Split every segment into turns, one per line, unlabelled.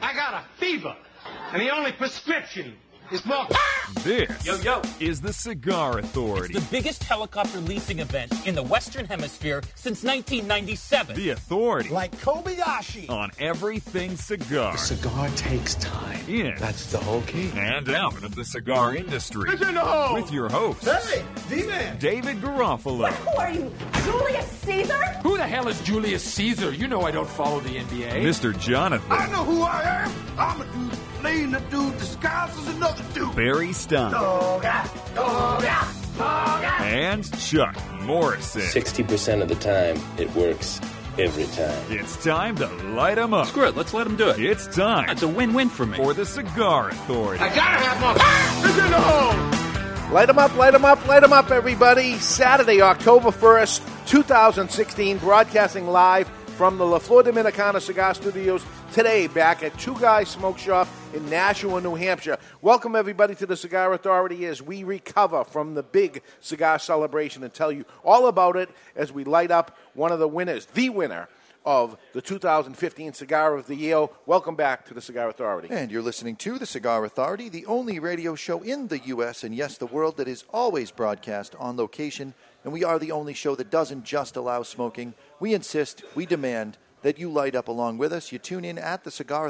I got a fever, and the only prescription is more.
This
Yo, yo.
is the Cigar Authority,
The biggest helicopter leasing event in the Western Hemisphere since 1997.
the authority
Like Kobayashi.
on everything cigar
Cigar takes time.
in
That's the whole key.
and out of the cigar industry. With your host,
Hey, D-Man.
David Garofalo.
Who are you, Julius Caesar?
Who the hell is Julius Caesar? You know I don't follow the NBA.
Mr. Jonathan
know who I am. I'm a dude playing a dude disguised as another dude.
Barry Stein and Chuck Morrison.
60% of the time, it works every time.
It's time to light 'em up.
Screw it. Let's let him do it.
It's time
It's a win-win for me.
for the Cigar Authority.
I gotta have
Ah!
more. Listen to home.
Light 'em up, light 'em up, light 'em up, everybody. Saturday, October 1st, 2016, broadcasting live from the La Flor Dominicana Cigar Studios today, back at Two Guys Smoke Shop in Nashua, New Hampshire. Welcome, everybody, to the Cigar Authority as we recover from the big cigar celebration and tell you all about it as we light up one of the winners, the winner of the 2015 Cigar of the Year. Welcome back to the Cigar Authority.
And you're listening to The Cigar Authority, the only radio show in the U.S. and yes, the world that is always broadcast on location. And we are the only show that doesn't just allow smoking. We insist, we demand that you light up along with us. You tune in at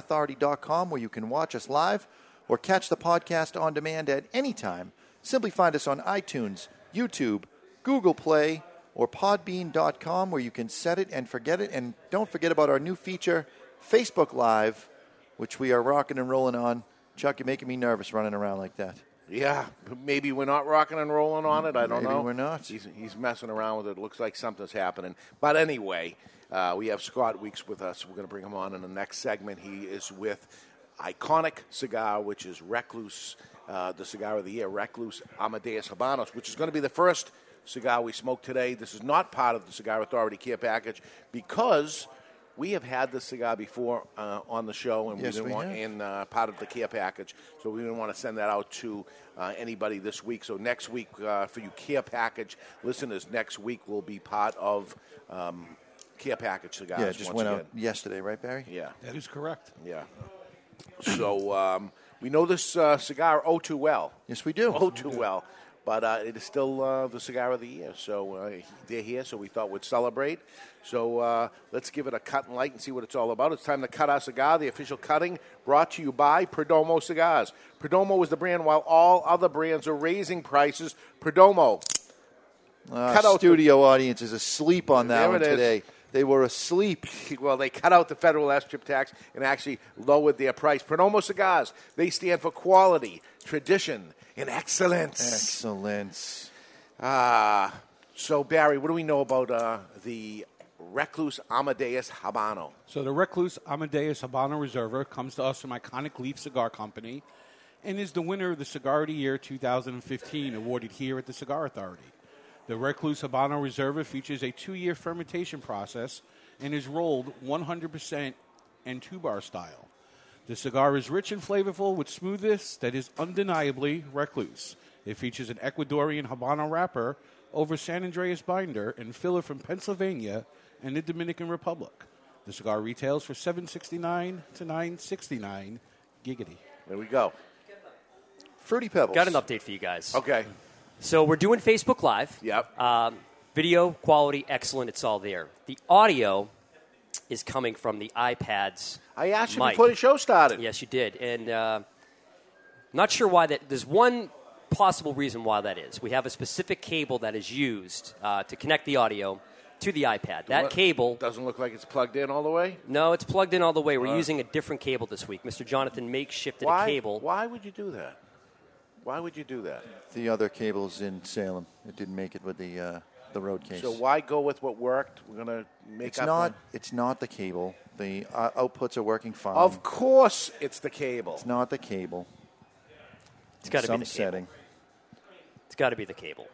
thecigarauthority.com where you can watch us live or catch the podcast on demand at any time. Simply find us on iTunes, YouTube, Google Play, or podbean.com where you can set it and forget it. And don't forget about our new feature, Facebook Live, which we are rocking and rolling on. Chuck, you're making me nervous running around like that.
Yeah, but maybe we're not rocking and rolling on it. I don't
Maybe
know.
we're not.
He's, he's messing around with it. Looks like something's happening. But anyway, uh, we have Scott Weeks with us. We're going to bring him on in the next segment. He is with Iconic Cigar, which is Recluse, uh, the cigar of the year, Recluse Amadeus Habanos, which is going to be the first cigar we smoke today. This is not part of the Cigar Authority care package because we have had this cigar before uh, on the show, and
Yes,
we didn't
we
want
have.
in uh, part of the care package. So we didn't want to send that out to uh, anybody this week. So next week, uh, for you care package listeners, next week will be part of um, care package cigars.
yeah, it just
once
went
again.
out yesterday, right, Barry?
Yeah,
That is correct.
yeah. So um, we know this uh, cigar oh too well.
Yes, we do.
Oh too well. But uh, it is still uh, the cigar of the year, so uh, they're here. So we thought we'd celebrate. So uh, let's give it a cut and light and see what it's all about. It's time to cut our cigar. The official cutting brought to you by Perdomo Cigars. Perdomo is the brand. While all other brands are raising prices, Perdomo
Our
Cut out the-
Ah, studio audience is asleep on that
There
one
it is.
today. They were asleep.
well, they cut out the federal airstrip tax and actually lowered their price. Perdomo cigars, they stand for quality, tradition, and excellence.
Excellent. Eh.
Ah, so Barry, what do we know about uh, the Recluse Amadeus Habano?
So the Recluse Amadeus Habano Reserva comes to us from Iconic Leaf Cigar Company and is the winner of the Cigar of the Year 2015 awarded here at the Cigar Authority. The Recluse Habano Reserva features a two-year fermentation process and is rolled 100% and two-bar style. The cigar is rich and flavorful with smoothness that is undeniably recluse. It features an Ecuadorian Habano wrapper over San Andreas binder and filler from Pennsylvania and the Dominican Republic. The cigar retails for seven sixty nine to nine sixty nine giggity.
There we go.
Fruity Pebbles.
Got an update for you guys.
Okay.
So we're doing Facebook Live.
Yep.
Um, video quality excellent. It's all there. The audio is coming from the iPads.
I asked you
mic.
before the show started.
Yes, you did. And uh, not sure why that. There's one possible reason why that is. We have a specific cable that is used uh, to connect the audio to the iPad. That
What-
cable.
doesn't look like it's plugged in all the way. Uh.
No, it's plugged in all the way. We're using a different cable this week. Mr. Jonathan makeshifted
Why?
a cable.
Why would you do that? Why would you do that?
The other cable's in Salem. It didn't make it with the uh, the road case.
So why go with what worked? We're gonna make
It's
up.
not.
one.
It's not the cable. The uh, outputs are working fine.
Of course, it's the cable.
it's not the cable.
It's got to be
Some
the cable.
setting.
It's got to be the cable.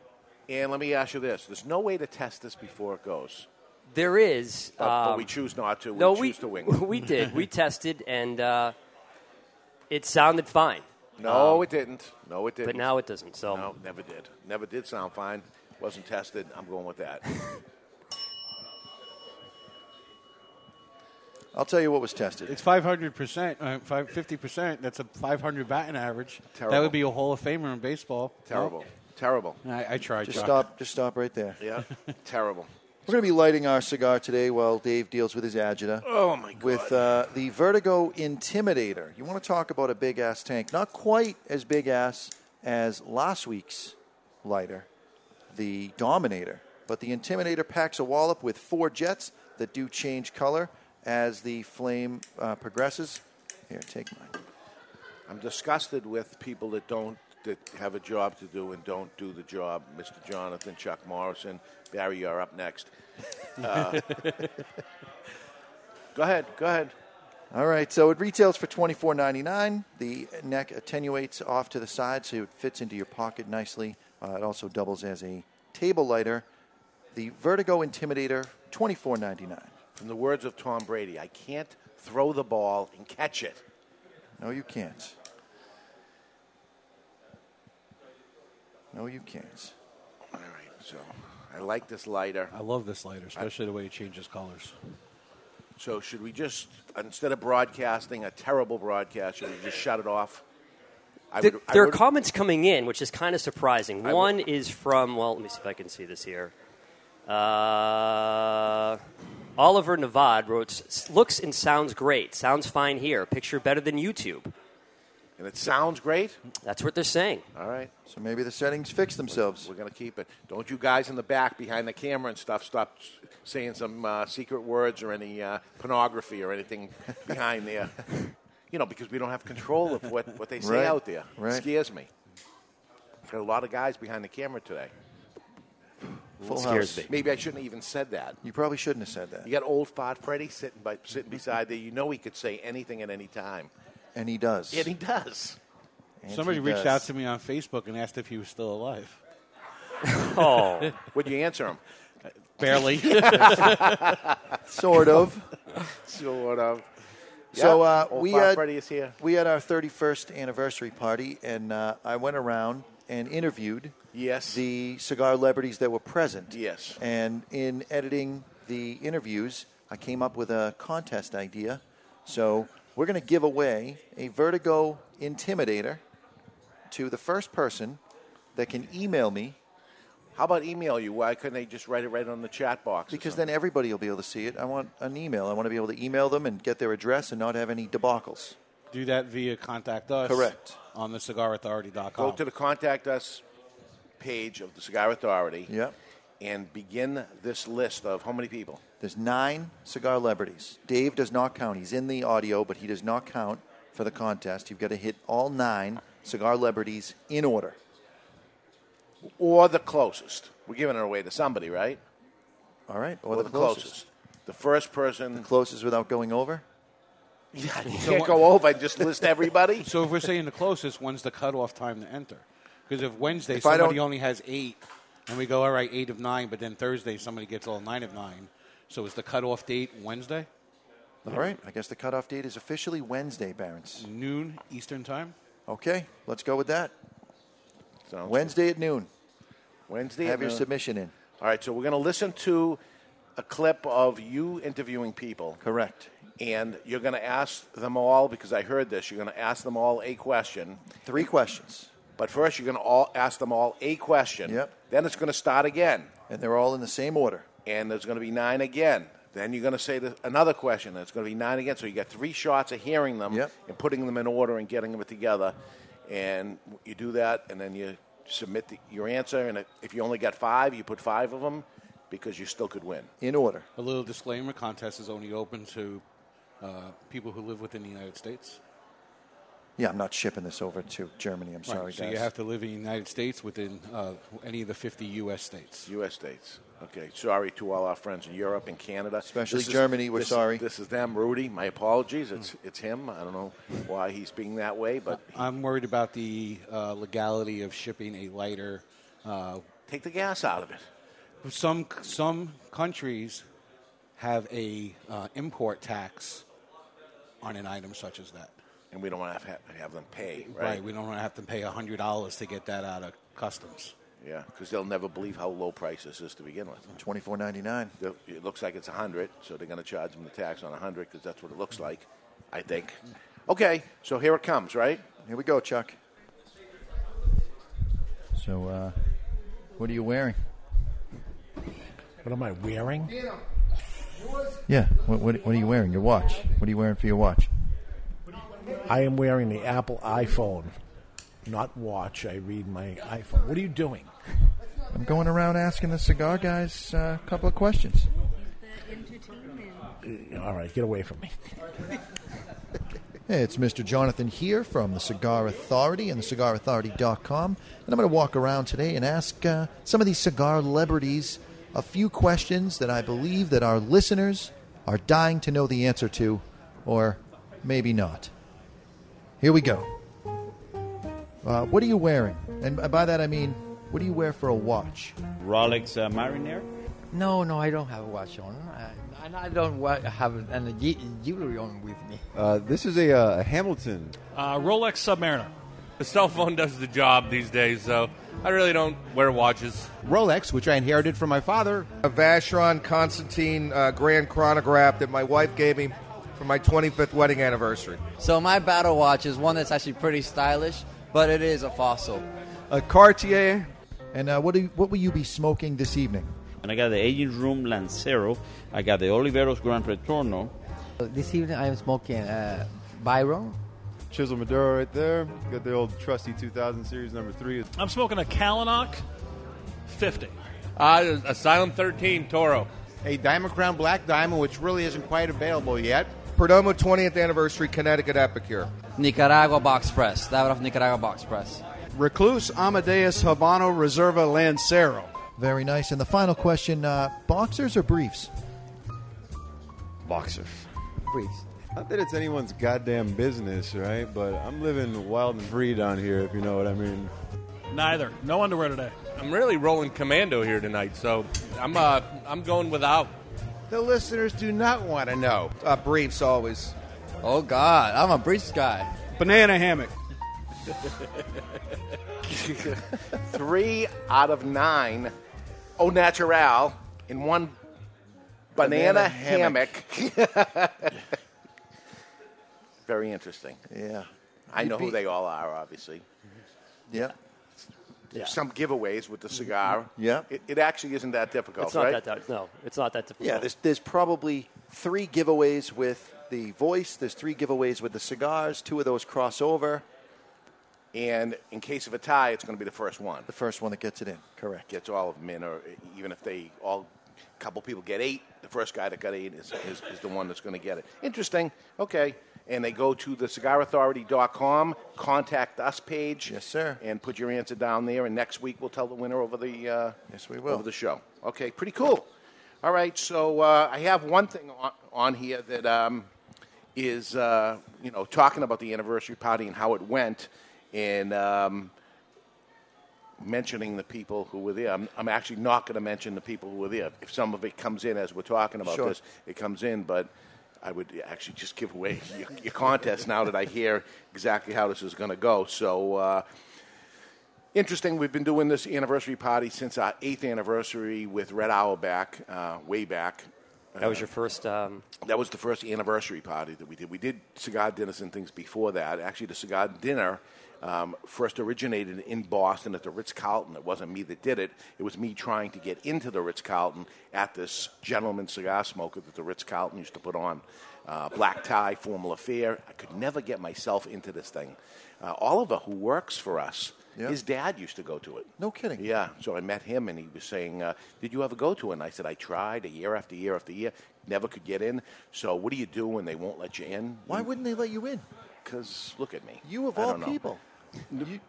And let me ask you this: There's no way to test this before it goes,
There is.
but, but
um,
we choose not to. We
no,
choose
we
to wing. it.
we did. We tested, and uh, it sounded fine.
No, it didn't. No, it didn't.
Um, But now it doesn't. So
no, never did. Never did sound fine. Wasn't tested. I'm going with that.
I'll tell you what was tested.
It's 500%, uh, five- 50%. That's a 500 batting average. That
Terrible.
would be a Hall of Famer in baseball.
Terrible. Terrible.
I, I tried.
Just
Josh.
stop. Just stop right there.
Yeah. Terrible.
We're going to be lighting our cigar today while Dave deals with his agita.
Oh, my God.
With uh, the Vertigo Intimidator. You want to talk about a big ass tank? Not quite as big ass as last week's lighter, the Dominator. But the Intimidator packs a wallop with four jets that do change color as the flame uh, progresses. Here, take mine.
I'm disgusted with people that don't that have a job to do and don't do the job. Mr. Jonathan, Chuck Morrison, Barry, you're up next. Uh, go ahead. Go ahead.
All right, so it retails for twenty four ninety nine. The neck attenuates off to the side, so it fits into your pocket nicely. Uh, it also doubles as a table lighter. The Vertigo Intimidator twenty four ninety nine.
From the words of Tom Brady, I can't throw the ball and catch it.
No, you can't. No, you can't.
All right. So I like this lighter.
I love this lighter, especially the way it changes colors.
So should we just instead of broadcasting a terrible broadcast, should we just shut it off? I
Th-
would- I
there are
would-
comments coming in, which is kind of surprising.
I would-
One is from, well, let me see if I can see this here. Uh, Oliver Navad wrote, "S- looks and sounds great. Sounds fine here. Picture better than YouTube.
And it sounds great?
That's what they're saying.
All right.
So maybe the settings fix themselves.
We're going to keep it. Don't you guys in the back behind the camera and stuff stop s- saying some uh, secret words or any uh, pornography or anything behind there. You know, because we don't have control of what, what they say
Right,
out there.
right.
scares me. Got a lot of guys behind the camera today.
Full Scares house. me.
Maybe I shouldn't have even said that.
You probably shouldn't have said that,
You got old Fat Freddy sitting by sitting beside there. You know he could say anything at any time,
and he does.
and he does.
And
Somebody
he
reached out
does.
to me on Facebook and asked if he was still alive.
Oh,
Would you answer him?
Barely.
Sort of.
Sort of.
So
Yeah,
uh,
old
we
Fat
had
Freddy is here.
we had our 31st anniversary party, and uh, I went around and interviewed
Yes.
the cigar celebrities that were present.
Yes.
And in editing the interviews, I came up with a contest idea. So we're going to give away a Vertigo Intimidator to the first person that can email me,
How about email you? Why couldn't they just write it right on the chat box? or
because
something?
then everybody will be able to see it. I want an email. I want to be able to email them and get their address and not have any debacles.
Do that via contact us.
Correct.
On the cigarauthority.com.
go to the contact us page of the Cigar Authority.
Yep.
And begin this list of how many people?
There's nine cigar celebrities. Dave does not count. He's in the audio, but he does not count for the contest. You've got to hit all nine cigar celebrities in order.
Or the closest. We're giving it away to somebody, right?
All right, or,
Or
the, closest.
The first person.
Closest without going over.
Yeah, you can't go over and just list everybody.
So if we're saying the closest, when's the cutoff time to enter? Because if Wednesday
If I don't-
somebody only has eight, and we go all right eight of nine, but then Thursday somebody gets all nine of nine. So is the cutoff date Wednesday
All right, I guess the cutoff date is officially Wednesday, Barons.
noon Eastern time?
Okay, let's go with that.
Sounds-
Wednesday at noon.
Wednesday.
Have your
noon.
submission in.
All right, so we're going to listen to a clip of you interviewing people,
Correct.
and you're going to ask them all because I heard this. You're going to ask them all a question,
Three questions,
but first you're going to all ask them all a question.
Yep.
Then it's going to start again,
and they're all in the same order.
and there's going to be nine again. Then you're going to say the, another question, and it's going to be nine again. So you got three shots of hearing them
Yep.
and putting them in order and getting them together, and you do that, and then you submit the, your answer. And if you only got five, you put five of them because you still could win.
In order.
A little disclaimer: contest is only open to uh, people who live within the United States.
Yeah, I'm not shipping this over to Germany. I'm sorry,
Right, so
guys.
you have to live in the United States within uh, any of the 50 U.S. states.
U.S. states. Okay, sorry to all our friends in Europe and Canada,
Especially
This is-
Germany, we're
this-
sorry.
This is them, Rudy. My apologies. It's it's him. I don't know why he's being that way, but
I'm worried about the uh, legality of shipping a lighter. Uh,
take the gas out of it.
some some countries have a uh, import tax on an item such as that.
And we don't want to have, have them pay,
Right.
right?
We don't want to have to pay hundred dollars to get that out of customs.
Yeah, because they'll never believe how low price this is to begin with.
Twenty four ninety nine.
The- It looks like it's a hundred, so they're going to charge them the tax on a hundred because that's what it looks like, I think. Okay, so here it comes, right?
Here we go, Chuck.
So, uh, what are you wearing?
What am I wearing?
Yeah, what, what, what are you wearing? Your watch. What are you wearing for your watch?
I am wearing the Apple iPhone, not watch. I read my iPhone. What are you doing?
I'm going around asking the cigar guys uh, a couple of questions.
All right, get away from me.
Hey, it's Mr. Jonathan here from the Cigar Authority and thecigarauthority.com. And I'm going to walk around today and ask uh, some of these cigar celebrities a few questions that I believe that our listeners are dying to know the answer to, or maybe not. Here we go. Uh, what are you wearing? And by that I mean, what do you wear for a watch?
Rolex uh, Mariner.
No, no, I don't have a watch on. I, and I don't wa- have any ge- jewelry on with me.
Uh, this is a uh, Hamilton.
Uh, Rolex Submariner. The cell phone does the job these days, so I really don't wear watches.
Rolex, which I inherited from my father.
A Vacheron Constantine uh, Grand Chronograph that my wife gave me for my 25th wedding anniversary.
So my battle watch is one that's actually pretty stylish, but it is a fossil.
A Cartier. And uh, what, do you, what will you be smoking this evening?
And I got the Aging Room Lancero. I got the Oliveros Gran Retorno.
This evening I am smoking uh, Byron.
Chisel Maduro right there. Got the old trusty 2000 series number three.
I'm smoking a Kalanok 50. Uh, a Silent 13 Toro.
A Diamond Crown Black Diamond, which really isn't quite available yet.
Perdomo 20th Anniversary Connecticut Epicure.
Nicaragua Box Press. That one of Nicaragua Box Press.
Recluse Amadeus Habano Reserva Lancero. Very nice. And the final question uh, boxers or briefs?
Boxers. Briefs. Not that it's anyone's goddamn business, right? But I'm living wild and free down here, if you know what I mean.
Neither. No underwear today. I'm really rolling commando here tonight, so I'm uh, I'm going without.
The listeners do not want to know.
Uh, briefs always.
Oh, God. I'm a briefs guy.
Banana hammock.
Three out of nine au natural in one banana,
Banana hammock.
hammock. Very interesting.
Yeah.
I know who
You'd
they all are, obviously.
Yeah.
Some giveaways with the cigar.
Yeah.
It, it actually isn't that difficult,
It's not
right?
that
That- no, it's not that difficult.
Yeah, there's, there's probably three giveaways with the voice. There's three giveaways with the cigars. Two of those cross over.
and in case of a tie, it's going to be the first one.
The first one that gets it in. Correct.
Gets all of them in, or even if they all, a couple people get eight, the first guy that got eight is, is, is the one that's going to get it. Interesting. Okay. And they go to the cigarauthority.com, contact us page. Yes, sir. And put your answer down there, and next week we'll tell the winner over the uh, yes, we will. over the show. Okay, pretty cool. All right, so uh, I have one thing on, on here that um, is uh, you know talking about the anniversary party and how it went, and um, mentioning the people who were there. I'm, I'm actually not going to mention the people who were there. If some of it comes in as we're talking about
Sure.
this, it comes in, but I would actually just give away your, your contest now that I hear exactly how this is going to go. So. Uh, Interesting. We've been doing this anniversary party since our eighth anniversary with Red Owl back, uh, way back.
That was your first. Um...
That was the first anniversary party that we did. We did cigar dinners and things before that. Actually, the cigar dinner um, first originated in Boston at the Ritz Carlton. It wasn't me that did it. It was me trying to get into the Ritz Carlton at this gentleman cigar smoker that the Ritz Carlton used to put on. Uh, black tie, formal affair. I could never get myself into this thing. Uh, Oliver, who works for us, his dad used to go to it.
No kidding.
Yeah. So I met him, and he was saying, uh, "Did you ever go to?" it? And I said, "I tried a year after year after year, never could get in. So what do you do when they won't let you in?
Why wouldn't they let you in?
Because look at me.
You of
I
all
don't know.
people.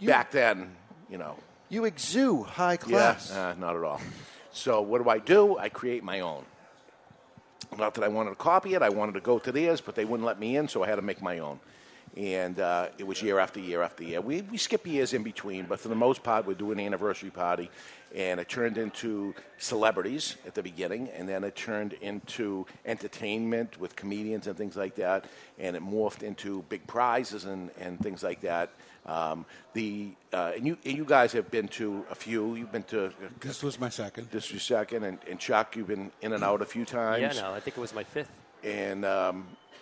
Back then, you know.
You exude high class.
Yeah, uh, not at all. So what do I do? I create my own. Not that I wanted to copy it. I wanted to go to theirs, but they wouldn't let me in, so I had to make my own. And uh, it was year after year after year. We, we skip years in between, but for the most part, we're doing an anniversary party. And it turned into celebrities at the beginning, and then it turned into entertainment with comedians and things like that. And it morphed into big prizes and, and things like that Um, the uh, and you and you guys have been to a few. You've been to
this was my second.
This was your second, and, and Chuck, you've been in and out a few times.
Yeah, no, I think it was my fifth.
And um,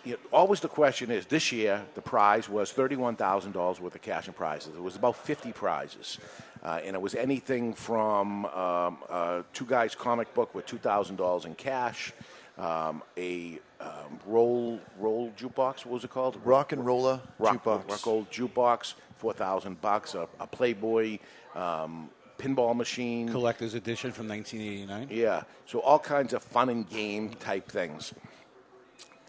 you know, always the question is this year, the prize was $31,000 worth of cash and prizes. It was about 50 prizes. Uh, and it was anything from um, a Two Guys comic book with $2,000 in cash, um, a um, roll, roll jukebox, what was it called?
Rock and roller
rock,
jukebox.
Rock old jukebox, 4000 bucks, a, a Playboy um, pinball machine.
Collector's edition from 1989.
Yeah, so all kinds of fun and game type things.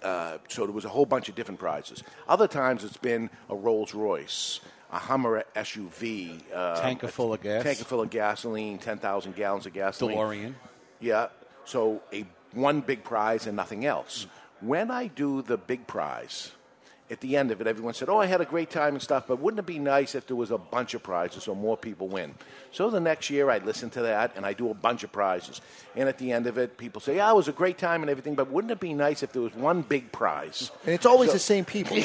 Uh, so there was a whole bunch of different prizes. Other times it's been a Rolls Royce, a Hummer SUV, um,
Tanker full of gas.
tanker full of gasoline, ten thousand gallons of gasoline,
DeLorean.
Yeah, so a one big prize and nothing else. When I do the big prize, at the end of it, everyone said, "Oh, I had a great time and stuff," but wouldn't it be nice if there was a bunch of prizes so more people win? So the next year, I listen to that and I do a bunch of prizes. And at the end of it, people say, "Yeah, it was a great time and everything, but wouldn't it be nice if there was one big prize?"
And it's always
So-
the same people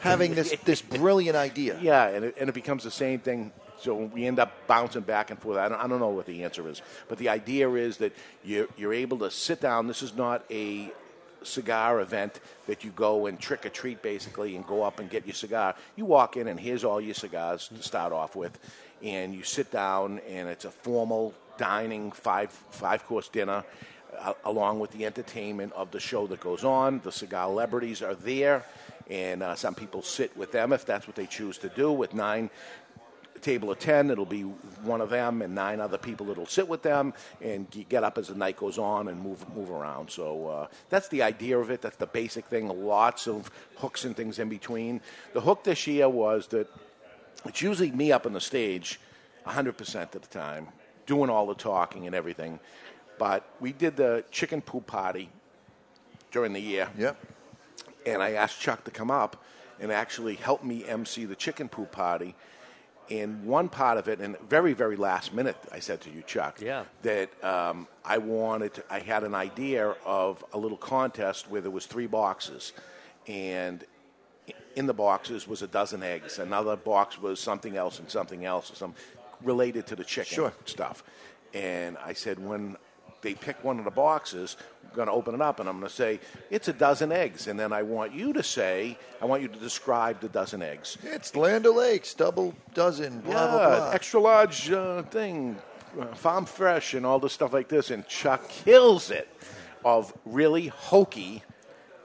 having this, this brilliant idea.
Yeah, and it, and it becomes the same thing. So we end up bouncing back and forth. I don't, I don't know what the answer is, but the idea is that you're, you're able to sit down. This is not a cigar event that you go and trick or treat basically and go up and get your cigar. You walk in and here's all your cigars to start off with, and you sit down and it's a formal dining five five course dinner uh, along with the entertainment of the show that goes on. The cigar celebrities are there, and uh, some people sit with them if that's what they choose to do. With nine table of 10 it'll be one of them and nine other people that'll sit with them and g- get up as the night goes on and move move around so uh, that's the idea of it that's the basic thing lots of hooks and things in between the hook this year was that it's usually me up on the stage 100% of the time doing all the talking and everything but we did the chicken poo party during the year
Yep.
and I asked Chuck to come up and actually help me MC the chicken poo party. And one part of it, and very, very last minute, I said to you, Chuck,
Yeah.
that um, I wanted, to- I had an idea of a little contest where there was three boxes, and in the boxes was a dozen eggs. Another box was something else and something else, some related to the chicken
Sure.
stuff. And I said, when they pick one of the boxes, I'm going to open it up and I'm going to say, it's a dozen eggs. And then I want you to say, I want you to describe the dozen eggs.
It's Land O'Lakes, double dozen, blah, blah,
Yeah,
blah.
extra large uh, thing, uh, farm fresh, and all this stuff like this. And Chuck kills it of really hokey.
O-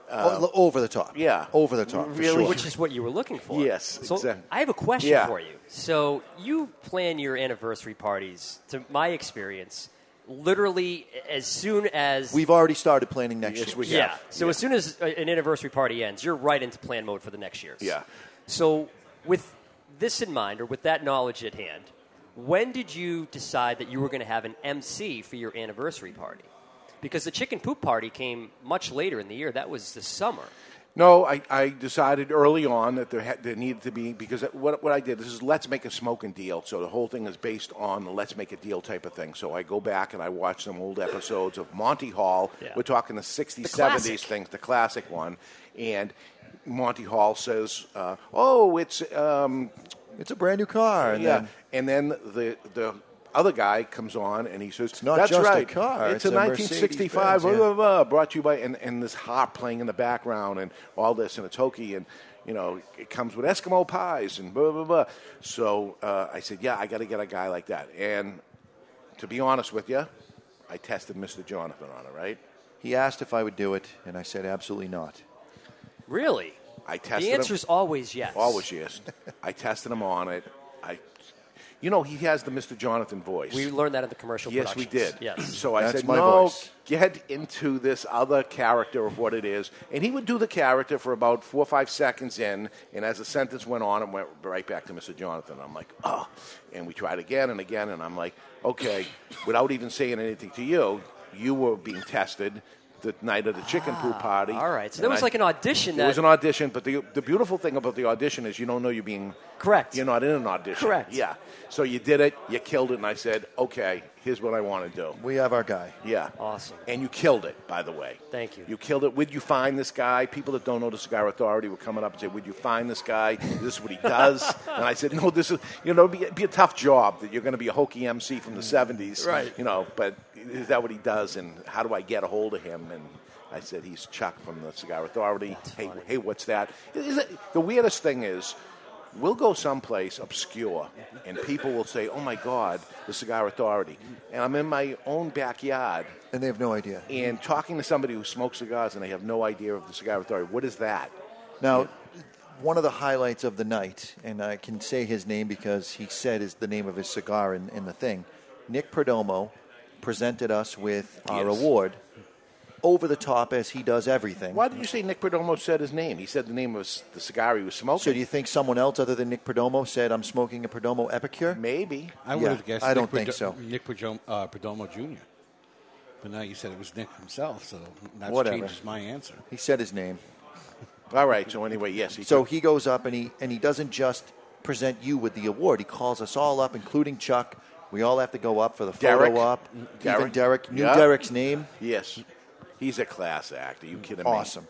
Oh, lo- over the top.
Yeah.
Over the top, for
Really?
sure.
Which is what you were looking for.
Yes,
So
exact-
I have a question
Yeah.
for you. So you plan your anniversary parties, to my experience, literally as soon as
We've already started planning next year.
yeah. So as soon as a- an anniversary party ends, you're right into plan mode for the next year's.
Yeah.
So with this in mind, or with that knowledge at hand, when did you decide that you were going to have an MC for your anniversary party? Because the chicken poop party came much later in the year. That was the summer.
No, I, I decided early on that there, had, there needed to be because what, what I did this is let's make a smoking deal. So the whole thing is based on the let's make a deal type of thing. So I go back and I watch some old episodes of Monty Hall.
Yeah.
We're talking the 60s,
The
70s
classic.
things, the classic one. And Monty Hall says, uh, "Oh, it's um,
it's a brand new car." And
yeah,
then-
and then the the other guy comes on and he says,
not
"That's
just a
right,
car,
It's,
it's
a,
a Mercedes-Benz,
1965 blah,
yeah.
blah, blah, brought to you by and, and this harp playing in the background and all this and it's hokey and you know it comes with Eskimo pies and blah blah blah." So uh, I said, "Yeah, I got to get a guy like that." And to be honest with you, I tested Mr. Jonathan on it. Right?
He asked if I would do it, and I said absolutely not.
Really?
I tested.
the answer is
him.
always yes.
Always Oh, yes. I tested him on it. I, you know, he has the Mr. Jonathan voice.
We learned that at the commercial.
Yes, we did.
productions. Yes.
So I
That's
said,
my
no,
voice."
get into this other character of what it is, and he would do the character for about four or five seconds in, and as the sentence went on, it went right back to Mr. Jonathan. I'm like, oh, and we tried again and again, and I'm like, okay, without even saying anything to you, you were being tested. The night of the chicken poo party. All right,
Ah, so there was like an audition
There
that-
was an audition, but the, the beautiful thing about the audition is you don't know you're being
correct.
You're not in an audition.
Correct.
Yeah. So you did it, you killed it, and I said, okay, here's what I want to do.
We have our guy.
Yeah.
Awesome.
And you killed it, by the way.
Thank you.
You killed it. Would you find this guy? People that don't know the Cigar Authority were coming up and say, "Would you find this guy? Is this what he does?" and I said, "No, this is you know, it'd be, be a tough job that you're going to be a hokey MC from the '70s,
Right.
You know, but is that what he does? And how do I get a hold of him?" And I said, "He's Chuck from the Cigar Authority. hey, hey, what's that? Is it, the weirdest thing is." We'll go someplace obscure, and people will say, "Oh my God, the Cigar Authority," and I'm in my own backyard,
and they have no idea.
and talking to somebody who smokes cigars and they have no idea of the cigar authority. What is that?
Now, one of the highlights of the night, and I can say his name because he said is the name of his cigar in, in the thing. Nick Perdomo presented us with our
Yes.
award, over the top as he does everything.
Why did you say Nick Perdomo said his name? He said the name of the cigar he was smoking.
So, do you think someone else other than Nick Perdomo said, "I'm smoking a Perdomo Epicure"?
Maybe
I would have guessed.
I don't
Nick
think so.
Perdo- Nick Perdomo, uh, Perdomo Jr. But now you said it was Nick himself, so that
Whatever.
changes my answer.
He said his name.
All right. So anyway, yes. He
so
took-
he goes up and he and he doesn't just present you with the award. He calls us all up, including Chuck. We all have to go up for the
Derek.
photo op. Even Derek knew
Yeah.
Derek's name.
Yes, he's a class act. Are you kidding me?
Awesome.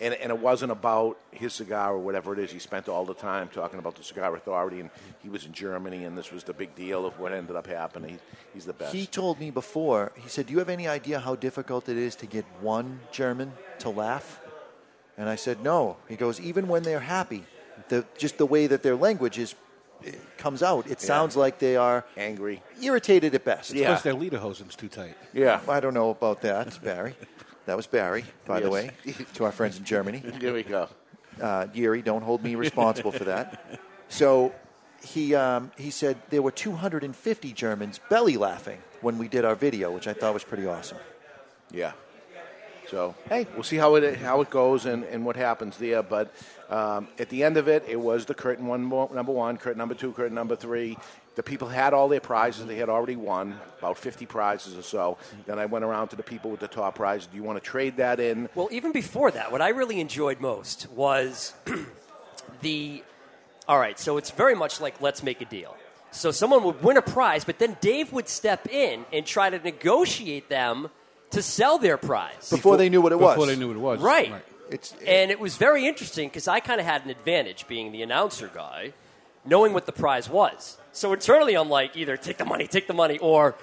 And, and it wasn't about his cigar or whatever it is. He spent all the time talking about the cigar authority, and he was in Germany, and this was the big deal of what ended up happening. He, he's the best.
He told me before. He said, "Do you have any idea how difficult it is to get one German to laugh?" And I said, "No." He goes, "Even when they're happy, the just the way that their language is it comes out, it
Yeah.
sounds like they are
angry,
irritated at best."
It's because their lederhosen's too tight.
Yeah.
I don't know about that, Barry. That was Barry, by the
Yes.
way, to our friends in Germany.
There we go.
Uh, Yuri, don't hold me responsible for that. So he, um, he said there were 250 Germans belly laughing when we did our video, which I thought was pretty awesome.
Yeah. So hey, we'll see how it how it goes and, and what happens there. But um, at the end of it, it was the curtain one mo- number one, curtain number two, curtain number three. The people had all their prizes; they had already won about fifty prizes or so. Then I went around to the people with the top prize. Do you want to trade that in?
Well, even before that, what I really enjoyed most was the. All right, so it's very much like let's make a deal. So someone would win a prize, but then Dave would step in and try to negotiate them to sell their prize
Before, they knew what it was.
Right.
It's
and it was very interesting because I kind of had an advantage being the announcer guy, knowing what the prize was. So internally, I'm like, either take the money, take the money, or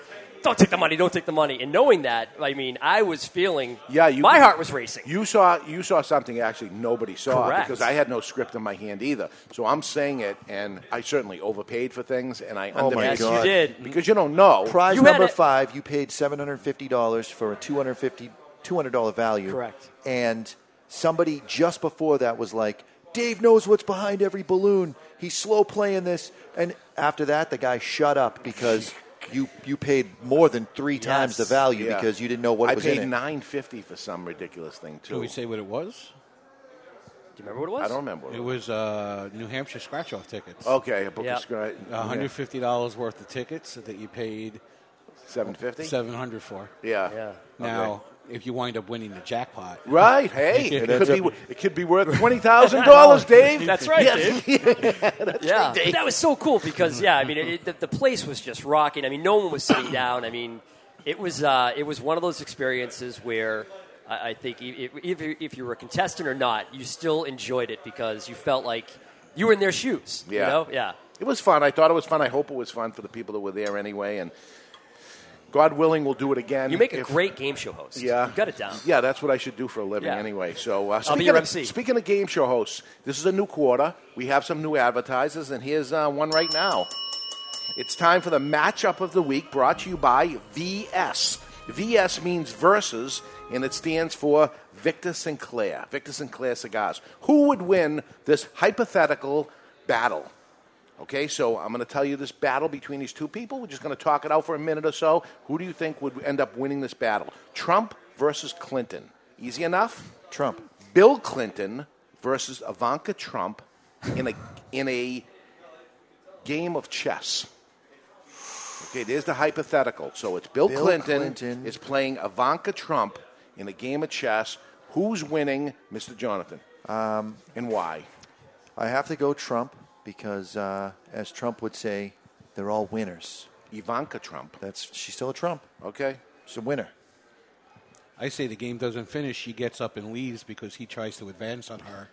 don't take the money, don't take the money. And knowing that, I mean, I was feeling
Yeah, you,
my heart was racing.
You saw you saw something actually nobody saw
Correct.
because I had no script in my hand either. So I'm saying it, and I certainly overpaid for things, and I
Oh, my
underpaid.
Yes, you God. did.
because you don't know
Prize number five, you paid seven hundred fifty dollars for a two hundred fifty two hundred dollar value.
Correct.
And somebody just before that was like, "Dave knows what's behind every balloon. He's slow playing this." And after that, the guy shut up because you you paid more than three times the value
Yeah.
because you didn't know what
I
was
paid
in it.
nine fifty for some ridiculous thing too.
Can we say what it was?
Do you remember what it was?
I don't remember.
It was uh, New Hampshire scratch-off tickets.
Okay, a book of Yeah. scratch-
One hundred fifty dollars worth of tickets that you paid
seven fifty,
seven hundred for.
Yeah. Yeah.
Now, if you wind up winning the jackpot,
Right? Hey, it could be it could be worth twenty thousand dollars,
$20,000,
Dave.
That's right,
Yes.
Dave. yeah,
right, Dave.
But that was so cool because yeah, I mean, it, it- the, the place was just rocking. I mean, no one was sitting down. I mean, it was uh, it was one of those experiences where I, I think i- i- if you- if you were a contestant or not, you still enjoyed it because you felt like you were in their shoes.
Yeah.
You know? Yeah.
It was fun. I thought it was fun. I hope it was fun for the people that were there anyway. And God willing, we'll do it again.
You make a
if-
great game show host.
Yeah,
You got it down.
Yeah, that's what I should do for a living
Yeah.
anyway. So uh,
I'll be
speaking,
your
of,
MC.
speaking of game show hosts, this is a new quarter. We have some new advertisers, and here's uh, one right now. It's time for the matchup of the week, brought to you by VS. VS means versus, and it stands for Victor Sinclair. Victor Sinclair cigars. Who would win this hypothetical battle? Okay, so I'm going to tell you this battle between these two people. We're just going to talk it out for a minute or so. Who do you think would end up winning this battle? Trump versus Clinton. Easy enough?
Trump.
Bill Clinton versus Ivanka Trump in a in a game of chess. Okay, there's the hypothetical. So it's Bill,
Bill
Clinton,
Clinton.
is playing Ivanka Trump in a game of chess. Who's winning, Mr. Jonathan?
Um,
and why?
I have to go Trump because, uh, as Trump would say, they're all winners.
Ivanka Trump.
That's she's still a Trump.
Okay.
She's a winner.
I say the game doesn't finish. She gets up and leaves because he tries to advance on her.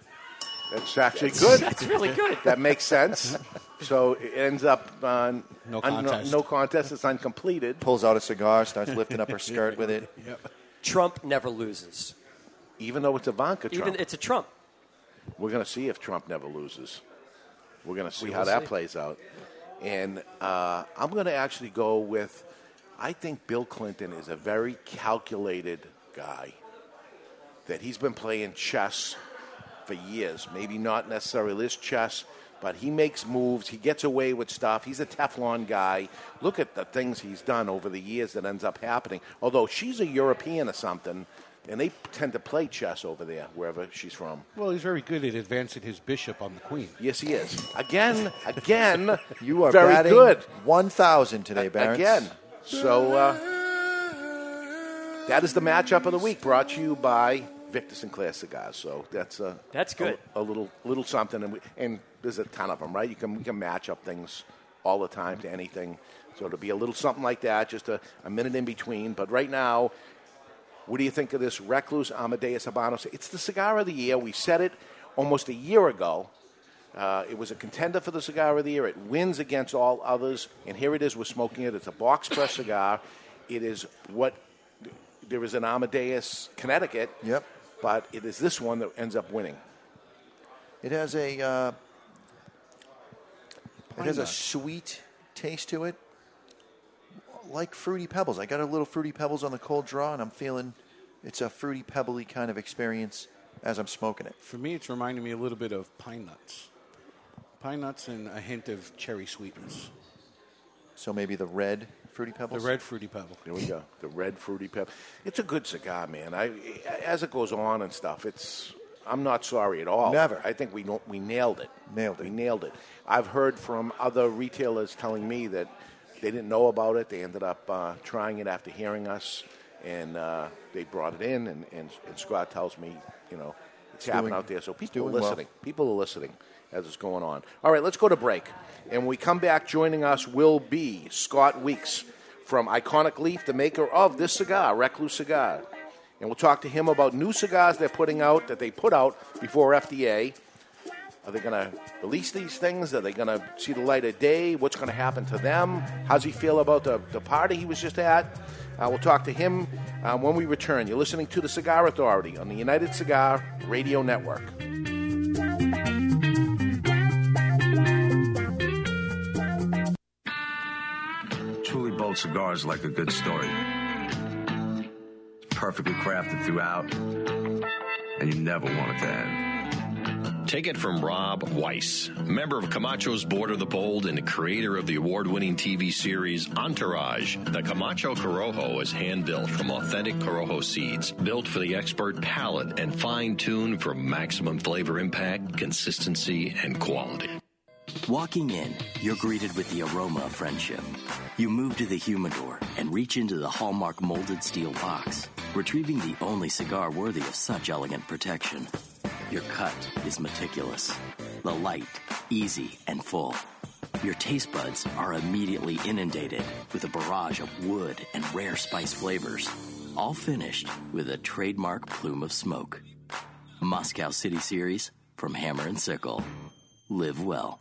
That's actually
That's-
good.
that's really good.
that makes sense. So it ends up on
No
un-
contest.
no contest. It's uncompleted.
Pulls out a cigar, starts lifting up her skirt with it.
Trump never loses.
Even though it's Ivanka Trump.
Even it's a Trump.
We're going to see if Trump never loses. We're going to see
We
how
will
that
see.
plays out. And uh, I'm going to actually go with I think Bill Clinton is a very calculated guy, that he's been playing chess for years. Maybe not necessarily this chess, but he makes moves. He gets away with stuff. He's a Teflon guy. Look at the things he's done over the years that ends up happening. Although she's a European or something, and they tend to play chess over there, wherever she's from.
Well, he's very good at advancing his bishop on the queen.
Yes, he is. Again, again,
You are
very
batting
good.
1,000 today, Barrett.
Again. So uh, that is the matchup of the week brought to you by Victor Sinclair Cigars. So that's uh,
That's good.
A, a little little something, and, we, and there's a ton of them, right? You can we can match up things all the time to anything. So it'll be a little something like that, just a, a minute in between. But right now, what do you think of this Recluse Amadeus Habanos? It's the cigar of the year. We said it almost a year ago. Uh, it was a contender for the cigar of the year. It wins against all others, and here it is. We're smoking it. It's a box press cigar. It is what there is an Amadeus, Connecticut. Yep. But it is this one that ends up winning.
It has a uh, it
Pine
has a
nut.
sweet taste to it, like fruity pebbles. I got a little fruity pebbles on the cold draw, and I'm feeling it's a fruity pebbly kind of experience as I'm smoking it.
For me, it's reminding me a little bit of pine nuts. Pine nuts and a hint of cherry sweetness.
So maybe the red fruity pebbles.
The red fruity pebble.
There we go. The red fruity pepper. It's a good cigar, man. I, as it goes on and stuff, it's. I'm not sorry at all.
Never.
I think we don't, we nailed it. Nailed it. We nailed it. I've heard from other retailers telling me that they didn't know about it. They ended up uh, trying it after hearing us, and uh, they brought it in. And, and, and Scott tells me, you know, it's,
It's
happening
doing-
out there. So
it's
people are
doing well.
listening. People are listening as it's going on. All right, let's go to break. And when we come back, joining us will be Scott Weeks from Iconic Leaf, the maker of this cigar, Recluse Cigar. And we'll talk to him about new cigars they're putting out that they put out before FDA. Are they going to release these things? Are they going to see the light of day? What's going to happen to them? How's he feel about the, the party he was just at? Uh, we'll talk to him uh, when we return. You're listening to The Cigar Authority on the United Cigar Radio Network.
Truly bold cigars like a good story. Perfectly crafted throughout, and you never want it to end.
Take it from Rob Weiss, member of Camacho's Board of the Bold and creator of the award winning TV series Entourage. The Camacho Corojo is hand built from authentic Corojo seeds, built for the expert palate and fine tuned for maximum flavor impact, consistency, and quality.
Walking in, you're greeted with the aroma of friendship. You move to the humidor and reach into the Hallmark molded steel box, retrieving the only cigar worthy of such elegant protection. Your cut is meticulous, the light, easy, and full. Your taste buds are immediately inundated with a barrage of wood and rare spice flavors, all finished with a trademark plume of smoke. Moscow City Series from Hammer and Sickle. Live well.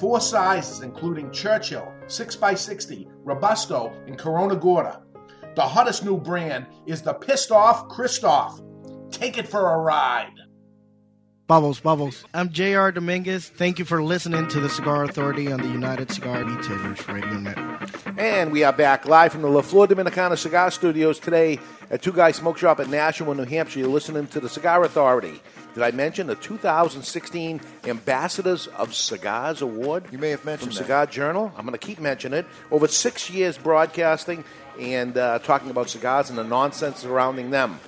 four sizes including Churchill, 6x60, Robusto, and Corona Gorda. The hottest new brand is the Pissed Off Christoph. Take it for a ride.
Bubbles, Bubbles. I'm J.R. Dominguez. Thank you for listening to the Cigar Authority on the United Cigar Retailers Radio Network.
And we are back live from the La Flor Dominicana Cigar Studios today at Two Guys Smoke Shop in Nashua, New Hampshire. You're listening to the Cigar Authority. Did I mention the 2016 Ambassadors of Cigars Award? You may have mentioned from
that.
Cigar Journal. I'm going to keep mentioning it. Over six years broadcasting and uh, talking about cigars and the nonsense surrounding them.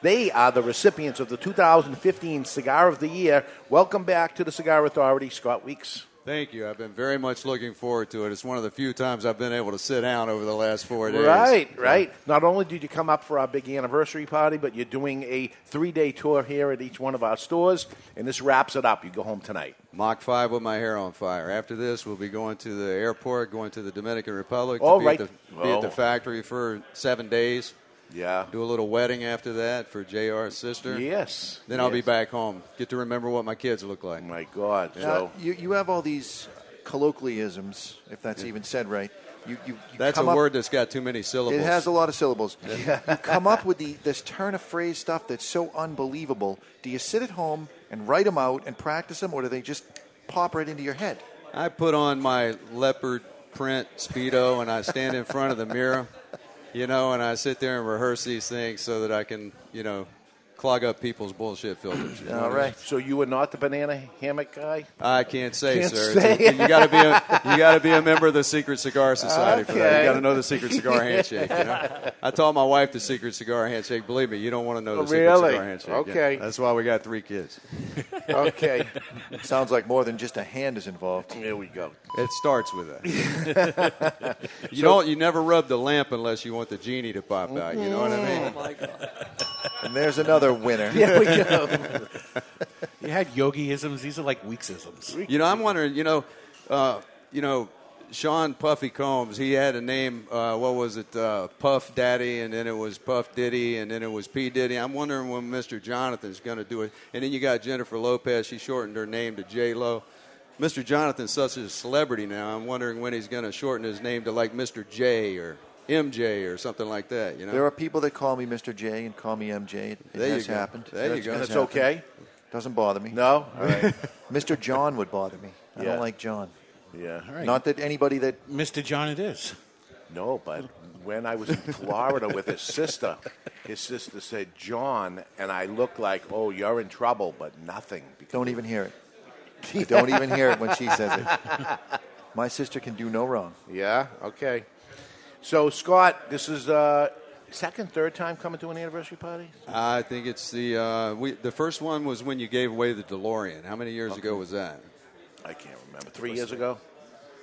They are the recipients of the 2015 Cigar of the Year. Welcome back to the Cigar Authority, Scott Weeks.
Thank you. I've been very much looking forward to it. It's one of the few times I've been able to sit down over the last four days.
Right, right. Not only did you come up for our big anniversary party, but you're doing a three day tour here at each one of our stores, and this wraps it up. You go home tonight.
Mach 5 with my hair on fire. After this, we'll be going to the airport, going to the Dominican Republic
Oh,
to be,
right.
at the, be at the
Oh.
factory for seven days.
Yeah.
Do a little wedding after that for JR's sister.
Yes.
Then I'll be
Yes.
back home. Get to remember what my kids look like.
My God.
Now, you, you have all these colloquialisms, if that's even said right. You, you, you
That's a
come up-
word that's got too many syllables.
It has a lot of syllables. you come up with the, this turn of phrase stuff that's so unbelievable. Do you sit at home and write them out and practice them, or do they just pop right into your head?
I put on my leopard print speedo and I stand in front of the mirror, you know, and I sit there and rehearse these things so that I can, you know, clog up people's bullshit filters. you know
All
what I mean?
right. So you were not the banana hammock guy?
I can't say,
Can't
sir.
say.
It's a- you got to be a you got to be a member of the Secret Cigar Society for that.
Okay.
You got to know the Secret Cigar handshake. You know? I taught my wife the Secret Cigar handshake. Believe me, you don't want to know the
Oh,
Secret
really?
Cigar handshake. Yeah.
Okay.
that's why we got three kids.
Okay.
Sounds like more than just a hand is involved.
There we go.
It starts with that. you
So-
don't. You never rub the lamp unless you want the genie to pop out. You know what I mean?
Oh, my God. And there's another winner. There we go.
you had yogiisms. These are like weeksisms.
You know, I'm wondering. You know, uh, you know, Sean Puffy Combs. He had a name. Uh, what was it? Uh, Puff Daddy, and then it was Puff Diddy, and then it was P Diddy. I'm wondering when Mr. Jonathan's going to do it. And then you got Jennifer Lopez. She shortened her name to J Lo. Mr. Jonathan's such a celebrity now. I'm wondering when he's going to shorten his name to like Mr. J or MJ or something like that. You know,
There are people that call me Mr. J and call me MJ. It
There you
has
go.
happened.
There you go.
And
That's
it's happened.
okay?
Doesn't bother me.
No?
All right.
Mr. John would bother me. I
Yeah.
don't like John.
Yeah.
Not that anybody that
Mr. John it is.
No, but when I was in Florida with his sister, his sister said, John, and I looked like, oh, you're in trouble, but nothing.
don't even hear it. I don't even hear it when she says it. My sister can do no wrong.
Yeah, okay. So, Scott, this is uh, second, third time coming to an anniversary party?
I think it's the uh, we, the first one was when you gave away the DeLorean. How many years ago was that?
I can't remember. Three years ago?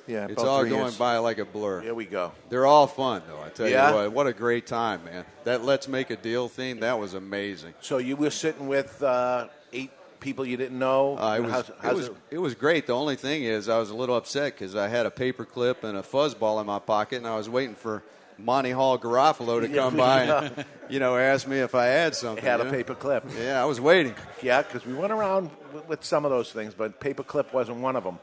Yeah,
it's
about
all
three
going
years.
by like a blur.
Here we go.
They're all fun though. I tell
Yeah?
you what, what a great time, man. That let's make a deal theme that was amazing.
So, you were sitting with uh, eight people you didn't know?
Uh, it, was,
How's-
it,
how's
was, it was great. The only thing is, I was a little upset because I had a paper clip and a fuzzball in my pocket, and I was waiting for Monty Hall Garofalo to come by and you know ask me if I had something.
Had
you
a
know?
paper clip.
Yeah, I was waiting.
Yeah, because we went around with, with some of those things, but paperclip wasn't one of them.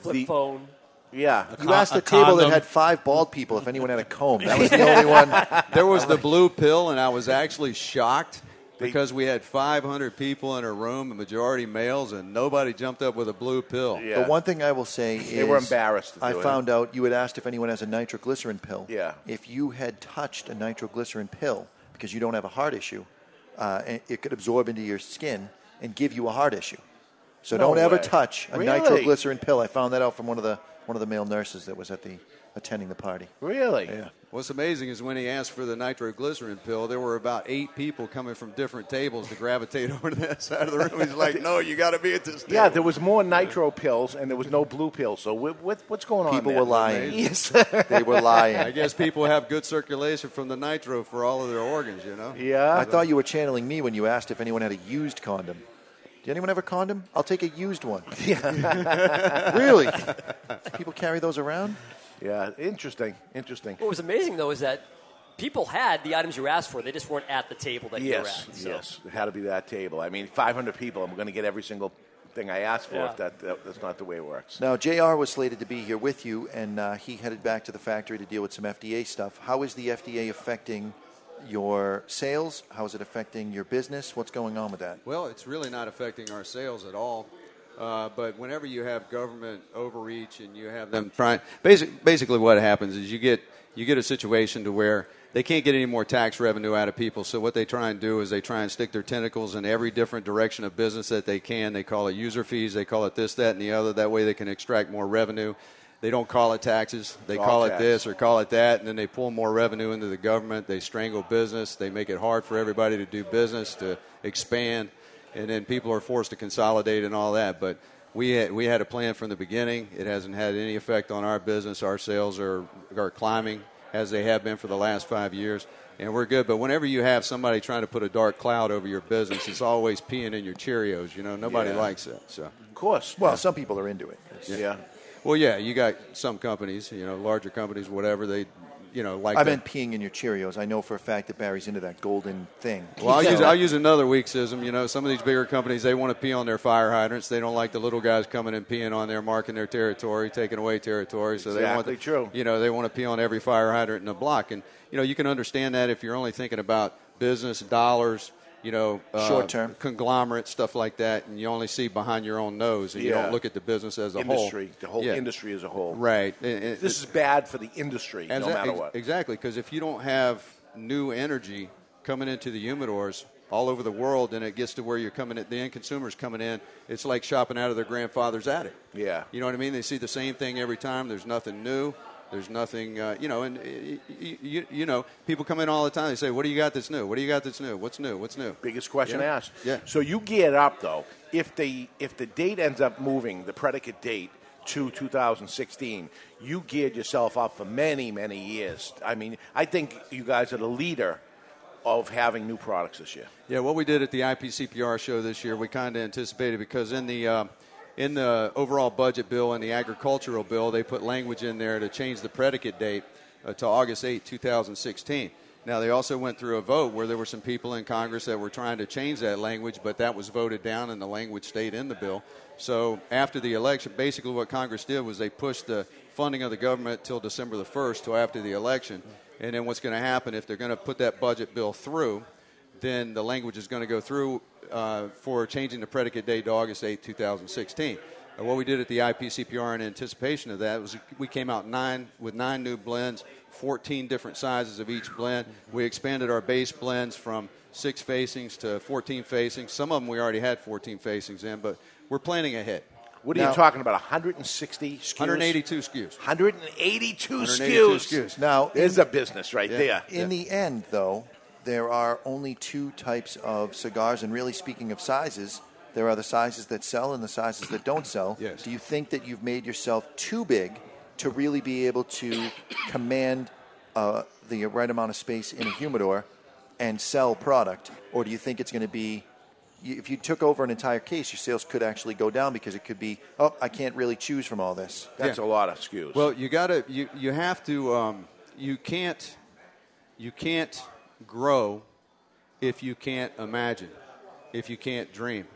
Flip
phone.
Yeah.
You asked the table that had five bald people if anyone had a comb. That was the only one.
There was the blue pill, and I was actually shocked because we had 500 people in a room, the majority males, and nobody jumped up with a blue pill.
The one thing I will say is
They were embarrassed to
I
do it.
found out you had asked if anyone has a nitroglycerin pill.
Yeah.
If you had touched a nitroglycerin pill because you don't have a heart issue, uh, and it could absorb into your skin and give you a heart issue. So
No
don't ever
way.
touch a
Really?
nitroglycerin pill. I found that out from one of the one of the male nurses that was at the attending the party.
Really?
Yeah.
What's amazing is when he asked for the nitroglycerin pill, there were about eight people coming from different tables to gravitate over to that side of the room. He's like, "No, you got to be at this."
Yeah, there was more nitro pills and there was no blue pills. So what, what, what's going on?
People
there?
were lying.
Yes,
They were lying.
I guess people have good circulation from the nitro for all of their organs, you know.
I thought you were channeling me when you asked if anyone had a used condom. Did anyone have a condom? I'll take a used one.
Yeah.
really? People carry those around?
Yeah, interesting, interesting.
What was amazing though is that people had the items you asked for; they just weren't at the table that you were
Yes,
at.
yes. It had to be that table. I mean, 500 people. I'm going to get every single thing I asked for
Yeah.
if that, that, that's not the way it works.
Now, JR was slated to be here with you, and uh, he headed back to the factory to deal with some FDA stuff. How is the FDA affecting your sales? How is it affecting your business? What's going on with that?
Well, it's really not affecting our sales at all. Uh, but whenever you have government overreach and you have them trying, basic, basically what happens is you get you get a situation to where they can't get any more tax revenue out of people. So what they try and do is they try and stick their tentacles in every different direction of business that they can. They call it user fees. They call it this, that, and the other. That way they can extract more revenue. They don't call it taxes. They
All
call
tax.
it this or call it that, and then they pull more revenue into the government. They strangle business. They make it hard for everybody to do business, to expand, and then people are forced to consolidate and all that. But we had, we had a plan from the beginning. It hasn't had any effect on our business. Our sales are, are climbing as they have been for the last five years, and we're good. But whenever you have somebody trying to put a dark cloud over your business, it's always peeing in your Cheerios. You know, nobody
Yeah.
likes that. So.
Of course.
Well, some people are into it.
yeah.
Well, yeah, you got some companies, you know, larger companies, whatever they, you know, like.
I
that.
meant peeing in your Cheerios. I know for a fact that Barry's into that golden thing.
Well, I'll
So-
use, I'll use another weakism. You know, some of these bigger companies, they want to pee on their fire hydrants. They don't like the little guys coming and peeing on there, marking their territory, taking away territory. So they want
Exactly true.
You know, they want to pee on every fire hydrant in the block. And, you know, you can understand that if you're only thinking about business, dollars, you know, uh,
Short term.
conglomerate, stuff like that, and you only see behind your own nose and you
Yeah.
don't look at the business as a
industry,
whole.
the whole
Yeah.
industry as a whole.
Right.
this is bad for the industry, no
Exa-
matter
ex-
what.
Exactly, because if you don't have new energy coming into the humidors all over the world, then it gets to where you're coming at the end consumer's coming in. It's like shopping out of their grandfather's attic.
Yeah.
You know what I mean? They see the same thing every time. There's nothing new. There's nothing, uh, you know, and uh, you, you, you know, people come in all the time. They say, "What do you got that's new? What do you got that's new? What's new? What's new?"
Biggest question
Yeah.
asked.
Yeah.
So you geared up though. If the if the date ends up moving, the predicate date to 2016, you geared yourself up for many many years. I mean, I think you guys are the leader of having new products this year.
Yeah, what we did at the IPCPR show this year, we kind of anticipated because in the uh, in the overall budget bill and the agricultural bill, they put language in there to change the predicate date uh, to August 8, 2016. Now they also went through a vote where there were some people in Congress that were trying to change that language, but that was voted down, and the language stayed in the bill. So after the election, basically what Congress did was they pushed the funding of the government till December the first, till after the election. And then what's going to happen if they're going to put that budget bill through? then the language is going to go through uh, for changing the predicate date to August 8, 2016. And what we did at the IPCPR in anticipation of that was we came out nine with nine new blends, 14 different sizes of each blend. We expanded our base blends from six facings to 14 facings. Some of them we already had 14 facings in, but we're planning ahead.
What are
Now-
you talking about? 160 SKUs.
182 SKUs.
182,
182
SKUs.
SKUs.
Now,
there's a business right there.
In the end, though, there are only two types of cigars, and really speaking of sizes, there are the sizes that sell and the sizes that don't sell. Yes. Do you think that you've made yourself too big to really be able to command uh, the right amount of space in a humidor and sell product, or do you think it's going to be you- if you took over an entire case, your sales could actually go down because it could be, oh, I can't really choose from all this.
Yeah.
lot of SKUs.
Well, you gotta you you have to um, you can't you can't grow if you can't imagine, if you can't dream.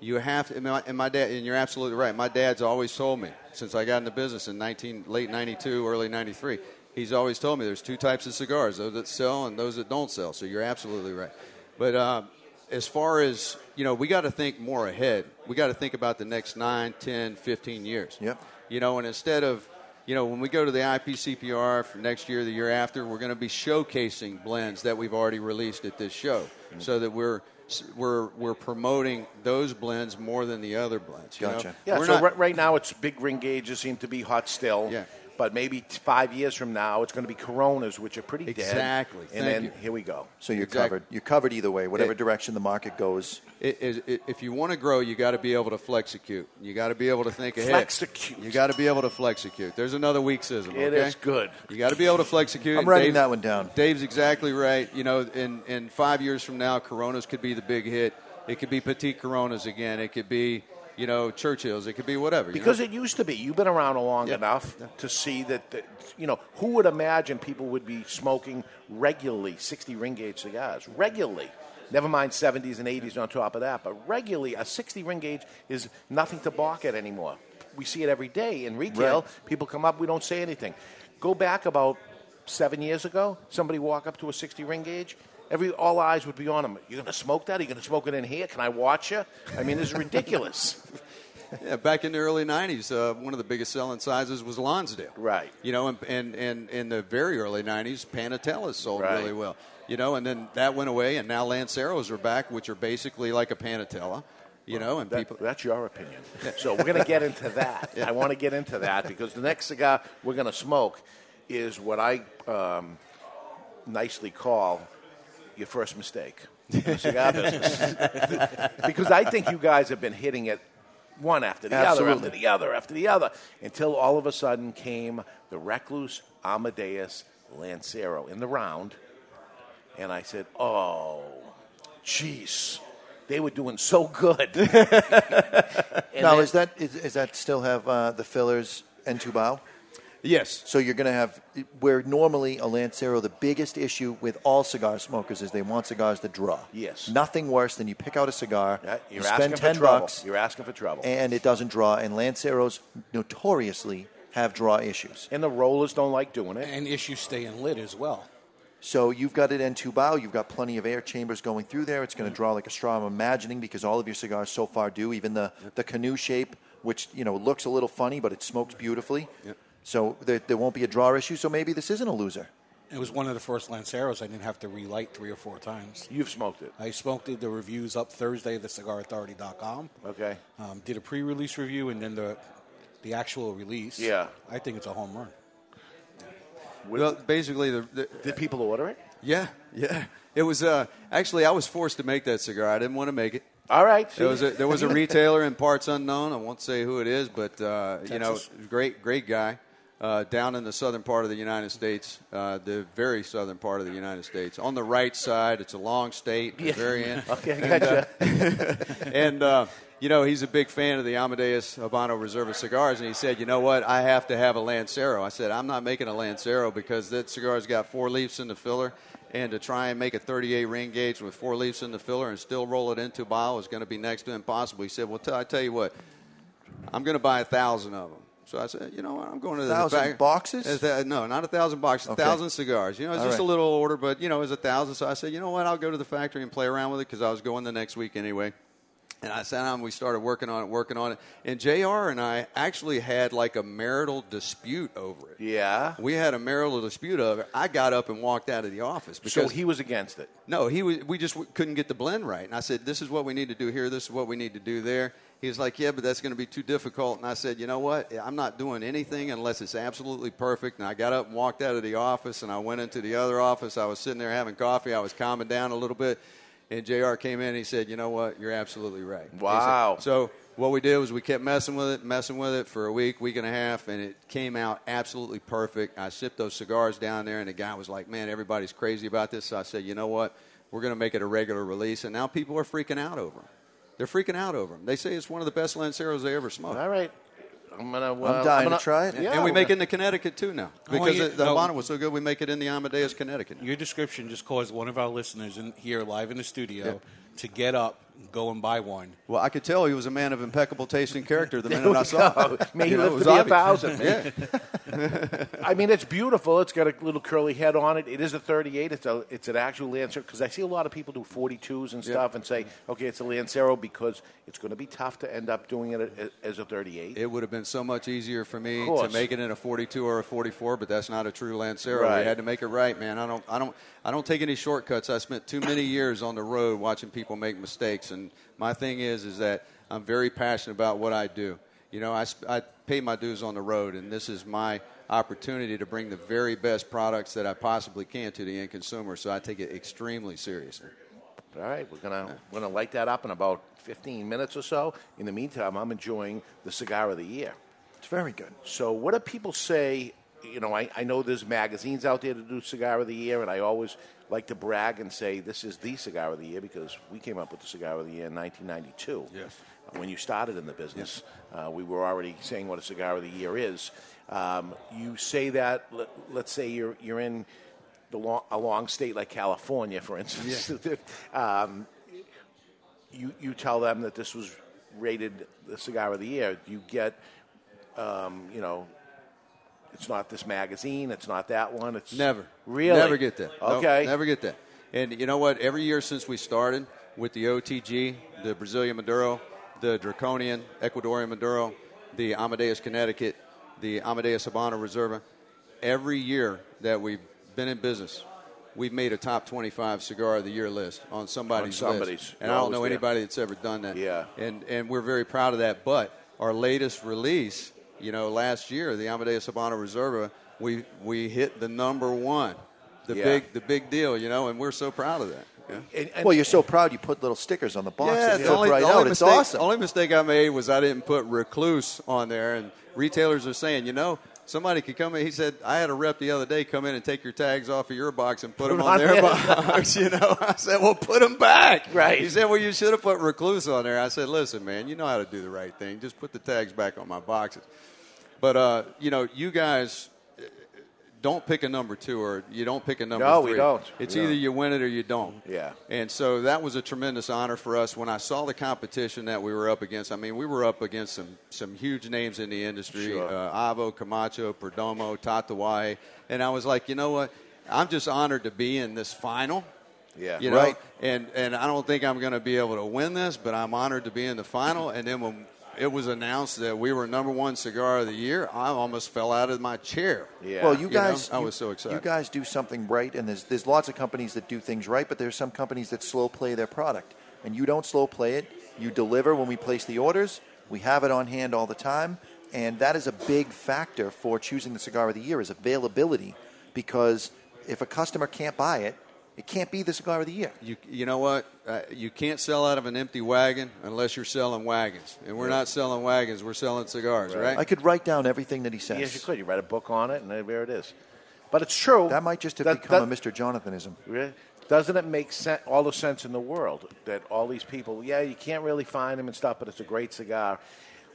You have to, and my, and my dad, and you're absolutely right. My dad's always told me since I got into business in 19, late 92, early 93, he's always told me there's two types of cigars those that sell and those that don't sell. So you're absolutely right. But uh, as far as, you know, we got to think more ahead. We got to think about the next 9, 10, 15 years. Yep. You know, and instead of, you know, when we go to the IPCPR for next year, the year after, we're going to be showcasing blends that we've already released at this show so that we're we're we're promoting those blends more than the other blends. you know?
Yeah,
We're
so
not-
right, right now it's big ring gauges seem to be hot still.
Yeah.
But maybe t- five years from now it's going to be Coronas, which are pretty dead.
Exactly.
And
Thank
then
you.
here we go.
So you're
Exactly.
covered. You're covered either way, whatever
It-
direction the market goes.
It, it, it, if you want to grow, you got to be able to flexecute. You got to be able to think ahead.
Flexecute.
You got to be able to flexecute. There's another weaksism.
It
okay?
is good.
You got to be able to flexecute.
I'm writing
Dave-
that one down.
Dave's exactly right. You know, in, in five years from now, Coronas could be the big hit. It could be Petite Coronas again. It could be, you know, Churchill's. It could be whatever. you
Because
know?
it used to be. You've been around long enough to see that, that, you know, who would imagine people would be smoking regularly 60 ring gauge cigars? Regularly. Never mind 70s and 80s on top of that, but regularly, a 60 ring gauge is nothing to balk at anymore. We see it every day in retail. People come up, we don't say anything. Go back about seven years ago, somebody walk up to a 60 ring gauge. Every all eyes would be on them. You're going to smoke that? Are you going to smoke it in here? Can I watch you? I mean, this is ridiculous.
yeah, back in the early 90s, uh, one of the biggest selling sizes was Lonsdale. Right. You know, and, and, and in the very early 90s, Panatellas sold
Right.
really well. You know, and then that went away, and now Lanceros are back, which are basically like a Panatella. You know, and people.
That's your opinion. So we're going to get into that. I want to get into that because the next cigar we're going to smoke is what I um, nicely call your first mistake in the cigar business. because I think you guys have been hitting it one after the other, after
Absolutely.
the other, after the other, until all of a sudden came the recluse Amadeus Lancero in the round. And I said, oh, jeez. They were doing so good.
now, is that is, is that still have uh, the fillers and tubao?
Yes.
So you're going to have where normally a Lancero, the biggest issue with all cigar smokers is they want cigars to draw.
Yes.
Nothing worse than you pick out a cigar, you
You're
spend
asking
ten
for trouble.
bucks,
You're asking for trouble.
and it doesn't draw. And Lanceros notoriously have draw issues.
And the rollers don't like doing it.
And issues staying lit as well.
So you've got it in two bow. You've got plenty of air chambers going through there. It's going to draw like a straw. I'm imagining because all of your cigars so far do. Even the the canoe shape, which you know looks a little funny, but it smokes beautifully. So there, there won't be a draw issue. So maybe this isn't a loser.
It was one of the first Lanceros I didn't have to relight three or four times.
You've smoked it.
I smoked it. The review's up Thursday, thecigarauthority.com.
Okay.
Um, did a pre release review and then the the actual release.
Yeah.
I think it's a home run.
Well, basically, the, the,
did people order it?
Yeah, yeah. It was uh, actually I was forced to make that cigar. I didn't want to make it.
All right.
There was a, there was a retailer in parts unknown. I won't say who it is, but uh, you know,
Texas.
great great guy uh, down in the southern part of the United States, uh, the very southern part of the United States, on the right side. It's a long state, the
Yeah.
very end.
Okay, I
And, uh, and uh, you know he's a big fan of the Amadeus Habano Reserva cigars, and he said, "You know what? I have to have a Lancero." I said, "I'm not making a Lancero because that cigar's got four leaves in the filler, and to try and make a 38 ring gauge with four leaves in the filler and still roll it into bottle is going to be next to impossible." He said, "Well, t- I tell you what, I'm going to buy a thousand of them." So I said, "You know what? I'm going to the
Thousand
back-
boxes?
Is that- no, not a thousand boxes. A
Okay.
thousand cigars. You know, it's
All
just a
right.
little order, but you know, it was a thousand. So I said, you know what? I'll go to the factory and play around with it because I was going the next week anyway. And I sat down and we started working on it, working on it. And JR and I actually had like a marital dispute over it.
Yeah.
We had a marital dispute over it. I got up and walked out of the office because
So he was against it.
no, he was, we just w- couldn't get the blend right. And I said, this is what we need to do here. This is what we need to do there. He was like, yeah, but that's going to be too difficult. And I said, you know what? I'm not doing anything unless it's absolutely perfect. And I got up and walked out of the office and I went into the other office. I was sitting there having coffee. I was calming down a little bit. And JR came in and he said, you know what? You're absolutely right. He said-
Wow.
so what we did was we kept messing with it, messing with it for a week, week and a half, and it came out absolutely perfect. I shipped those cigars down there, and the guy was like, "Man, everybody's crazy about this." So I said, "You know what? We're going to make it a regular release." And now people are freaking out over them. They're freaking out over them. They say it's one of the best Lanceros they ever smoked.
All right. I'm gonna.
I'm
well,
dying to
gonna-
try it.
Yeah,
And we
we're
make it
gonna-
in the Connecticut too now
Oh,
because
you-
the, the
no.
Habano was so good. We make it in the Amadeus, Connecticut.
Your description just caused one of our listeners in here live in the studio to get up go and buy one.
Well, I could tell he was a man of impeccable taste and character the
There
minute I
we
saw
go.
him.
May he
You know,
live to
it was
be a
obvious.
thousand.
Yeah.
I mean, it's beautiful. It's got a little curly head on it. It is a 38. It's a it's an actual Lancero because I see a lot of people do 42s and
Yeah.
stuff and say, okay, it's a Lancero because it's going to be tough to end up doing it a- as a 38.
It would have been so much easier for
Of
me to
course.
make it in a 42 or a 44, but that's not a true Lancero.
Right.
We had to make it right, man. I don't, I don't, I don't take any shortcuts. I spent too many years on the road watching people make mistakes, and my thing is, is that I'm very passionate about what I do. You know, I, sp- I pay my dues on the road, and this is my opportunity to bring the very best products that I possibly can to the end consumer. So I take it extremely seriously.
All right, we're gonna we're gonna light that up in about 15 minutes or so. In the meantime, I'm enjoying the cigar of the year.
It's very good.
So, what do people say? You know, I, I know there's magazines out there to do cigar of the year, and I always like to brag and say this is the cigar of the year because we came up with the cigar of the year in 1992. Yes. When you started in the business, uh, we were already saying what a cigar of the year is. Um, you say that, let, let's say you're you're in the long, a long state like California, for instance. um, you you tell them that this was rated the cigar of the year. You get, um, you know, it's not this magazine. It's not that one. It's
Never.
really
Never get that. Nope,
Okay,
never get that. And you know what? Every year since we started with the OTG, the Brazilian Maduro, the Draconian Ecuadorian Maduro, the Amadeus Connecticut, the Amadeus Habana Reserva, every year that we've been in business, we've made a top 25 cigar of the year list on somebody's,
On somebody's.
list. And
You're
I don't know
always there.
anybody that's ever done that.
Yeah.
And, and we're very proud of that. But our latest release, you know, last year, the Amadeus Habana Reserva, we, we hit the number one, the,
Yeah.
big, the big deal, you know, and we're so proud of that. Yeah.
well, you're so proud you put little stickers on the box
Yeah,
that
the
flip
only,
right
the only
out. It's
mistake,
awesome.
Only mistake I made was I didn't put recluse on there, and retailers are saying, you know, somebody could come in. He said, I had a rep the other day come in and take your tags off of your box and put, them on, their box. you know, I said, well, put them back.
Right.
He said, well, you should have put recluse on there. I said, listen, man, you know how to do the right thing. Just put the tags back on my boxes. But uh, you know, you guys uh, don't pick a number two, or you don't pick a number
No, we
three.
don't.
It's
We
either
don't.
you win it or you don't.
yeah.
And so that was a tremendous honor for us. When I saw the competition that we were up against, I mean, we were up against some, some huge names in the industry
Sure.
uh, Avo, Camacho, Perdomo, Tatawai. And I was like, you know what? I'm just honored to be in this final.
Yeah.
You know?
Right.
And, and I don't think I'm going to be able to win this, but I'm honored to be in the final. And then when it was announced that we were number one cigar of the year, I almost fell out of my chair.
Well, you guys,
know? I
you-
was so excited.
You guys do something right, and there's there's lots of companies that do things right, but there's some companies that slow play their product, and you don't slow play it. You deliver when we place the orders. We have it on hand all the time, and that is a big factor for choosing the cigar of the year is availability, because if a customer can't buy it, it can't be the cigar of the year.
you, you know what? Uh, you can't sell out of an empty wagon unless you're selling wagons. And we're not selling wagons, we're selling cigars, right?
I could write down everything that he says.
Yes, you could. You write a book on it, and there it is. But it's true.
That might just have
That-
become
that-
a Mr. Jonathanism.
Really? Doesn't it make sen- all the sense in the world that all these people, yeah, you can't really find them and stuff, but it's a great cigar?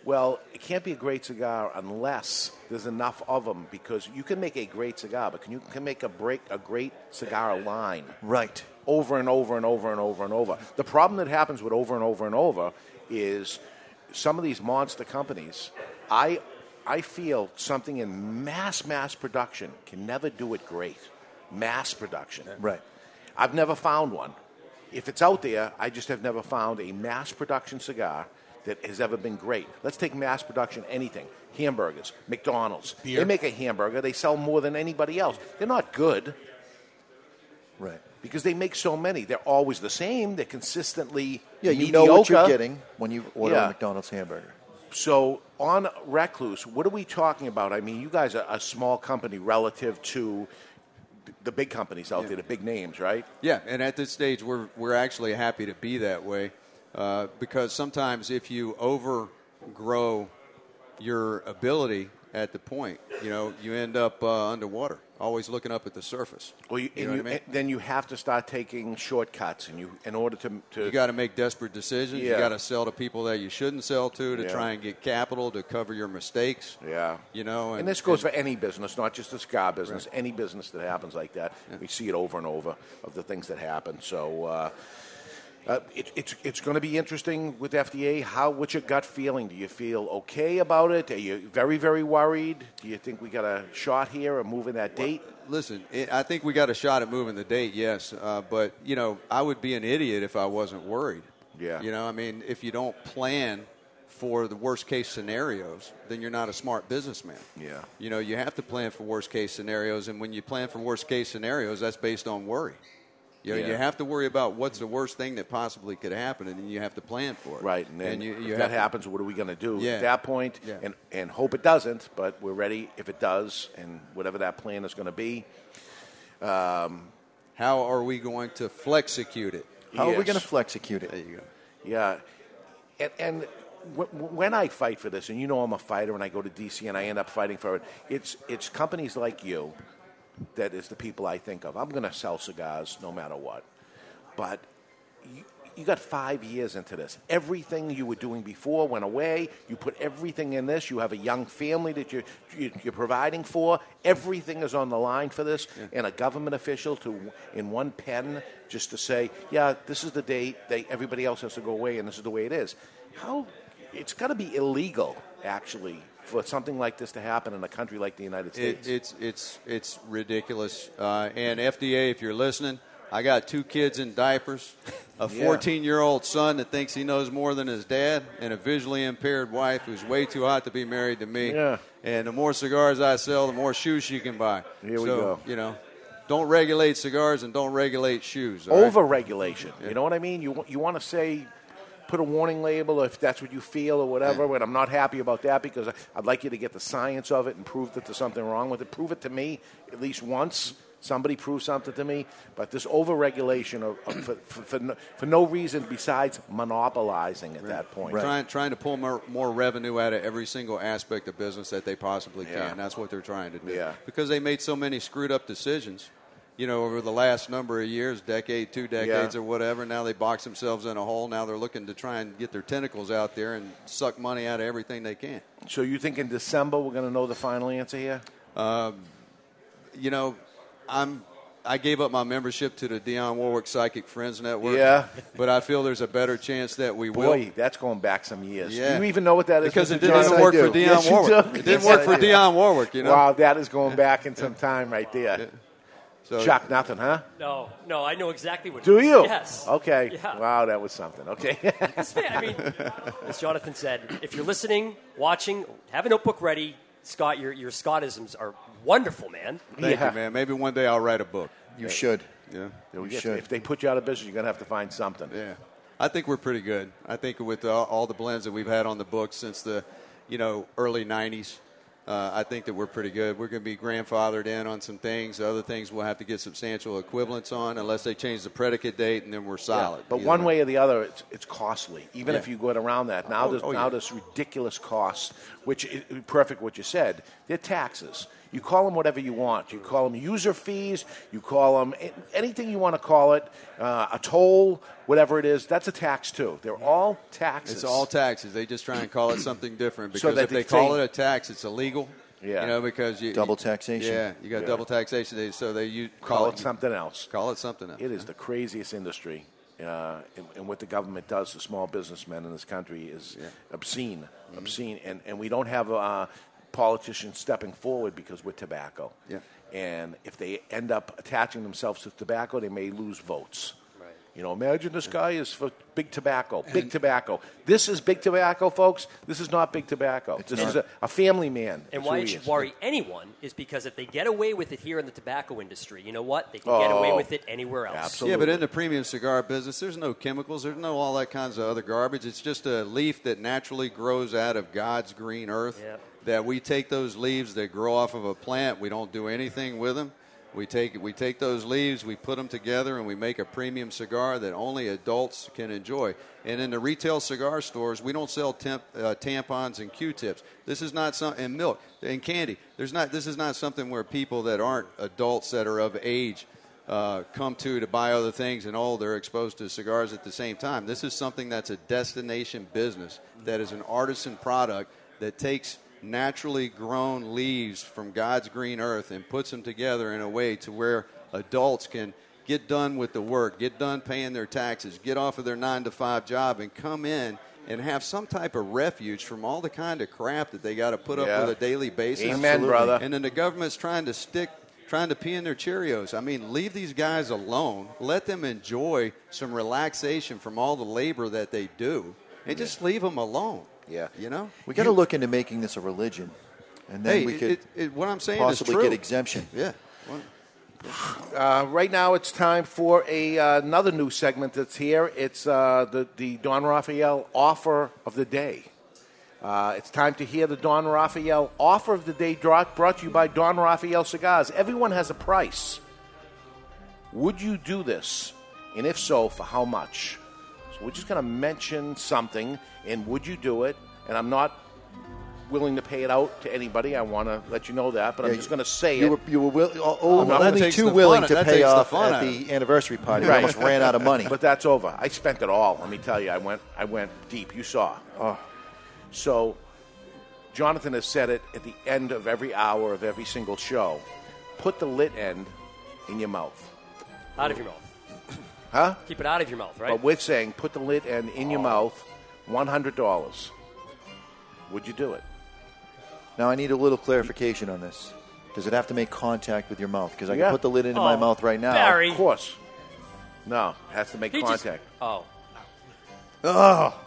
Well, it can't be a great cigar unless there's enough of them because you can make a great cigar, but can you can make a break a great cigar line
right
over and over and over and over and over. The problem that happens with over and over and over is some of these monster companies. I I feel something in mass mass production can never do it great. Mass production,
right?
I've never found one. If it's out there, I just have never found a mass production cigar that has ever been great. Let's take mass production anything. Hamburgers, McDonald's. They make a hamburger, they sell more than anybody else. They're not good
Right.
because they make so many. They're always the same, they're consistently
Yeah, you
mediocre.
know what you're getting when you order
Yeah.
a McDonald's hamburger.
So on Recluse, what are we talking about? I mean, you guys are a small company relative to the big companies out there, the big names, right?
Yeah, and at this stage, we're we're actually happy to be that way, uh, because sometimes if you overgrow your ability at the point, you know, you end up uh, underwater, always looking up at the surface.
Well, you,
You
and
know what I
you-
mean?
and then you have to start taking shortcuts, and you in order to, to
You got to make desperate decisions.
Yeah.
You got to sell to people that you shouldn't sell to to
Yeah.
try and get capital to cover your mistakes.
Yeah.
You know, and,
And this goes for any business, not just the cigar business. Any business that happens like that, we see it over and over of the things that happen. So, uh, Uh, it, it's it's going to be interesting with FDA. How what's your gut feeling? Do you feel okay about it? Are you very very worried? Do you think we got a shot here of moving that date?
Listen, I I think we got a shot at moving the date, yes. Uh, but, you know, I would be an idiot if I wasn't worried.
Yeah.
You know, I mean, if you don't plan for the worst case scenarios, then you're not a smart businessman.
Yeah.
You know, you have to plan for worst case scenarios. And when you plan for worst case scenarios, that's based on worry. You, know,
Yeah.
you have to worry about what's the worst thing that possibly could happen, and then you have to plan for it.
Right, and then
you,
if
you
that
have to-
happens, what are we going to do
Yeah.
at that point?
Yeah.
And and hope it doesn't, but we're ready if it does, and whatever that plan is going to be. Um,
How are we going to flexecute it?
How are we
Yes.
going to flexecute it? There
you go.
Yeah, and, and wh- when I fight for this, and you know I'm a fighter, and I go to DC and I end up fighting for it. It's it's companies like you that is the people I think of. I'm going to sell cigars no matter what, but. You, you got five years into this. Everything you were doing before went away. You put everything in this. You have a young family that you're, you- you're providing for. Everything is on the line for this. And a government official to, in one pen, just to say, yeah, this is the date. They, everybody else has to go away, and this is the way it is. How? It's got to be illegal, actually, for something like this to happen in a country like the United States.
It, it's it's it's ridiculous. Uh, and FDA, if you're listening, I got two kids in diapers, a
Yeah.
14 year old son that thinks he knows more than his dad, and a visually impaired wife who's way too hot to be married to me.
Yeah.
And the more cigars I sell, the more shoes she can buy. Here
we go.
You know, don't regulate cigars and don't regulate shoes. all right?
Over regulation. You know what I mean? You, wa- you want to say, put a warning label if that's what you feel or whatever, but I'm not happy about that because I- I'd like you to get the science of it and prove that there's something wrong with it. Prove it to me at least once. Somebody prove something to me. But this over regulation of, of, for, for, for, no, for no reason besides monopolizing at that point.
Trying, trying to pull more, more revenue out of every single aspect of business that they possibly can.
Yeah.
That's what they're trying to do.
Yeah.
Because they made so many screwed up decisions, you know, over the last number of years, decade, two decades,
Yeah.
or whatever. Now they box themselves in a hole. Now they're looking to try and get their tentacles out there and suck money out of everything they can.
So you think in December we're going to know the final answer here?
Um, you know, I'm. I gave up my membership to the Dion Warwick Psychic Friends Network.
Yeah.
but I feel there's a better chance that we will.
Boy, that's going back some years.
Yeah.
Do you even know what that is?
Because
Mr.
it didn't
Johnson?
work for Dionne
Yes, you
Warwick.
do.
It didn't
Yes,
work
I
for
do.
Dionne Warwick, you know?
Wow, that is going back in some time right there.
So-
Shock nothing, huh?
No, no, I know exactly what.
Do you?
Yes.
Okay.
Yeah.
Wow, that was something. Okay.
It's fair. I mean, as Jonathan said, if you're listening, watching, have a notebook ready. Scott, your your Scottisms are wonderful, man.
Thank you, man. Maybe one day I'll write a book.
You should.
Yeah.
if, if they put you out of business, you're going to have to find something.
Yeah. I think we're pretty good. I think with all, all the blends that we've had on the books since the, you know, early '90s, uh, I think that we're pretty good. We're going to be grandfathered in on some things. Other things we'll have to get substantial equivalents on, unless they change the predicate date, and then we're solid.
Yeah. But
Either
one way or the other, it's, it's costly. Even
Yeah.
if you go around that, now
Oh,
there's
oh,
now
yeah.
this ridiculous cost, which is perfect what you said. They're taxes. You call them whatever you want. You call them user fees. You call them anything you want to call it. Uh, a toll, whatever it is, that's a tax too. They're all taxes.
It's all taxes. They just try and call it something different
So
because
that
if they
they
call
think-
it a tax, it's illegal.
Yeah.
You know, because you
Double
you-
taxation.
Yeah, you got
Yeah.
double taxation. They, so they you
call it something else.
Call it something else.
It is the craziest industry, uh, and, and what the government does to small businessmen in this country is obscene,
Mm-hmm.
obscene, and and we don't have uh, politicians stepping forward because we're tobacco.
Yeah.
And if they end up attaching themselves to tobacco, they may lose votes. You know, imagine this guy is for big tobacco. Big tobacco. This is big tobacco, folks. This is not big tobacco. This
not.
is a, a family man.
And
That's
why
who
it
he
should
is.
worry anyone is because if they get away with it here in the tobacco industry, you know what? They can get
Oh,
away with it anywhere else.
Yeah, but in the premium cigar business, there's no chemicals, there's no all that kinds of other garbage. It's just a leaf that naturally grows out of God's green earth. That we take those leaves that grow off of a plant, we don't do anything with them. We take we take those leaves, we put them together, and we make a premium cigar that only adults can enjoy. And in the retail cigar stores, we don't sell temp, uh, tampons and Q-tips. This is not some and milk and candy. There's not this is not something where people that aren't adults that are of age uh, come to to buy other things and all they're exposed to cigars at the same time. This is something that's a destination business that is an artisan product that takes naturally grown leaves from God's green earth and puts them together in a way to where adults can Get done with the work. Get done paying their taxes. Get off of their nine to five job and come in and have some type of refuge from all the kind of crap that they got to put
Yeah.
up with a daily basis.
Amen, brother.
And then the government's trying to stick, trying to pee in their Cheerios. I mean, leave these guys alone. Let them enjoy some relaxation from all the labor that they do, and just leave them alone.
Yeah.
You know,
We got to look into making this a religion, and then
Hey,
we
it-
could
it- it- what I'm saying is
possibly
true.
get exemption.
Yeah.
Uh, right now, it's time for a, uh, another new segment that's here. It's uh, the, the Don Raphael offer of the day. Uh, it's time to hear the Don Raphael offer of the day brought, brought to you by Don Raphael Cigars. Everyone has a price. Would you do this? And if so, for how much? So we're just going to mention something, and would you do it? And I'm not willing to pay it out to anybody. I want to let you know that, but I'm
Yeah,
just going to say it.
You were, you were will, oh,
Oh, that
only
takes
too
the
willing
fun-
to
that
pay
takes the
off
fun
at
out of
the anniversary party. We almost ran out of money.
But that's over. I spent it all. Let me tell you, I went, I went deep. You saw.
Oh.
So, Jonathan has said it at the end of every hour of every single show. Put the lit end in your mouth,
Out of your mouth.
huh?
Keep it out of your mouth, right? Oh.
But we're saying put the lit end in your mouth. One hundred dollars. Would you do it?
Now I need a little clarification on this. Does it have to make contact with your mouth? Because I
Yeah.
can put the lid into my
Oh,
mouth right now.
Barry. Of course. No, has to make
He just-
contact.
oh.
Oh.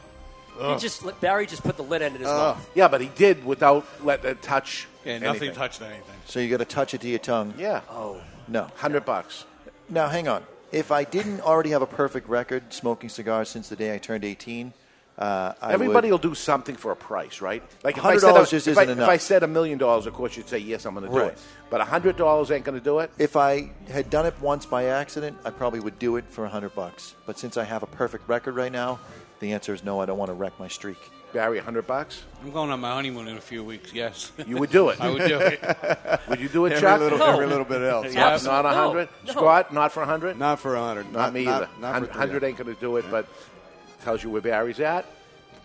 He just let- Barry just put the lid end in his mouth.
Yeah, but he did without let it touch.
Yeah, nothing touched anything.
So you got to touch it to your tongue.
Yeah.
Oh. No.
Hundred bucks.
Now hang on. If I didn't already have a perfect record smoking cigars since the day I turned 18, uh, I
Everybody
would,
will do something for a price, right? Like if I
$100
said, I-
just
if,
isn't
I,
enough.
if I said a million dollars, of course you'd say yes, I'm going to do
Right.
it. But a hundred dollars ain't going to do it.
If I had done it once by accident, I probably would do it for 100 bucks. But since I have a perfect record right now, the answer is no. I don't want to wreck my streak.
Barry, 100 bucks?
I'm going on my honeymoon in a few weeks. Yes,
You would do it.
I would do it.
would you do it,
Every
Chuck?
little- No. every little bit else.
Not-
Yes.
Not a
No,
hundred.
no.
Scott, not for a hundred.
Not for a hundred.
Not, me either. hundred ain't going to do it. But tells you where Barry's at.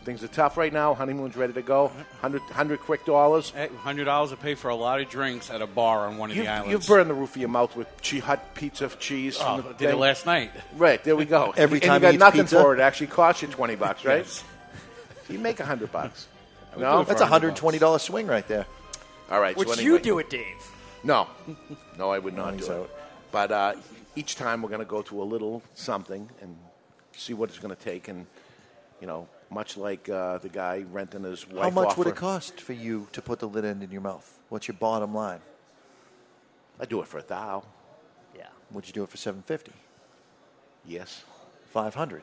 Things are tough right now. Honeymoon's ready to go. 100, 100 quick dollars.
Hundred dollars to pay for a lot of drinks at a bar on one of
You've,
the islands.
you've burned the roof of your mouth with chi hot pizza of cheese.
Oh,
from the
did it
thing.
last night.
Right there we go.
Every
and
time
you
he
got
eats
nothing
pizza?
for it. it Actually, cost you twenty bucks, right? You make a hundred bucks.
I would do
No,
it for That's a $120 bucks. swing right there.
All right.
Would
so
you
anyway-
do
it, Dave?
No, no, I would not
think
do
so.
it. But uh, each time we're going to go to a little something and see what it's going to take, and you know, much like uh, the guy renting his wife.
How much would
offer,
it cost for you to put the lid end in your mouth? What's your bottom line?
I do it for a thou.
Yeah.
Would you do it for 750?
Yes.
500.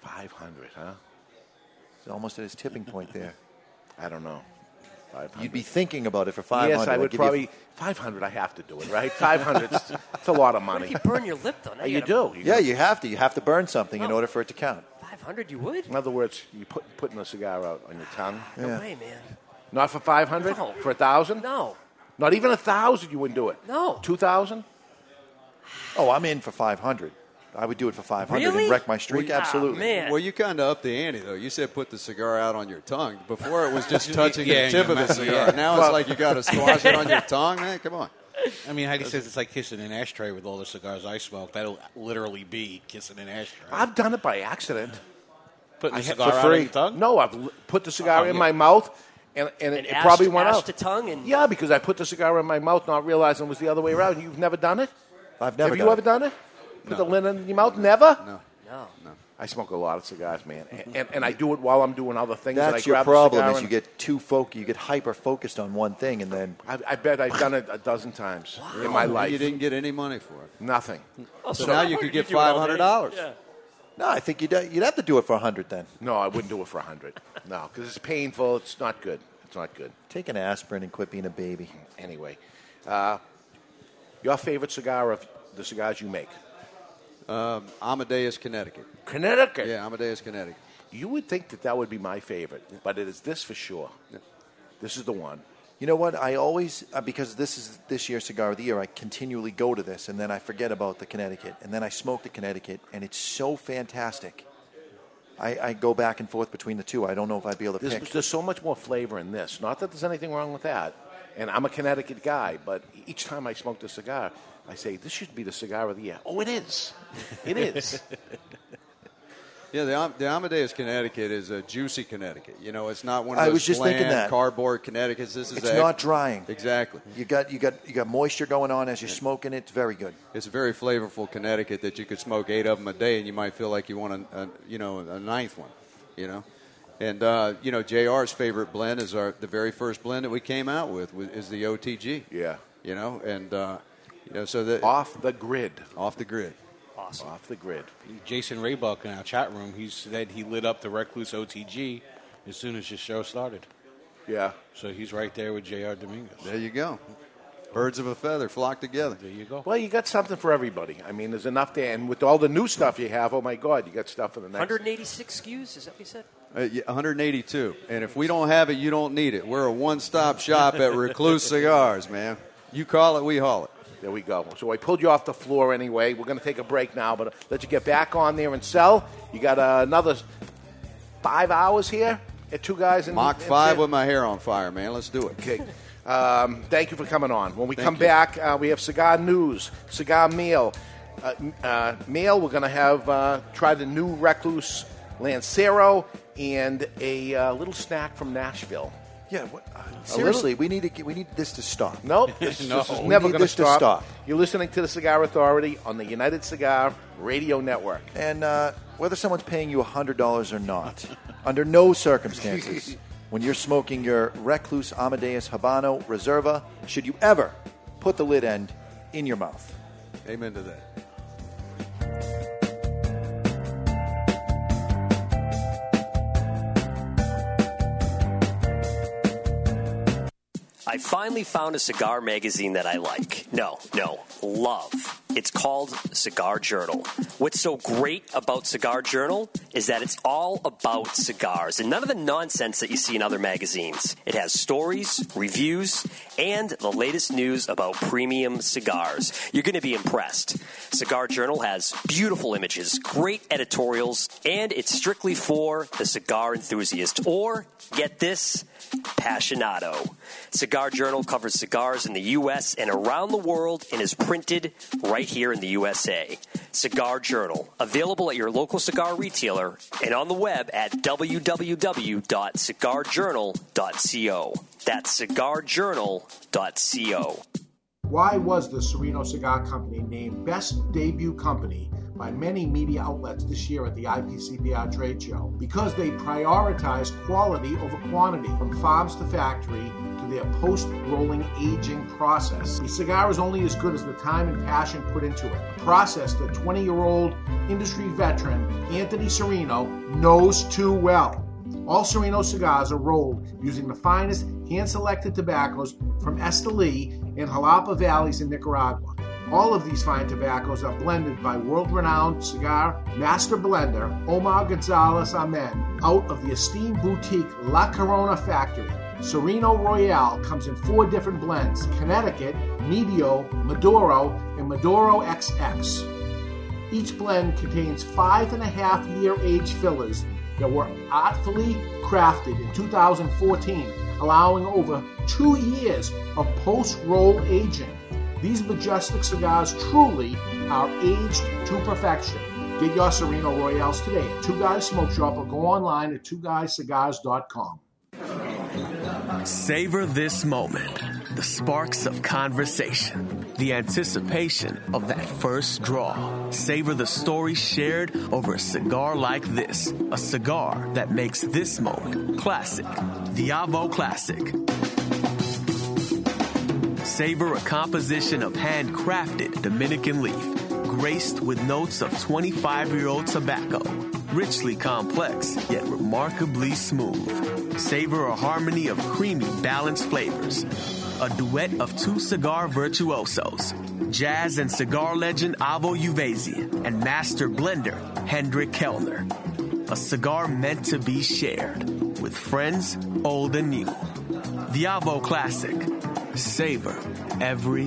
Five hundred, huh?
It's almost at his tipping point there.
I don't know.
You'd be thinking about it for 500.
Yes, I
I'd
would
give you-
probably five hundred. I have to do it, right? Five hundred. It's a lot of money. Uh,
if you
burn your lip though? Now
you
gotta- Oh.
do.
yeah, you have to. You have to burn something in order for it to count.
500 you would?
In other words, you put putting a cigar out on your tongue.
No way, man.
Not for five hundred.
No.
For a thousand.
No.
Not even a thousand. You wouldn't do it.
No.
Two thousand.
Oh, I'm in for 500. I would do it for 500
Really?
and wreck my streak.
Well,
Absolutely.
Well, you kind of upped the ante, though. You said put the cigar out on your tongue. Before it was just
Yeah,
touching
yeah,
the tip
yeah,
of the
yeah.
cigar. Now
Well-
it's like you got to squash it on your tongue, man. Come on.
I mean, Heidi says it's like kissing an ashtray with all the cigars I smoke. That'll literally be kissing an ashtray.
I've done it by accident.
Putting
I
the
had-
cigar out on your tongue?
No, I've l- put the cigar
Oh,
in
yeah.
my mouth, and, and, it,
And
it probably
ashed-
went
ashed
out.
the tongue and-
yeah, because I put the cigar in my mouth, not realizing it was the other way around. You've never done it.
I've
Have
never
you
done
ever
it.
done it? Put the linen in your mouth. Never. No. No. I smoke a lot of cigars, man, and, and, and I do it while I'm doing other things. and I
That's your
grab the
problem
cigar
is
and-
you get too focused, you get hyper focused on one thing, and then
I, I bet I've done it a dozen times in my
And
life.
you didn't
get any money for it.
Nothing.
Oh, So so now I you could wondered get if you were all $500. dating. no, I think you'd you'd have to do it for 100 then.
No, I wouldn't do it for a hundred. No, because it's painful. It's not good. It's not good.
Take an aspirin and quit being a baby.
Anyway, uh, your favorite cigar of the cigars you make?
Um, Amadeus, Connecticut.
Connecticut.
Yeah, Amadeus, Connecticut.
You would think that that would be my favorite, but it is this for sure. This is the one.
You know what? I always uh, because this is this year's cigar of the year. I continually go to this, and then I forget about the Connecticut, and then I smoke the Connecticut, and it's so fantastic. I, I go back and forth between the two. I don't know if I'd be able to
There's,
pick.
there's so much more flavor in this. Not that there's anything wrong with that. And I'm a Connecticut guy, but each time I smoked a cigar, I say, this should be the cigar of the year. Oh, it is. It is.
Yeah, the, Am- the Amadeus Connecticut is a juicy Connecticut. You know, it's not one of
I
those
was just
bland
thinking that.
cardboard Connecticut's. This is
It's
a-
not drying.
Exactly.
You got you got you got moisture going on as you're smoking it. It's very good.
It's a very flavorful Connecticut that you could smoke eight of them a day, and you might feel like you want a, a you know a ninth one, you know. And uh, you know Jr's favorite blend is our the very first blend that we came out with wa- is the OTG.
Yeah.
You know, and uh, you know so that
off the grid,
off the grid,
awesome,
off the grid.
Jason Raybuck in our chat room, he said he lit up the Recluse OTG as soon as his show started.
Yeah.
So he's right there with J.R. Dominguez.
There you go. Birds of a feather flock together.
There you go.
Well, you got something for everybody. I mean, there's enough there. And with all the new stuff you have, oh, my God, you got stuff for the next.
186 SKUs, is that what you said?
Uh, yeah, 182. And if we don't have it, you don't need it. We're a one-stop shop at Recluse Cigars, man. You call it, we haul it.
There we go. So I pulled you off the floor anyway. We're going to take a break now, but let you get back on there and sell. You got uh, another five hours here at Two Guys in
Mach
in-
5 with my hair on fire, man. Let's do it.
Okay. Um, thank you for coming on. When we
Thank
come
you.
back, uh, we have cigar news, cigar meal. Uh, m- uh, meal, we're going to have uh, try the new Recluse Lancero and a uh, little snack from Nashville.
Yeah, what, uh, Seriously, we need to get, we need this to stop.
Nope, this, this is
We
never
need
going
this to stop.
You're listening to the Cigar Authority on the United Cigar Radio Network.
And uh, whether someone's paying you $100 or not, under no circumstances, when you're smoking your Recluse Amadeus Habano Reserva, should you ever put the lid end in your mouth.
Amen to that.
I finally found a cigar magazine that I like. No, no, love. It's called Cigar Journal. What's so great about Cigar Journal is that it's all about cigars and none of the nonsense that you see in other magazines. It has stories, reviews, and the latest news about premium cigars. You're going to be impressed. Cigar Journal has beautiful images, great editorials, and it's strictly for the cigar enthusiast or, get this, Passionado. Cigar Journal covers cigars in the U.S. and around the world and is printed right here in the USA. Cigar Journal, available at your local cigar retailer and on the web at www.cigarjournal.co. That's cigarjournal.co.
Why was the Sereno Cigar Company named Best Debut Company by many media outlets this year at the IPCPR trade show? Because they prioritized quality over quantity from farms to factory to their post rolling aging process. The cigar is only as good as the time and passion put into it, a process that 20 year old industry veteran Anthony Sereno knows too well. All Sereno cigars are rolled using the finest hand selected tobaccos from Esteli and Jalapa valleys in Nicaragua. All of these fine tobaccos are blended by world renowned cigar master blender Omar Gonzalez Amen out of the esteemed boutique La Corona factory. Sereno Royale comes in four different blends Connecticut, Medio, Maduro, and Maduro XX. Each blend contains five and a half year age fillers that were artfully crafted in 2014, allowing over two years of post roll aging. These majestic cigars truly are aged to perfection. Get your Sereno Royales today at Two Guys Smoke Shop or go online at twoguyscigars.com.
Savor this moment. The sparks of conversation. The anticipation of that first draw. Savor the story shared over a cigar like this. A cigar that makes this moment classic. The Avo Classic. Savor a composition of handcrafted Dominican leaf, graced with notes of 25 year old tobacco, richly complex yet remarkably smooth. Savor a harmony of creamy, balanced flavors. A duet of two cigar virtuosos, jazz and cigar legend Avo Uvesian and master blender Hendrik Kellner. A cigar meant to be shared with friends old and new. The Avo Classic. Savor every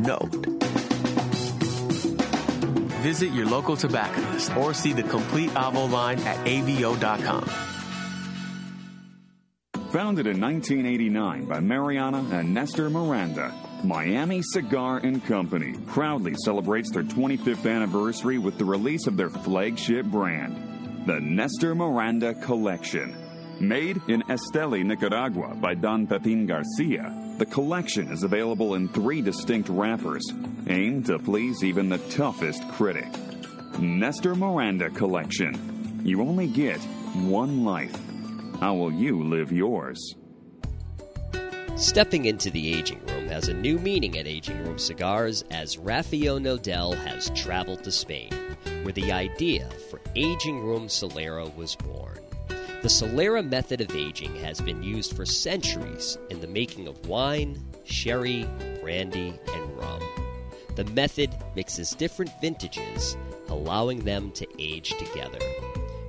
note. Visit your local tobacconist or see the complete Avo line at avo.com.
Founded in 1989 by Mariana and Nestor Miranda,
Miami Cigar and Company proudly celebrates their 25th anniversary with the release of their flagship brand, the Nestor Miranda Collection. Made in Esteli, Nicaragua by Don Pepin Garcia, the collection is available in three distinct wrappers, aimed to please even the toughest critic. Nestor Miranda Collection. You only get one life. How will you live yours?
Stepping into the aging room has a new meaning at Aging Room Cigars as Rafael Nodel has traveled to Spain, where the idea for Aging Room Solera was born. The Solera method of aging has been used for centuries in the making of wine, sherry, brandy, and rum. The method mixes different vintages, allowing them to age together.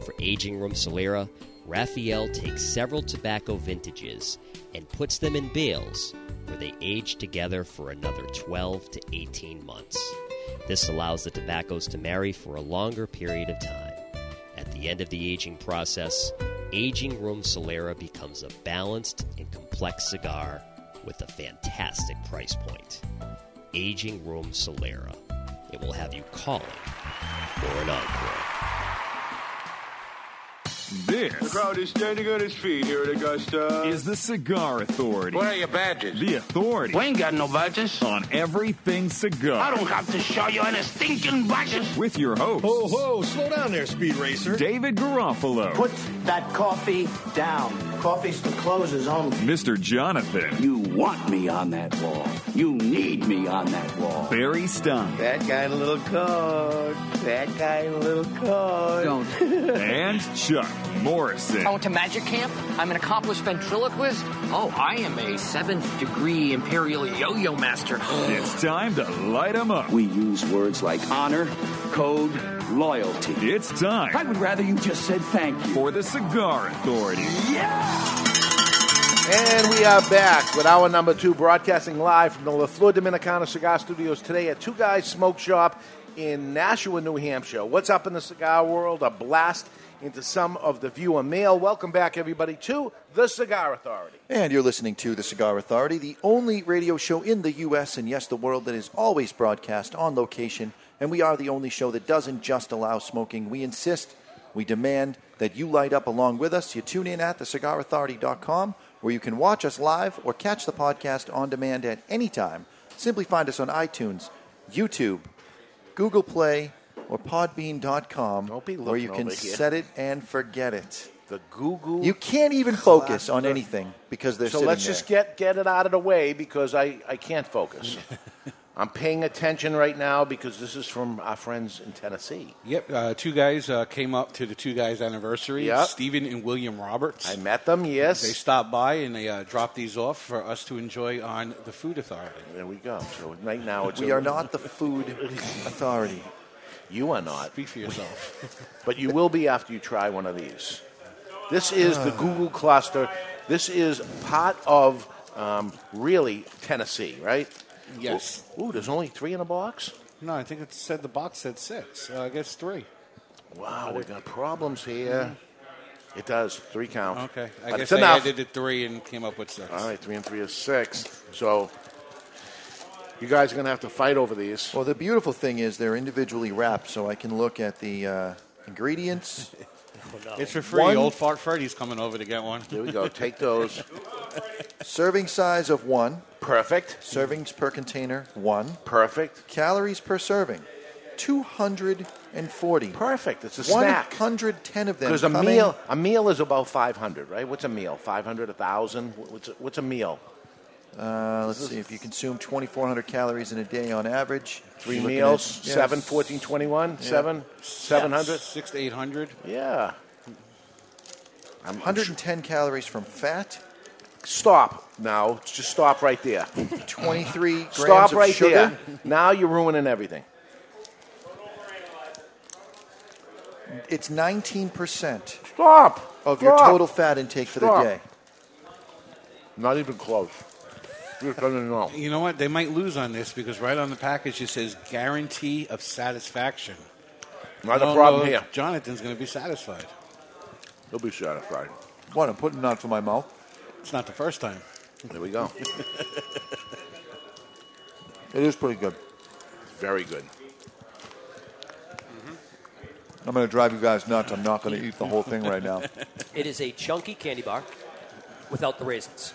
For Aging Room Solera, Raphael takes several tobacco vintages and puts them in bales where they age together for another 12 to 18 months. This allows the tobaccos to marry for a longer period of time. At the end of the aging process, Aging Room Solera becomes a balanced and complex cigar with a fantastic price point. Aging Room Solera. It will have you calling for an encore.
This
The crowd is standing on its feet here at Augusta.
is the Cigar Authority.
What are your badges?
The authority.
We ain't got no badges.
On everything cigar.
I don't have to show you any stinking badges.
With your host.
Ho,
ho, slow down there, Speed Racer. David Garofalo.
Put that coffee down. Coffee's for closers only.
Mr. Jonathan.
You want me on that wall. You need me on that wall.
Barry Stein.
That guy in a little coat. That guy in a little coat.
and Chuck Morrison.
I went to magic camp. I'm an accomplished ventriloquist. Oh, I am a seventh degree imperial yo yo master.
It's time to light 'em up.
We use words like honor, code, loyalty.
It's time.
I would rather you just said thank you.
For the Cigar Authority.
And we are back with our number two, broadcasting live from the La Flor Dominicana Cigar Studios today at Two Guys Smoke Shop in Nashua, New Hampshire. What's up in the cigar world? A blast into some of the viewer mail. Welcome back, everybody, to the Cigar Authority.
And you're listening to The Cigar Authority, the only radio show in the U.S. and yes, the world that is always broadcast on location. And we are the only show that doesn't just allow smoking. We insist, we demand that you light up along with us. You tune in at thecigarauthority.com, where you can watch us live or catch the podcast on demand at any time. Simply find us on iTunes, YouTube, Google Play, or Podbean.com, where you can
over here.
set it and forget it.
The Google.
You can't even focus on anything because they're
so
sitting
let's
there.
just get get it out of the way because I, I can't focus. I'm paying attention right now because this is from our friends in Tennessee.
Yep, uh, two guys uh, came up to the two guys anniversary.
Yep.
Stephen and William Roberts. I
met them. Yes,
they stopped by and they uh, dropped these off for us to enjoy on the Food Authority.
There we go. So right now it's
we
a-
are not the food authority.
You are not.
Speak for yourself.
but you will be after you try one of these. This is the Google cluster. This is part of um, really Tennessee, right?
Yes.
Ooh, there's only three in a box.
No, I think it said the box said six. Uh, I guess three.
Wow, we got problems
Hmm.
here. It does three count.
Okay, I
but
guess
it's
I
enough.
added the three and came up with six.
All right, three and three is six. So you guys are going to have to fight over these.
Well, the beautiful thing is they're individually wrapped, so I can look at the uh, ingredients.
Oh, It's for free.
One-
Old Fart Freddy's coming over to get one.
Here we go. Take those.
Serving size of one.
Perfect.
Servings per container, one.
Perfect.
Calories per serving, 240.
Perfect. It's a snack.
110 of them.
Because a
come in-
meal, a meal is about five hundred, right? What's a meal? Five hundred, a thousand. What's a, what's a meal?
Uh, let's see, if you consume 2,400 calories in a day on average.
Three
you're looking
meals,
at- yeah,
seven, fourteen, twenty-one,
Yeah.
seven, seven hundred.
Six to eight hundred.
Yeah. I'm,
110 calories from fat.
Stop now. Just stop right there.
23 grams
Stop
of
right
sugar.
there. Now you're ruining everything.
It's 19%
Stop.
of your
Stop.
total fat intake for
Stop.
the day.
Not even close. Just doesn't know.
You know what? They might lose on this because right on the package it says guarantee of satisfaction.
Not
I
a
don't
problem
know if
here.
Jonathan's going to be satisfied.
He'll be satisfied.
What? I'm putting it out for my mouth.
It's not the first time.
There we go.
It is pretty good.
Very good.
I'm going to drive you guys nuts. I'm not going to eat the whole thing right now.
It is a chunky candy bar without the raisins.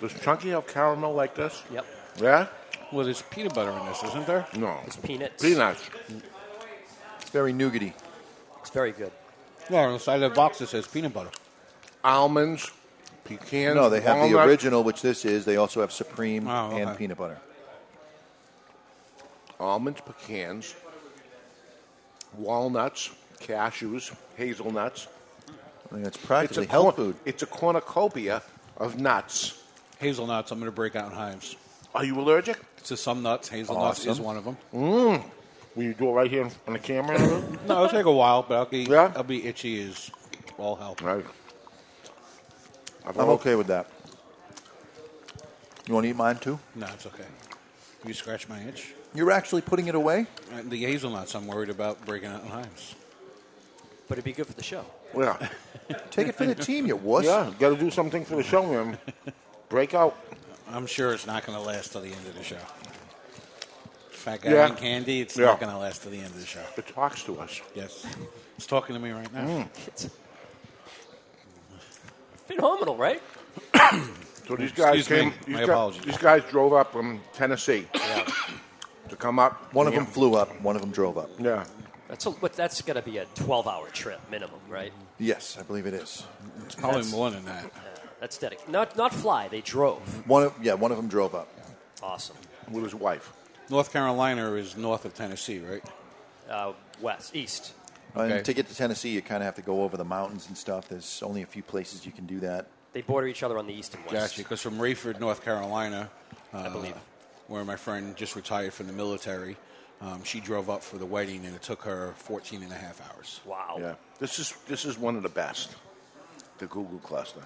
Does chunky have caramel like this?
Yep.
Yeah?
Well, there's peanut butter in this, isn't there?
No.
It's peanuts.
Peanuts.
It's very nougaty.
It's very good.
Well, on the side of the box it says peanut butter.
Almonds, pecans.
no, they have the
walnut.
original, which this is. They also have supreme
Oh, okay.
and peanut butter.
Almonds, pecans, walnuts, cashews, hazelnuts.
I think that's
practically
it's a
health
food. It's a cornucopia of nuts.
Hazelnuts. I'm going to break out in hives.
Are you allergic?
To some nuts, hazelnuts is
Awesome.
one of them.
Mmm. Will you do it right here on the camera?
No, it'll take a while, but I'll be I'll be itchy as all hell.
Right.
I'm okay with that. You want to eat mine too?
No, it's okay. You scratch my itch.
You're actually putting it away?
Uh, The hazelnuts, I'm worried about breaking out in hives.
But it'd be good for the show.
Yeah.
Take it for the team, you wuss.
Yeah, got to do something for the show, man. Break out.
I'm sure it's not going to last till the end of the show. Fat guy
Yeah.
and candy, it's
Yeah.
not going to last till the end of the show.
It talks to us. Mm.
Yes. It's talking to me right now.
It's phenomenal, right?
So these guys
Excuse
came.
me.
These
My
guys,
apologies.
These guys drove up from Tennessee to come up.
One of
Yeah.
them flew up, one of them drove up.
Yeah.
That's a, but that's going to be a 12-hour trip minimum, right?
Yes, I believe it is.
It's
probably That's- more
than that.
That's dedicated. Not not fly. They drove.
One of, yeah, one of them drove up.
Awesome.
With his wife.
North Carolina is north of Tennessee, right?
Uh, west, east.
Okay.
And to get to Tennessee, you kind of have to go over the mountains and stuff. There's only a few places you can do that.
They border each other on the east and west.
Gotcha. Because from Rayford, North Carolina, uh, I
believe.
where my friend just retired from the military, um, she drove up for the wedding and it took her 14 and a half hours.
Wow.
Yeah. This is this is one of the best. The Google cluster.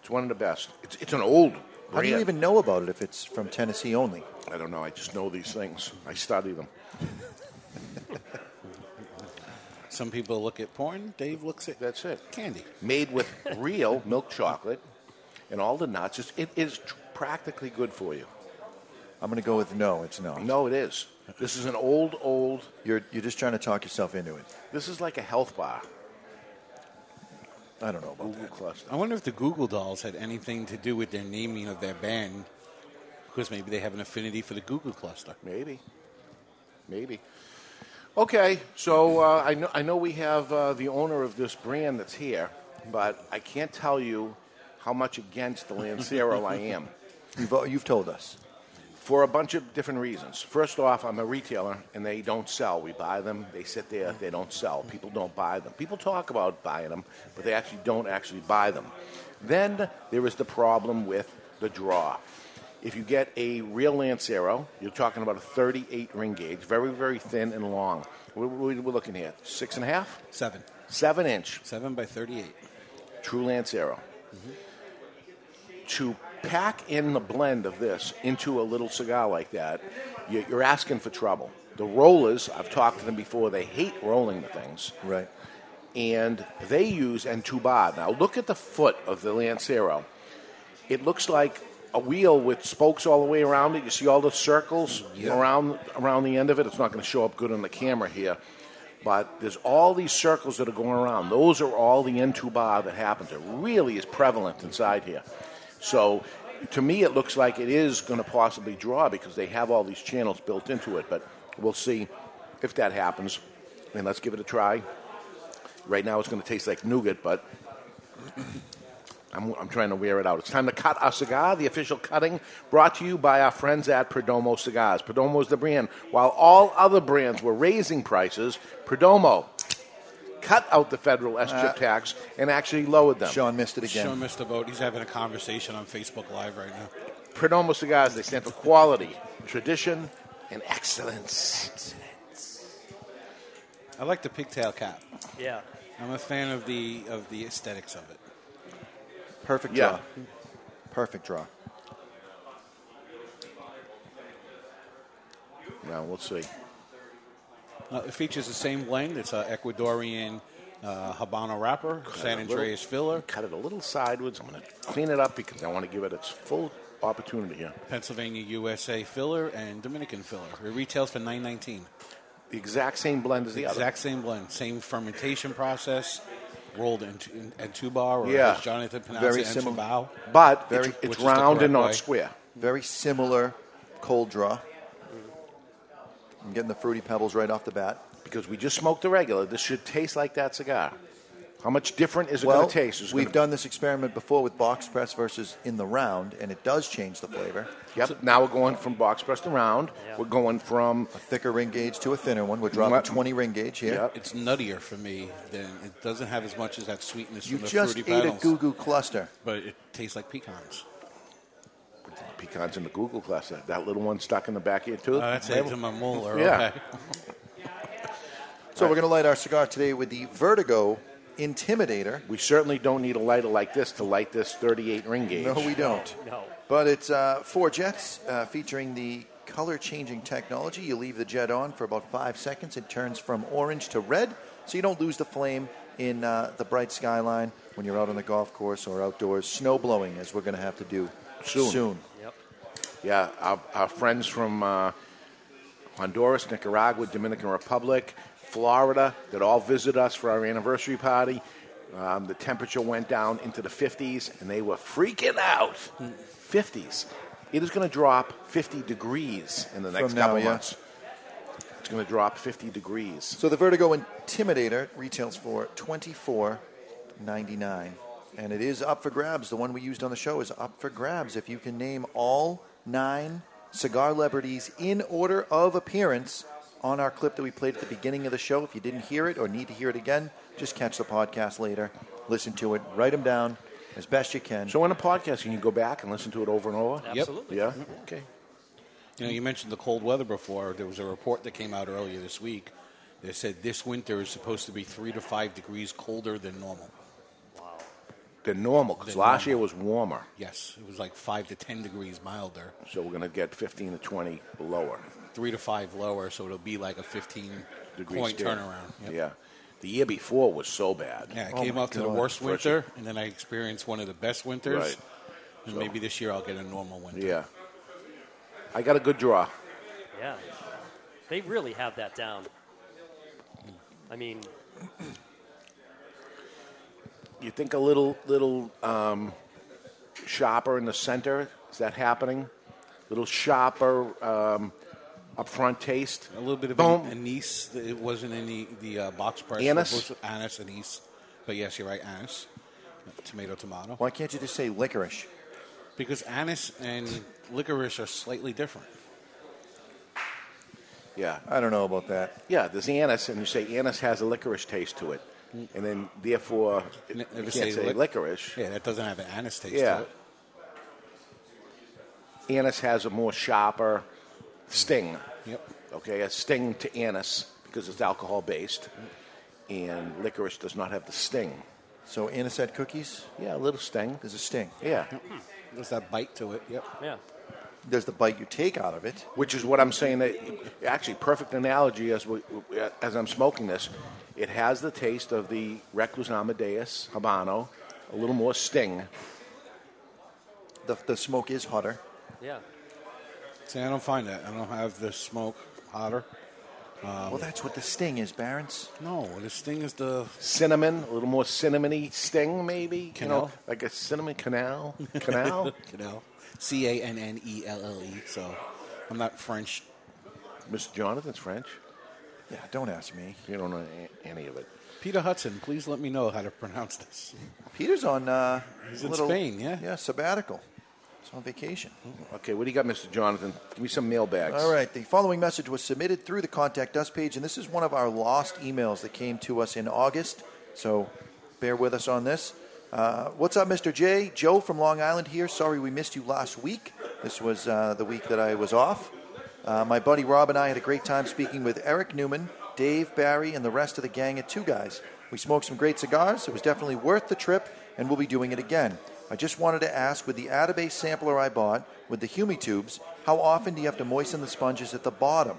It's one of the best. It's, it's an old.
How do you
brand.
even know about it if it's from Tennessee only?
I don't know. I just know these things. I study them.
Some people look at porn. Dave looks at
that's it.
Candy
made with real milk chocolate and all the nuts. It's, it is tr- practically good for you.
I'm going to go with no, it's no.
No, it is. This is an old, old.
You're, you're just trying to talk yourself into it.
This is like a health bar.
I don't know about
Google cluster.
I wonder if the Google Dolls had anything to do with their naming of their band, because maybe they have an affinity for the Google cluster.
Maybe. Maybe. Okay, so uh, I know I know we have uh, the owner of this brand that's here, but I can't tell you how much against the Lancero I am.
You've, uh, you've told us.
For a bunch of different reasons. First off, I'm a retailer and they don't sell. We buy them, they sit there, they don't sell. People don't buy them. People talk about buying them, but they actually don't actually buy them. Then there is the problem with the draw. If you get a real Lancero, you're talking about a 38 ring gauge, very, very thin and long. What are we- we're looking at? Six and a half?
Seven.
Seven inch.
Seven by 38.
True Lancero. To pack in the blend of this into a little cigar like that, you- you're asking for trouble. The rollers, I've talked to them before, they hate rolling the things.
Right.
And they use Entubar. Now, look at the foot of the Lancero. It looks like a wheel with spokes all the way around it. You see all the circles around, around the end of it. It's not going to show up good on the camera here. But there's all these circles that are going around. Those are all the N2bar that happens. It really is prevalent inside here. So to me, it looks like it is going to possibly draw because they have all these channels built into it. But we'll see if that happens. And let's give it a try. Right now, it's going to taste like nougat, but I'm, I'm trying to wear it out. It's time to cut our cigar. The official cutting brought to you by our friends at Perdomo Cigars. Perdomo is the brand. While all other brands were raising prices, Perdomo cut out the federal S chip
Uh,
tax and actually lowered them.
Sean missed
Sean missed the boat. He's having a conversation on Facebook Live right now.
Perdomo Cigars, they stand for quality, tradition, and excellence.
I like the pigtail cap.
Yeah.
I'm a fan of the of the aesthetics of it.
Perfect
Yeah.
draw. Perfect draw.
Now, we'll see.
Uh, it features the same blend. It's an Ecuadorian uh, Habano wrapper,
Cut it
San
a little-
Andreas filler.
Cut it a little sideways. I'm going to clean it up because I want to give it its full opportunity here.
Pennsylvania USA filler and Dominican filler. It retails for nine nineteen.
The exact same blend as the other.
Exact same blend, same fermentation process, rolled into in, Antubar or
Yeah.
as Jonathan pronounced
Very
it,
similar.
Entubao,
But
which-
Very,
which is the correct way.
Very similar cold draw. I'm getting the fruity pebbles right off the bat.
Because we just smoked the regular. This should taste like that cigar. How much different is it
well,
going to taste? Is it
we've
gonna-
done this experiment before with box press versus in the round, and it does change the flavor.
Yep. now we're going from box press to round. We're going from
a thicker ring gauge to a thinner one. We're dropping
What-
20 ring gauge here.
It's nuttier for me than it doesn't have as much as that sweetness
You
from the
just
fruity
ate a
petals,
goo goo cluster.
but it tastes like pecans.
Pecans in the Google class. That, that little one stuck in the back of your tooth.
Oh, that's it, to my molar,
Yeah.
okay.
So we're going to light our cigar today with the Vertigo Intimidator.
We certainly don't need a lighter like this to light this 38 ring gauge.
No, we don't.
No.
But it's uh, four jets uh, featuring the color changing technology. You leave the jet on for about five seconds, it turns from orange to red, so you don't lose the flame in uh, the bright skyline when you're out on the golf course or outdoors, snow blowing, as we're going to have to do
Soon.
soon.
Yep.
Yeah, our, our friends from uh, Honduras, Nicaragua, Dominican Republic, Florida that all visit us for our anniversary party. Um, the temperature went down into the 50s and they were freaking out. 50s. It is going to drop 50 degrees in the next
From now,
couple
yeah.
months. It's going to drop 50 degrees.
So the Vertigo Intimidator retails for twenty four ninety nine, and it is up for grabs. The one we used on the show is up for grabs. If you can name all nine cigar celebrities in order of appearance on our clip that we played at the beginning of the show, if you didn't hear it or need to hear it again, just catch the podcast later, listen to it, write them down as best you can.
So in a podcast, you can go back and listen to it over and over.
Yep. Absolutely.
Yeah. Okay.
You know, you mentioned the cold weather before. There was a report that came out earlier this week that said this winter is supposed to be three to five degrees colder than normal.
The normal, because
The
last
normal.
year was warmer.
Yes, it was like five to ten degrees milder,
So we're going to get 15 to 20 lower.
three to five lower, so it'll be like a fifteen
Degrees
point
down.
turnaround. Yep.
Yeah. The year before was so bad.
Yeah, I
Oh
came up to the worst winter, and then I experienced one of the best winters.
Right.
And
So-
maybe this year I'll get a normal winter.
Yeah. I got a good draw.
Yeah. They really have that down. I mean,
You think a little little um, shopper in the center is that happening? Little shopper um, up front taste.
A little bit of
Boom.
an anise. It wasn't in the, the uh, box press. It
Anise?
was Anise, anise. But yes, you're right, anise. Tomato, tomato.
Why can't you just say licorice?
Because anise and licorice are slightly different.
Yeah.
I don't know about that.
Yeah, there's anise, and you say anise has a licorice taste to it, and then therefore you can't say,
lic-
licorice.
Yeah, that doesn't have an anise taste
Yeah.
to it.
Anise has a more sharper sting.
Yep.
Okay, a sting to anise because it's alcohol based, and licorice does not have the sting.
So anise had cookies.
Yeah, a little sting.
There's a sting.
Yeah.
There's that bite to it. Yep.
Yeah.
There's the bite you take out of it.
Which is what I'm saying. That actually, perfect analogy as we, as I'm smoking this, it has the taste of the Recluse Amadeus Habano, a little more sting.
The, the smoke is hotter.
Yeah.
See, I don't find that. I don't have the smoke hotter. Um,
Well, that's what the sting is, Barons.
No, the sting is the
Cinnamon, a little more cinnamony sting, maybe. You know,
Canal?
like a cinnamon canal. Canal.
canal. C A N N E L L E. So I'm not French.
Mr. Jonathan's French.
Yeah, don't ask me.
You don't know a- any of it.
Peter Hudson, please let me know how to pronounce this.
Peter's on. Uh,
He's
a
in
little-
Spain, yeah?
Yeah, sabbatical. He's on vacation.
Okay, what do you got, Mr. Jonathan? Give me some mailbags.
All right. The following message was submitted through the contact us page, and this is one of our lost emails that came to us in August. So bear with us on this. Uh, what's up, Mr. J? Joe from Long Island here. Sorry we missed you last week. This was uh, the week that I was off. Uh, my buddy Rob and I had a great time speaking with Eric Newman, Dave Barry, and the rest of the gang at Two Guys. We smoked some great cigars. It was definitely worth the trip, and we'll be doing it again. I just wanted to ask with the Atabase sampler I bought with the Humi tubes, how often do you have to moisten the sponges at the bottom?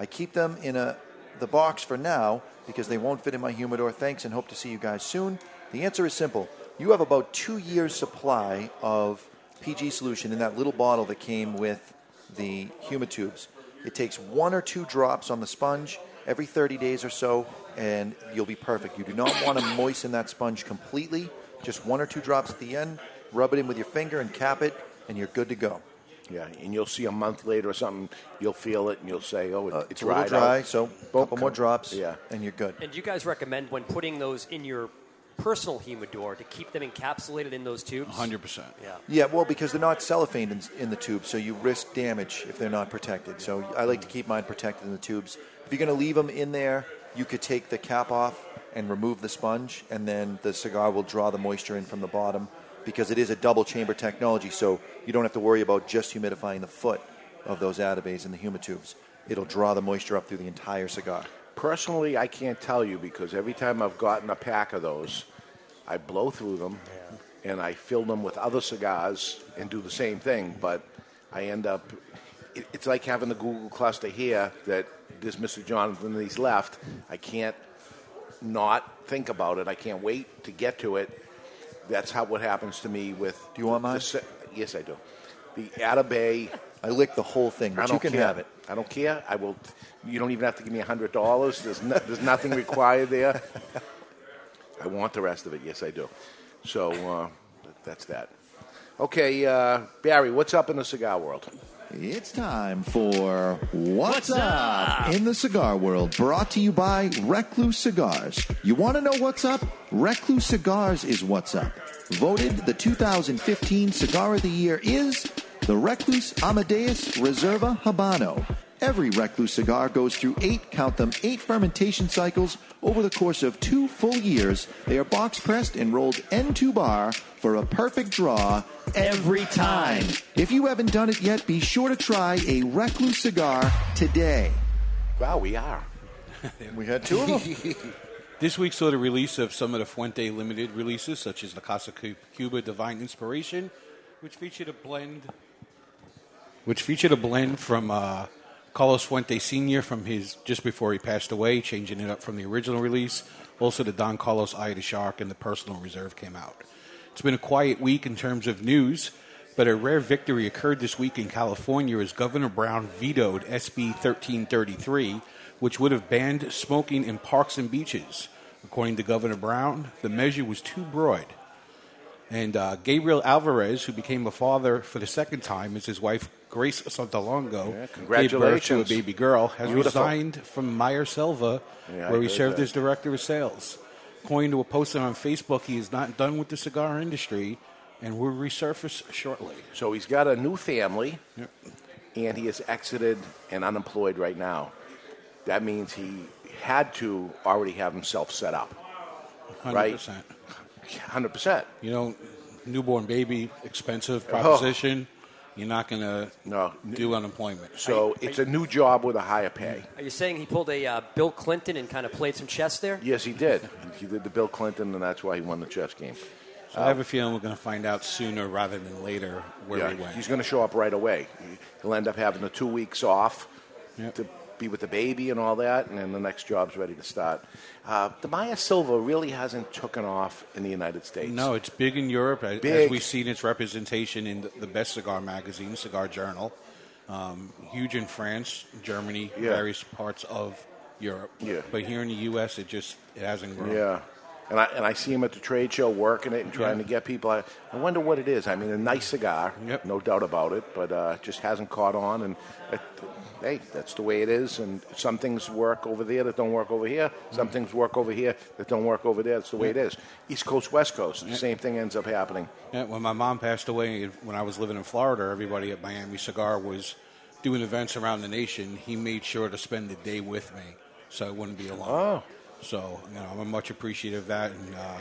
I keep them in a the box for now because they won't fit in my humidor. Thanks and hope to see you guys soon. The answer is simple. You have about two years' supply of PG solution in that little bottle that came with the Humatubes. It takes one or two drops on the sponge every 30 days or so, and you'll be perfect. You do not want to moisten that sponge completely, just one or two drops at the end. Rub it in with your finger and cap it, and you're good to go.
Yeah, and you'll see a month later or something, you'll feel it and you'll say, oh, it,
Uh, It's
it's
a little
dried
dry,
out. Oh,
so a couple more drops,
Yeah.
and you're good.
And do you guys recommend when putting those in your personal humidor to keep them encapsulated in those tubes?
100%.
Yeah.
Yeah, well, because they're not cellophane in, in the tube, so you risk damage if they're not protected. So I like to keep mine protected in the tubes. If you're going to leave them in there, you could take the cap off and remove the sponge, and then the cigar will draw the moisture in from the bottom because it is a double chamber technology, so you don't have to worry about just humidifying the foot of those atabays in the humitubes. It'll draw the moisture up through the entire cigar.
Personally, I can't tell you because every time I've gotten a pack of those, I blow through them and I fill them with other cigars and do the same thing, but I end up. It, it's like having the Google cluster here that there's Mr. Jonathan and he's left. I can't not think about it. I can't wait to get to it. That's how what happens to me with. Do you want mine? yes, I do. The Atabay.
I lick the whole thing, but
I
you
don't
can
care.
have it.
I don't care. I will. You don't even have to give me hundred dollars. There's no, there's nothing required there. I want the rest of it. Yes, I do. So uh, that's that. Okay, uh, Barry, what's up in the cigar world?
It's time for What's,
What's
up? in the Cigar World, brought to you by Recluse Cigars. You want to know what's up? Recluse Cigars is what's up. Voted the 2015 Cigar of the Year is the Recluse Amadeus Reserva Habano. Every Recluse cigar goes through eight, count them, eight fermentation cycles over the course of two full years. They are box pressed and rolled end to bar for a perfect draw every time. If you haven't done it yet, be sure to try a Recluse cigar today.
Wow, we are.
we had two of them.
This week saw the release of some of the Fuente limited releases, such as La Casa Cu- Cuba Divine Inspiration, which featured a blend. which featured a blend from uh, Carlos Fuente Sr. from his just before he passed away, changing it up from the original release. Also, the Don Carlos Eye of the Shark and the Personal Reserve came out. It's been a quiet week in terms of news, but a rare victory occurred this week in California as Governor Brown vetoed SB 1333, which would have banned smoking in parks and beaches. According to Governor Brown, the measure was too broad. And uh, Gabriel Alvarez, who became a father for the second time, as his wife Grace Santalongo gave birth to a
congratulations.
baby girl, has
Beautiful.
resigned from Meyer Selva,
Yeah, I
where he
heard
served
that.
as director of sales. According to a posting on Facebook, he is not done with the cigar industry and will resurface shortly.
So he's got a new family, and he is exited and unemployed right now. That means he had to already have himself set up.
100%.
Hundred percent. Oh.
You know, newborn baby, expensive proposition. You're not going to do unemployment.
So it's a new job with a higher pay.
Are you saying he pulled a uh, Bill Clinton and kind of played some chess there?
Yes, he did. He did the Bill Clinton, and that's why he won the chess game.
So I have a feeling we're going to find out sooner rather than later where
uh, Yeah,
he went.
He's going to show up right away. He'll end up having the two weeks off to be with the baby and all that, and then the next job's ready to start. Uh, the Maya Silva really hasn't taken off in the United States.
No, it's big in Europe, a- as
Big.
we've seen its representation in the, the best cigar magazine, Cigar Journal. Um, huge in France, Germany,
Yeah.
various parts of Europe.
Yeah.
But here in the U.S., it just it hasn't grown.
Yeah. And I, and I see him at the trade show working it and trying
Yeah.
to get people. I, I wonder what it is. I mean, a nice cigar, no doubt about it, but uh, just hasn't caught on. And it, hey, that's the way it is. And some things work over there that don't work over here. Some things work over here that don't work over there. That's the way
Yeah.
it is. East Coast, West Coast, the same thing ends up happening.
Yeah, when my mom passed away, when I was living in Florida, everybody at Miami Cigar was doing events around the nation. He made sure to spend the day with me, so I wouldn't be alone. Oh. So you know, I'm much appreciative of that, and uh,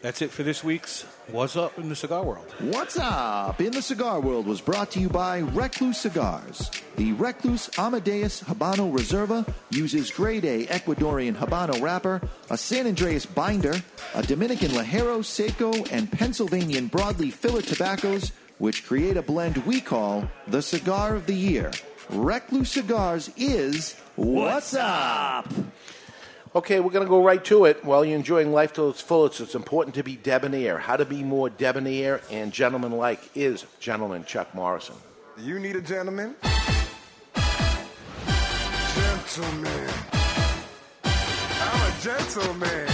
that's it for this week's What's Up in the Cigar World.
What's up in the cigar world was brought to you by Recluse Cigars. The Recluse Amadeus Habano Reserva uses grade A Ecuadorian Habano wrapper, a San Andreas binder, a Dominican Lajero Seco, and Pennsylvanian broadleaf filler tobaccos, which create a blend we call the Cigar of the Year. Recluse Cigars is what's up.
Okay, we're going to go right to it. While you're enjoying life till it's fullest, it's important to be debonair. How to be more debonair and gentlemanlike is gentleman Chuck Morrison.
Do you need a gentleman? Gentleman. I'm a gentleman.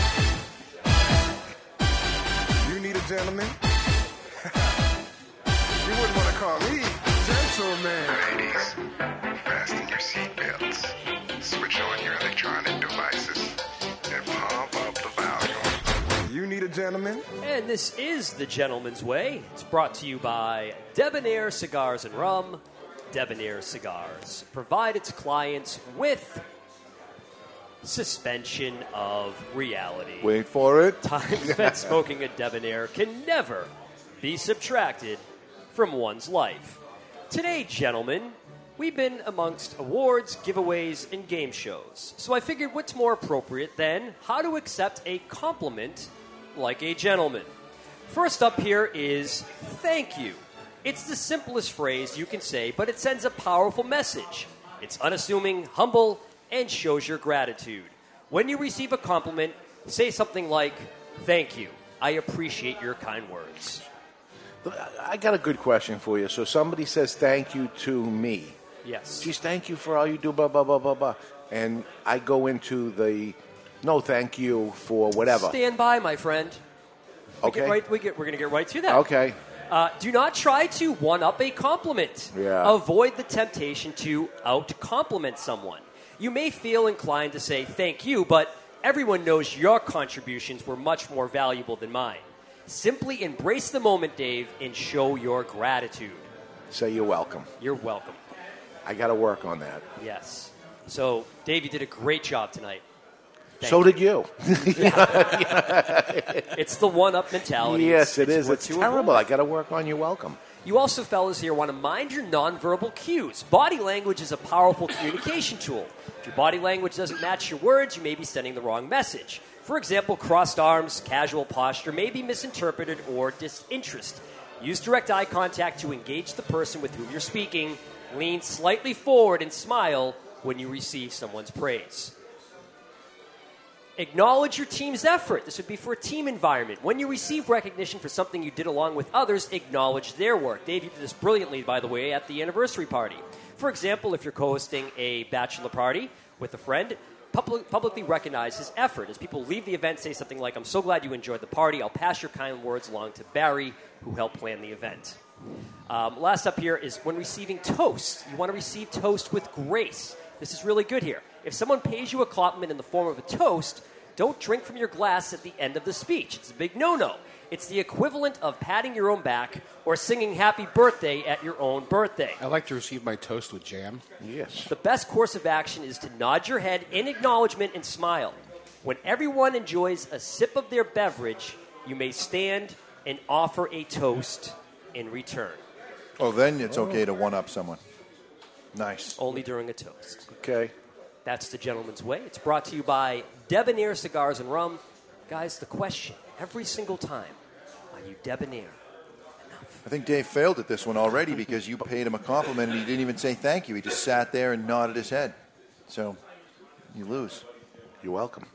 You need a gentleman? you wouldn't want to call me gentleman.
Ladies, fasten your seatbelts, switch on your electronic devices, and pump up the volume.
You need a gentleman?
And this is The Gentleman's Way. It's brought to you by Debonair Cigars and Rum. Debonair Cigars provide its clients with suspension of reality.
Wait for it.
Time spent smoking a debonair can never be subtracted from one's life. Today, gentlemen, we've been amongst awards, giveaways, and game shows. So I figured what's more appropriate than how to accept a compliment like a gentleman. First up here is thank you. It's the simplest phrase you can say, but it sends a powerful message. It's unassuming, humble, and shows your gratitude. When you receive a compliment, say something like, Thank you. I appreciate your kind words.
I got a good question for you. So somebody says thank you to me.
Yes.
Geez, thank you for all you do, blah, blah, blah, blah, blah. And I go into the no thank you for whatever.
Stand by, my friend. We
Okay.
Get right, we get, we're going to get right to that.
Okay.
Uh, do not try to one up a compliment.
Yeah.
Avoid the temptation to out compliment someone. You may feel inclined to say thank you, but everyone knows your contributions were much more valuable than mine. Simply embrace the moment, Dave, and show your gratitude.
Say you're welcome.
You're welcome.
I got to work on that.
Yes. So, Dave, you did a great job tonight. Thank
so did you.
it's the one up mentality.
yes, it
It's-
is.
what
It's
you
terrible.
avoid.
I got to work on your welcome.
You also, fellas, here want to mind your nonverbal cues. Body language is a powerful communication tool. If your body language doesn't match your words, you may be sending the wrong message. For example, crossed arms, casual posture may be misinterpreted or disinterest. Use direct eye contact to engage the person with whom you're speaking. Lean slightly forward and smile when you receive someone's praise. Acknowledge your team's effort. This would be for a team environment. When you receive recognition for something you did along with others, acknowledge their work. Dave, you did this brilliantly, by the way, at the anniversary party. For example, if you're co hosting a bachelor party with a friend, public, publicly recognize his effort. As people leave the event, say something like, I'm so glad you enjoyed the party. I'll pass your kind words along to Barry, who helped plan the event. Um, last up here is when receiving toast. You want to receive toast with grace. This is really good here. If someone pays you a compliment in the form of a toast, don't drink from your glass at the end of the speech. It's a big no no. It's the equivalent of patting your own back or singing happy birthday at your own birthday.
I like to receive my toast with jam.
Yes.
The best course of action is to nod your head in acknowledgement and smile. When everyone enjoys a sip of their beverage, you may stand and offer a toast in return.
Oh, then it's okay to one up someone. Nice.
Only during a toast.
Okay.
That's the gentleman's way. It's brought to you by Debonair Cigars and Rum. Guys, the question every single time are you debonair?
I think Dave failed at this one already because you paid him a compliment and he didn't even say thank you. He just sat there and nodded his head. So you lose.
You're welcome.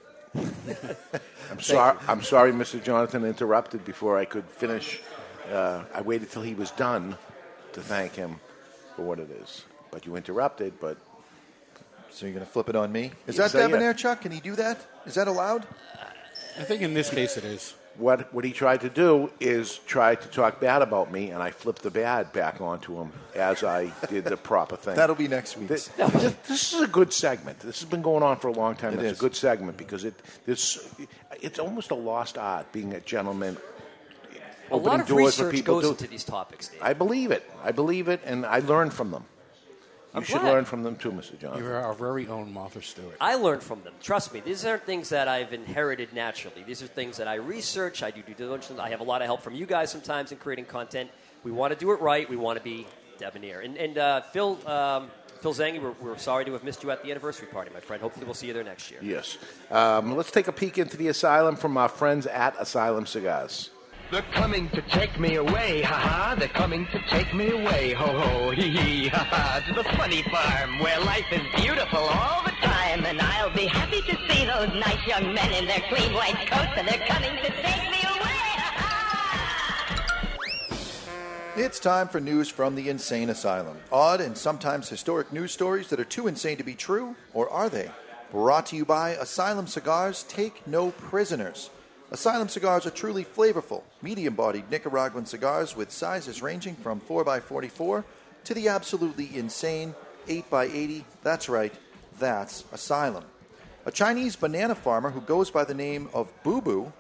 I'm sorry. I'm sorry, Mr. Jonathan interrupted before I could finish. Uh, I waited till he was done to thank him for what it is. But you interrupted. But
so you're going to flip it on me? Is
Yes,
that
I am.
debonair, Chuck? Can he do that? Is that allowed?
I think in this case it is. What what he tried to do is try to talk bad about me, and I flipped the bad back onto him as I did the proper thing.
That'll be next week.
This, this is a good segment. This has been going on for a long time. it's a good segment because it this it's almost a lost art being a gentleman.
A lot
opening
of
doors for
research
people
goes
to-
into these topics, Dave.
I believe it. I believe it, and I learn from them. You
I'm
should
glad.
learn from them too, Mr. Johnson.
You're our very own Martha Stewart.
I learn from them. Trust me, these aren't things that I've inherited naturally. These are things that I research, I do due diligence. I have a lot of help from you guys sometimes in creating content. We want to do it right, we want to be debonair. And, and uh, Phil, um, Phil Zangi, we're, we're sorry to have missed you at the anniversary party, my friend. Hopefully, we'll see you there next year.
Yes. Um, let's take a peek into the asylum from our friends at Asylum Cigars.
They're coming to take me away, ha ha. They're coming to take me away, ho ho, hee hee, ha ha. To the funny farm where life is beautiful all the time.
time, and I'll be happy to see those nice young men in their clean white coats, and they're coming to take me away.
It's time for news from the insane asylum. Odd and sometimes historic news stories that are too insane to be true, or are they? Brought to you by Asylum Cigars Take No Prisoners. Asylum cigars are truly flavorful, medium bodied Nicaraguan cigars with sizes ranging from 4x44 to the absolutely insane 8x80. That's right, that's Asylum. A Chinese banana farmer who goes by the name of Boo Boo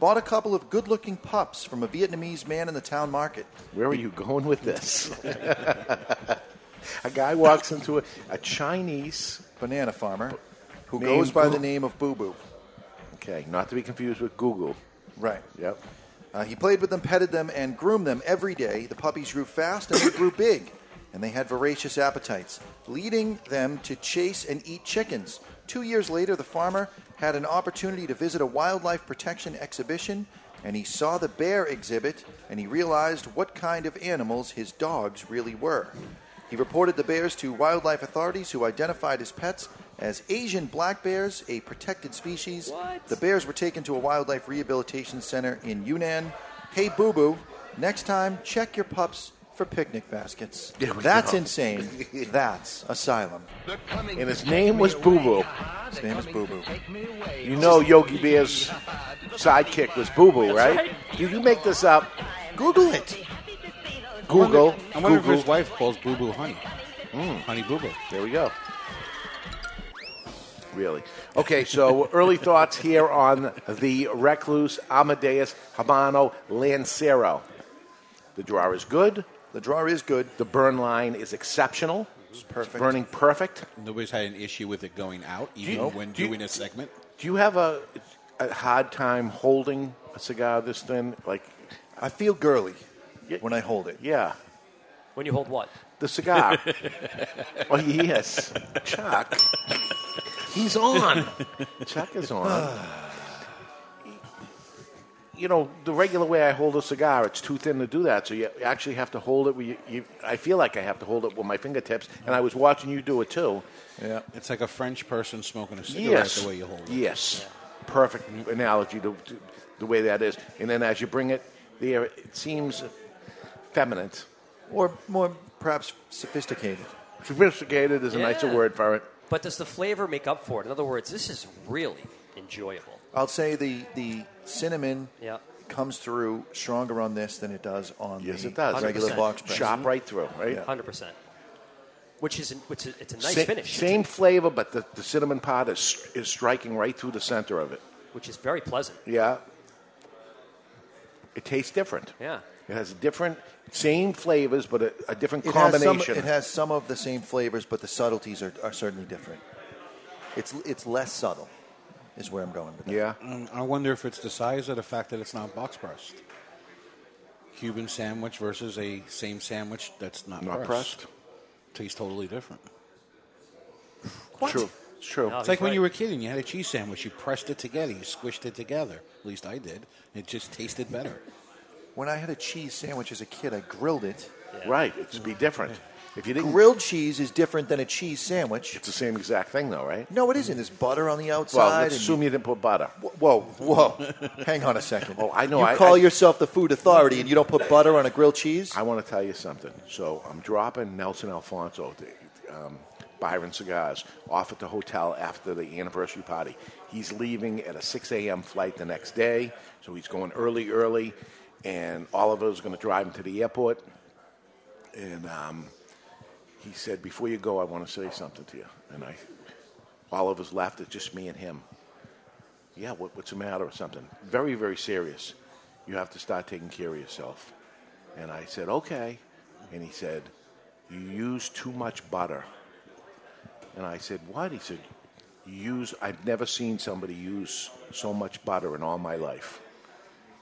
bought a couple of good looking pups from a Vietnamese man in the town market.
Where are you going with this? a guy walks into a, a Chinese
banana farmer who
named
goes by
Boo-
the name of Boo Boo.
Okay, not to be confused with Google.
Right.
Yep.
Uh, he played with them, petted them, and groomed them every day. The puppies grew fast and they grew big, and they had voracious appetites, leading them to chase and eat chickens. Two years later, the farmer had an opportunity to visit a wildlife protection exhibition, and he saw the bear exhibit, and he realized what kind of animals his dogs really were. He reported the bears to wildlife authorities who identified his pets as Asian black bears, a protected species. The bears were taken to a wildlife rehabilitation center in Yunnan. Hey, Boo Boo, next time check your pups for picnic baskets.
There we
That's
go.
insane. That's asylum.
And his name was Boo Boo.
His name is Boo Boo.
You know Yogi Bear's sidekick was Boo Boo, right? Did you make this up?
Google it.
Google.
I wonder
Google. Hmm.
if his wife calls Boo Boo Honey. Honey Boo Boo.
There we go. Really? Okay, so early thoughts here on the recluse Amadeus Habano Lancero. The draw is good.
The draw is good.
The burn line is exceptional. It's
perfect.
burning perfect.
Nobody's had an issue with it going out, even
you-
when
do you-
doing a segment.
Do you have a, a hard time holding a cigar this thin? Like,
I feel girly when I hold it.
Yeah,
When you hold what?
the cigar. oh yes, Chuck. He's on. Chuck is on.
Ah.
you know, the regular way I hold a cigar, it's too thin to do that. So you actually have to hold it. With you, you, I feel like I have to hold it with my fingertips, and I was watching you do it too.
Yeah,
it's like a French person smoking a cigarette
Yes.
the way you hold it.
Yes. Perfect analogy to, to the way that is. And then as you bring it there, it seems feminine.
Or more perhaps sophisticated.
Sophisticated is a nicer
Yeah.
word for it.
But does the flavor make up for it? In other words, this is really enjoyable.
I'll say the the cinnamon
Yeah.
comes through stronger on this than it does on
Yes,
the
it does.
regular
100%.
box press.
Chop right through, right?
Yeah.
Hundred percent. Which is, an, which is it's a nice
Sa-
finish,
Same flavor, but the, the cinnamon pot is, is striking right through the center of it.
which is very pleasant.
Yeah. It tastes different.
Yeah.
It has different, same flavors, but a, a different
It has, some,
combination.
it has some of the same flavors, but the subtleties are, are certainly different. It's it's less subtle, is where I'm going with that.
Yeah.
Mm, I wonder if it's the size or the fact that it's not box pressed. Cuban sandwich versus a same sandwich that's not,
Not
pressed. Tastes totally different.
True. It's true.
it's like when you were a kid and you had a cheese sandwich. You pressed it together. You squished it together. At least I did. It just tasted better.
When I had a cheese sandwich as a kid, I grilled it.
Right. It's be different. If you didn't,
Grilled cheese is different than a cheese sandwich.
it's the same exact thing, though, right?
No, it isn't. There's butter on the outside.
Well, let's
and
assume you didn't put butter.
Whoa, whoa. Hang on a second.
Oh, I know.
You
I,
call
I-
yourself the food authority and you don't put butter on a grilled cheese?
I want to tell you something. So I'm dropping Nelson Alfonso, the, um, Byron Cigars, off at the hotel after the anniversary party. He's leaving at a 6 a.m. flight the next day, so he's going early, early, and Oliver's going to drive him to the airport. And um, he said, "Before you go, I want to say something to you." And I, Oliver's left. It's just me and him. Yeah, what, what's the matter or something? Very, very serious. You have to start taking care of yourself. And I said, okay. And he said, you use too much butter. And I said, what? He said, you use, I've never seen somebody use so much butter in all my life.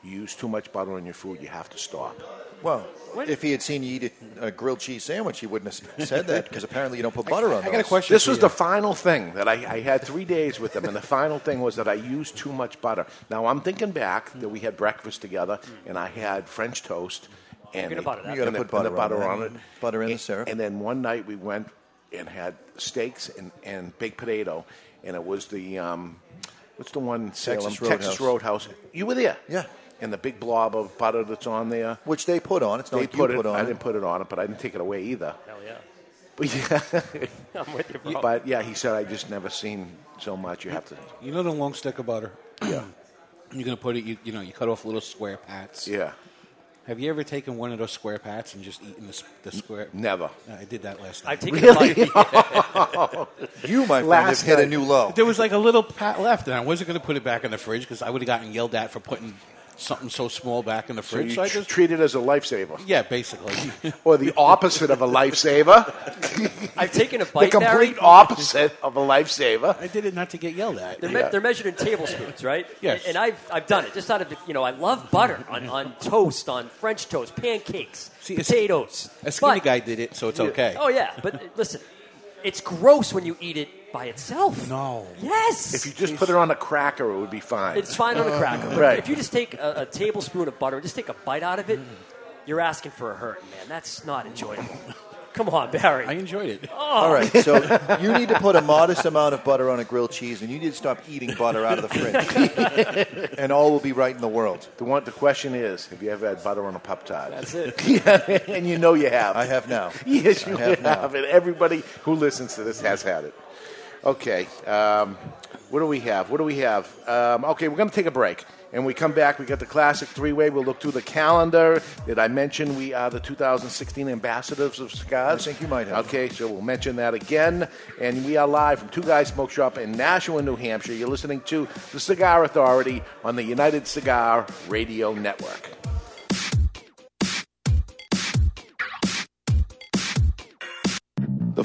You use too much butter in your food, you have to stop.
Well, if he had seen you eat a, a grilled cheese sandwich, he wouldn't have said that because apparently you don't put butter on those.
This was the final thing that I, I had three days with them, and the final thing was that I used too much butter. Now I'm thinking back that we had breakfast together, and I had French toast,
You're
and
gonna
the-
butter that.
and
You gotta
the-
put
and the
butter on
butter on
that.
it,
butter in the
syrup. And then one night we went and had steaks and, and baked potato, and it was the um, what's the one in Salem?
Texas
Texas Roadhouse. You were there, yeah. And the big blob of butter that's on there,
which they put on. It's not
they
like you
put it.
put on
I
it.
didn't put it on it, but I didn't take it away either.
Hell yeah.
But yeah,
I'm with you, bro.
but yeah, he said I just never seen so much. You have to.
You know the long stick of butter. Yeah. You're gonna put it. You, you know, you cut off little square pats.
Yeah.
Have you ever taken one of those square pats and just eaten the, s- the square?
Never.
I did that last night.
I've taken a Really? bite.
You, my friend, Last have hit a night. new low.
There was like a little pat left, and I wasn't going to put it back in the fridge because I would have gotten yelled at for putting something so small back in the
So
fridge.
you
So I
tr-
just
treat it as a lifesaver.
yeah, basically.
Or the opposite of a lifesaver.
I've taken a
the
bite, Barry.
complete opposite of a lifesaver.
I did it not to get yelled at.
They're, me- they're measured in tablespoons, right?
Yes.
And I've, I've done it. Just out of, you know, I love butter on, on toast, on French toast, pancakes, potatoes.
A skinny guy did it, so it's
Yeah.
okay.
Oh, yeah. But uh, listen, it's gross when you eat it by itself.
No.
Yes.
If you just put it on a cracker, it would be fine.
It's fine on a cracker. But
right.
if you just take a, a tablespoon of butter and just take a bite out of it, you're asking for a hurt, man. That's not enjoyable. Come on, Barry. I
enjoyed it. Oh.
All right, so you need to put a modest amount of butter on a grilled cheese, and you need to stop eating butter out of the fridge, and all will be right in the world.
The one, the question is, have you ever had butter on a pop tart?
That's it.
yeah, and you know you have. I
have now.
Yes,
I
you
have
have,
now.
and everybody who listens to this has had it. Okay, um, what do we have? What do we have? Um, okay, we're going to take a break, and we come back. We got the classic three-way. We'll look through the calendar. Did I mention we are the 2016 ambassadors of cigars? I think you might have. Okay, so we'll mention that again, and we are live from Two Guys Smoke Shop in Nashua, New Hampshire. You're listening to the Cigar Authority on the United Cigar Radio Network.
The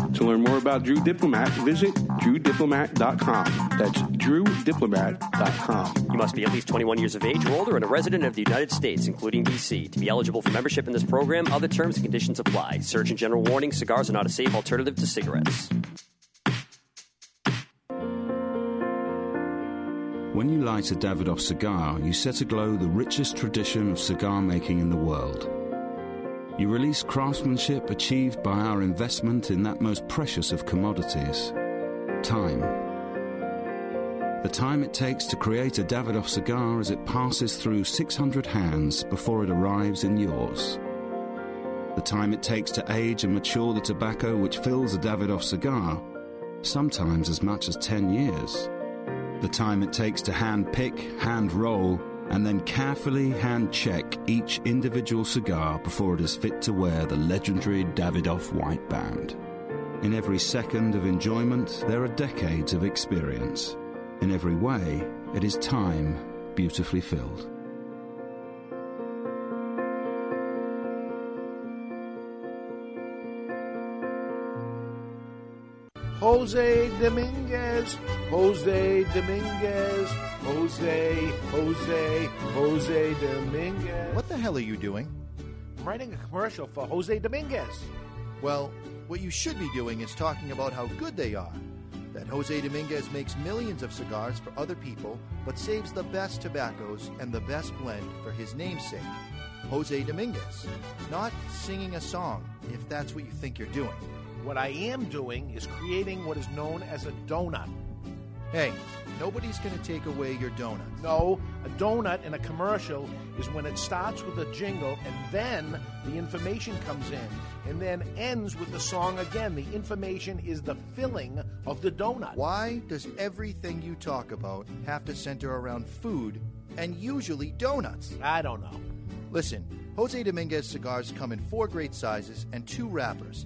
To learn more about Drew Diplomat, visit drewdiplomat.com. That's drewdiplomat.com.
You must be at least 21 years of age or older and a resident of the United States, including D.C. To be eligible for membership in this program, other terms and conditions apply. Surgeon General warning cigars are not a safe alternative to cigarettes.
When you light a Davidoff cigar, you set aglow the richest tradition of cigar making in the world. You release craftsmanship achieved by our investment in that most precious of commodities time. The time it takes to create a Davidoff cigar as it passes through 600 hands before it arrives in yours. The time it takes to age and mature the tobacco which fills a Davidoff cigar, sometimes as much as 10 years the time it takes to hand pick, hand roll, and then carefully hand check each individual cigar before it is fit to wear the legendary Davidoff white band. In every second of enjoyment, there are decades of experience. In every way, it is time beautifully filled.
Jose Dominguez, Jose Dominguez, Jose, Jose, Jose Dominguez.
What the hell are you doing?
I'm writing a commercial for Jose Dominguez.
Well, what you should be doing is talking about how good they are. That Jose Dominguez makes millions of cigars for other people, but saves the best tobaccos and the best blend for his namesake, Jose Dominguez. Not singing a song, if that's what you think you're doing.
What I am doing is creating what is known as a donut.
Hey, nobody's going to take away your donut.
No, a donut in a commercial is when it starts with a jingle and then the information comes in and then ends with the song again. The information is the filling of the donut.
Why does everything you talk about have to center around food and usually donuts?
I don't know.
Listen, Jose Dominguez cigars come in four great sizes and two wrappers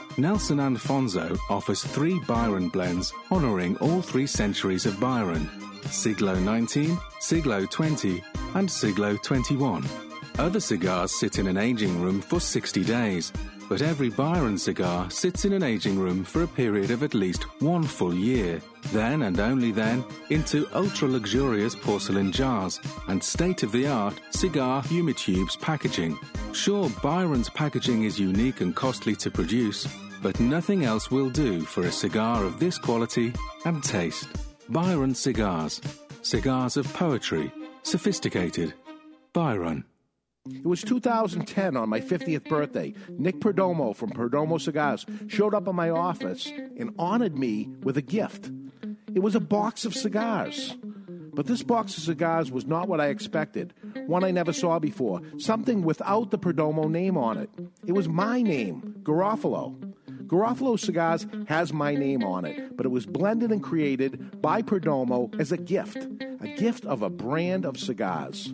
Nelson Alfonso offers three Byron blends honoring all three centuries of Byron. Siglo 19, Siglo 20, and Siglo 21. Other cigars sit in an aging room for 60 days, but every Byron cigar sits in an aging room for a period of at least one full year, then and only then into ultra luxurious porcelain jars and state of the art cigar humitubes packaging. Sure, Byron's packaging is unique and costly to produce, but nothing else will do for a cigar of this quality and taste. Byron Cigars. Cigars of poetry. Sophisticated. Byron.
It was 2010 on my 50th birthday. Nick Perdomo from Perdomo Cigars showed up at my office and honored me with a gift. It was a box of cigars. But this box of cigars was not what I expected, one I never saw before, something without the Perdomo name on it. It was my name, Garofalo. Garofalo Cigars has my name on it, but it was blended and created by Perdomo as a gift, a gift of a brand of cigars.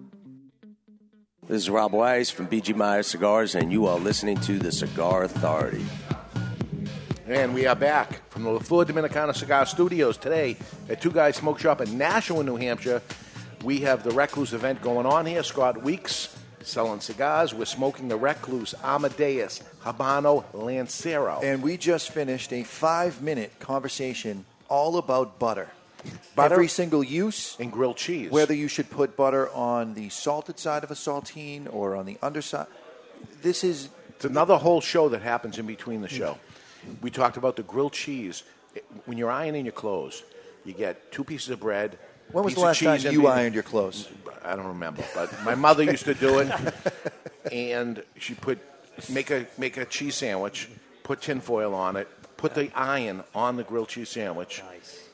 This is Rob Weiss from BG Meyer Cigars, and you are listening to the Cigar Authority.
And we are back from the La Flor Dominicana Cigar Studios today at Two Guys Smoke Shop in Nashua, New Hampshire. We have the Recluse event going on here. Scott Weeks selling cigars. We're smoking the Recluse Amadeus Habano Lancero.
And we just finished a five minute conversation all about butter.
Butter-
Every single use.
And grilled cheese.
Whether you should put butter on the salted side of a saltine or on the underside. This is.
It's another whole show that happens in between the show. We talked about the grilled cheese. It- When you're ironing your clothes, you get two pieces of bread.
When was
piece
the
of
last time
cheese, and
you
the-
ironed your clothes?
I don't remember, but my mother used to do it, and she put make a make a cheese sandwich, put tinfoil on it, put the iron on the grilled cheese sandwich,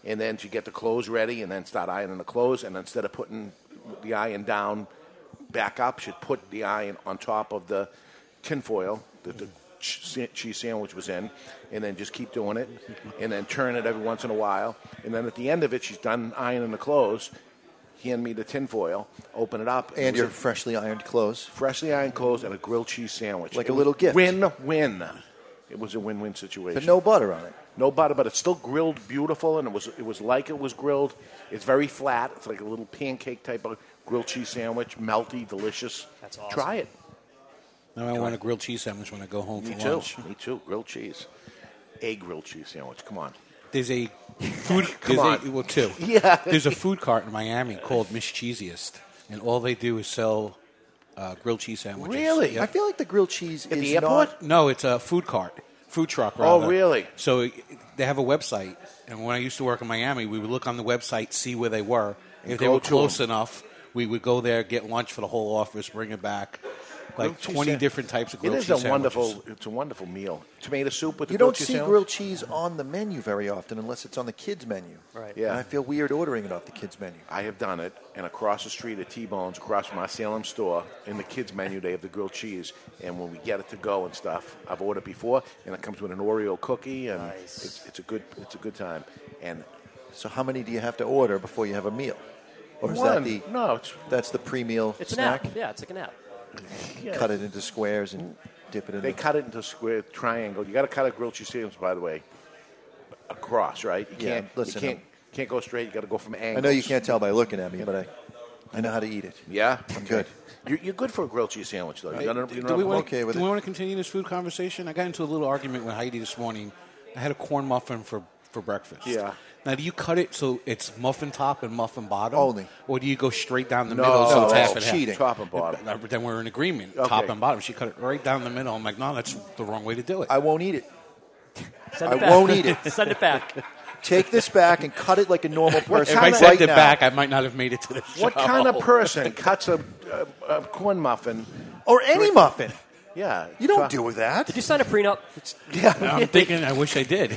and then she get the clothes ready, and then start ironing the clothes, and instead of putting the iron down back up, she'd put the iron on top of the tinfoil that the ch- sa- cheese sandwich was in, and then just keep doing it, and then turn it every once in a while, and then at the end of it, she's done ironing the clothes. Hand me the tinfoil, open it up,
And
it was
your freshly ironed clothes.
Freshly ironed clothes and a grilled cheese sandwich.
Like
It
a
was
little gift.
Win-win. It was a win-win situation.
But no butter on it.
No butter, but it's still grilled beautiful, and it was it was like it was grilled. It's very flat. It's like a little pancake type of grilled cheese sandwich, melty, delicious. That's awesome. Try it.
Now I want a grilled cheese sandwich when I go home
Me
for
too.
lunch.
Me too. Grilled cheese, a grilled cheese sandwich. Come on.
There's a food.
Come
there's A,
on.
well, two.
Yeah.
There's a food cart in Miami called Miss Cheesiest, and all they do is sell uh, grilled cheese sandwiches. Yeah.
I feel like the grilled cheese is not.
No, it's a food cart, food truck.
Oh,
Rather.
really?
So it- they have a website, and when I used to work in Miami, we would look on the website, see where they were.
And
if they
go
were
to
close enough, we would go there, get lunch for the whole office, bring it back.
Grilled
Like
cheese
twenty
sand-
different types of grilled
It is
cheese
a wonderful.
sandwiches.
It's a wonderful meal. Tomato soup with the
You
grilled
don't
cheese
see
sandwich.
grilled cheese on the menu very often unless it's on the kids' menu. Right.
Yeah.
And I feel weird ordering it off the kids' menu.
I have done it, and across the street at T-Bones, across from our Salem store, in the kids' menu, they have the grilled cheese. And when we get it to go and stuff, I've ordered before, and it comes with an Oreo cookie, and it's, it's a good it's a good time. And
so, how many do you have to order before you have a meal? Or is that
One.
the
no? It's,
that's the pre-meal
It's an
snack.
app. Yeah, it's like an app.
Cut it into squares and dip it in.
They
the-
cut it into square triangle. You got to cut a grilled cheese sandwich, by the way, across, right? You
Yeah,
can't
listen,
you can't can't go straight. You got to go from angles.
I know you can't tell by looking at me, but I, I know how to eat it.
Yeah,
I'm good.
You're, you're good for a grilled cheese sandwich, though.
Hey,
You're gonna,
do-
you're
do we
not-
want to, do we want to continue this food conversation? I got into a little argument with Heidi this morning. I had a corn muffin for, for for breakfast.
Yeah.
Now, do you cut it so it's muffin top and muffin bottom?
Only.
Or do you go straight down the
No,
middle? So it's
that's
half and half?
cheating. Top and bottom.
Uh, Then we're in agreement.
Okay.
Top and bottom. She cut it right down the middle. I'm like, no, that's the wrong way to do it.
I won't eat it.
Send
I
it back.
won't eat it.
Send it back.
Take this back and cut it like a normal
If
person.
I
right
sent it
now.
back, I might not have made it to the show.
What kind of person cuts a, a, a corn muffin
or any muffin?
Yeah,
you don't do that. Did
you sign a prenup?
yeah,
I'm thinking. I wish I did.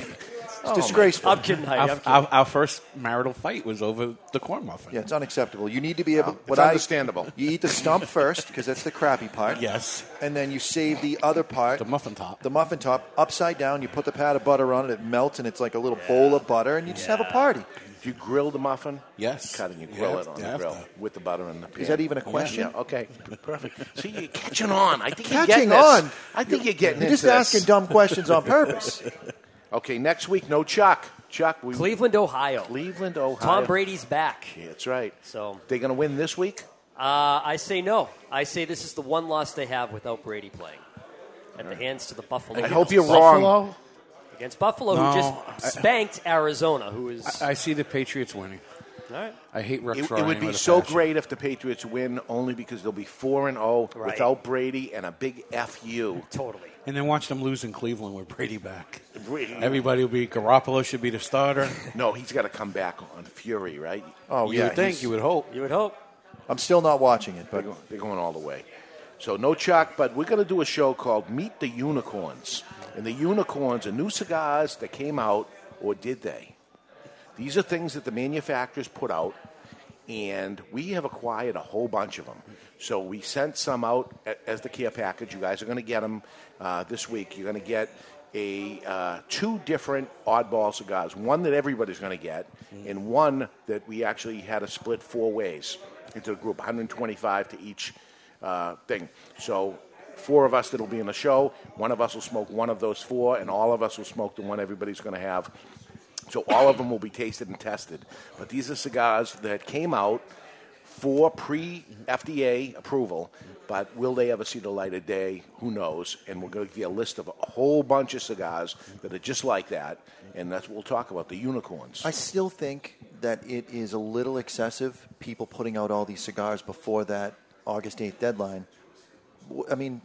Oh, disgraceful.
I'm kidding, Heidi,
Our,
I'm kidding.
Our, our first marital fight was over the corn muffin.
Yeah, it's unacceptable. You need to be able.
it's
what I-
understandable.
you eat the stump first because that's the crappy part. Yes. And then you save the other part, the
muffin top.
The muffin top upside down. You put the pat of butter on it. It melts and it's like a little bowl of butter, and you just have a party.
Do you grill the muffin?
Yes.
Cut and you grill
have
it on
to
the
have
grill
to.
with the butter and the pan.
Is that even a question?
Yeah, okay. Perfect. See, you're catching on. I think you're
Catching
getting this.
on.
I think you're getting
You're
into
just
this.
asking dumb questions on purpose.
okay, next week, no Chuck. Chuck, we
Cleveland, Ohio.
Cleveland, Ohio.
Tom Brady's back.
Yeah, that's right.
So
they're going to win this week.
Uh, I say no. I say this is the one loss they have without Brady playing. At the hands to the Buffalo.
I
Bills.
hope you're wrong.
Buffalo?
Against Buffalo,
No,
who
I-
just spanked Arizona, who is.
I, I see the Patriots winning.
all right.
I hate Rex
It, it
Ryan
would be
with a
so
passion.
great if the Patriots win, only because they'll be four and zero
Right.
without Brady and a big fu.
Totally.
And then watch them lose in Cleveland with Brady back.
Brady.
Everybody will be Garoppolo should be the starter.
No, he's got to come back on Fury, right?
you would think you would hope.
You would hope.
I'm still not watching it, but
They're going, they're going all the way. So no chalk, but we're going to do a show called Meet the Unicorns. And the unicorns are new cigars that came out, or did they? These are things that the manufacturers put out, and we have acquired a whole bunch of them. So we sent some out a- as the care package. You guys are going to get them uh, this week. You're going to get a uh, two different oddball cigars. One that everybody's going to get, and one that we actually had to split four ways into a group, 125 to each uh, thing. So four of us that'll be in the show. One of us will smoke one of those four, and all of us will smoke the one everybody's going to have. So all of them will be tasted and tested. But these are cigars that came out for pre FDA approval, but will they ever see the light of day? Who knows? And we're going to give you a list of a whole bunch of cigars that are just like that, and that's what we'll talk about the unicorns.
I still think that it is a little excessive. People putting out all these cigars before that August 8th deadline. W- I mean,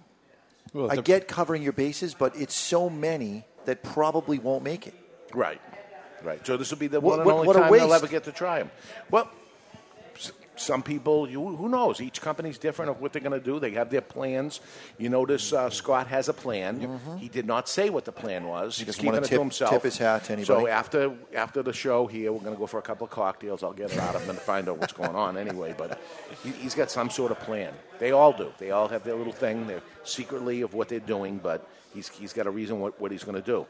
Well,
I
the-
get covering your bases, but it's so many that probably won't make it.
Right, right. So this will be the
What-
one and
what-
only
what a
time they'll
waste.
ever get to try them. Well, s- some people, you, who knows? Each company's different of what they're going to do. They have their plans. You notice uh, Scott has a plan. He did not say what the plan was.
Mm-hmm.
He's
doesn't
keeping
wanna
it
tip-
to himself.
tip his hat to
So
anybody.
after after the show here, we're going to go for a couple of cocktails. I'll get it out of him and find out what's going on anyway. But he, he's got some sort of plan. They all do. They all have their little thing. They're secretly of what they're doing, but he's, he's got a reason what, what he's going to do.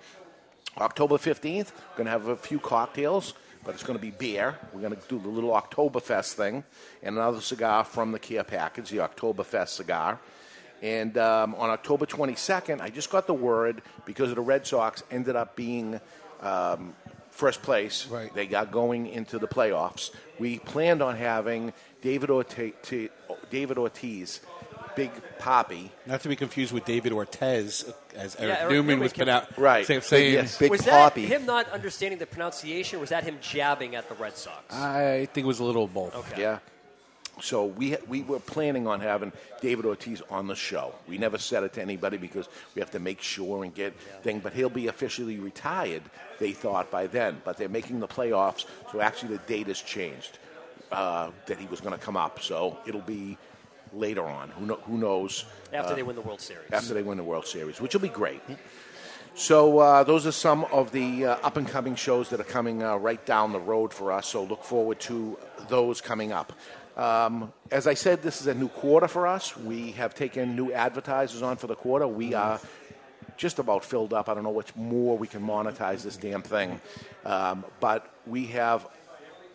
October 15th, we're going to have a few cocktails, but it's going to be beer. We're going to do the little Oktoberfest thing and another cigar from the Kia package, the Oktoberfest cigar. And um, on October 22nd, I just got the word because of the Red Sox ended up being um, first place. Right. They got going into the playoffs. We planned on having David, Orte- T- David Ortiz, Big Poppy,
Not to be confused with David Ortez, as Eric,
Eric
Newman
Newman
was
came-
put out.
Right.
Same, same.
was that him not understanding the pronunciation? Or was that him jabbing at the Red Sox?
I think it was a little of both.
Okay.
Yeah. So we ha- we were planning on having David Ortiz on the show. We never said it to anybody because we have to make sure and get thing. But he'll be officially retired. They thought by then, but they're making the playoffs. So actually, the date has changed uh, that he was going to come up. So it'll be later on. Who know, who knows?
After
uh,
they win the World Series.
After they win the World Series, which will be great. So uh, those are some of the uh, up and coming shows that are coming uh, right down the road for us. So look forward to those coming up. Um, as I said, this is a new quarter for us. We have taken new advertisers on for the quarter. We are just about filled up. I don't know what more we can monetize this damn thing, um, but we have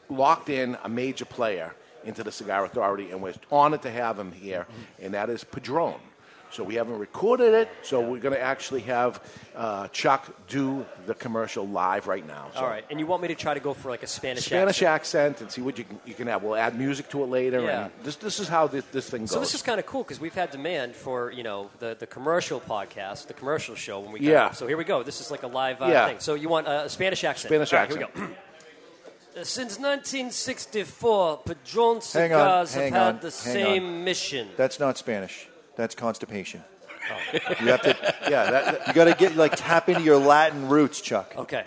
locked in a major player into the Cigar Authority, and we're honored to have him here, and that is Padron. So we haven't recorded it. So we're going to actually have uh, Chuck do the commercial live right now. So
All right, and you want me to try to go for like a Spanish,
Spanish
accent.
accent. and see what you can, you can have. We'll add music to it later.
Yeah.
And this this is how this, this thing goes.
So this is kind of cool because we've had demand for you know the, the commercial podcast, the commercial show when we got-
Yeah.
So here we go. This is like a live uh,
Yeah.
thing. So you want uh, a Spanish accent?
Spanish
All right, Here we
accent.
go. Uh, Since 1964, Padron
Hang on,
cigars
hang
have
on,
had the
hang on.
same mission.
That's not Spanish. That's constipation. You have to,
yeah.
you got to get like tap into your Latin roots, Chuck.
Okay.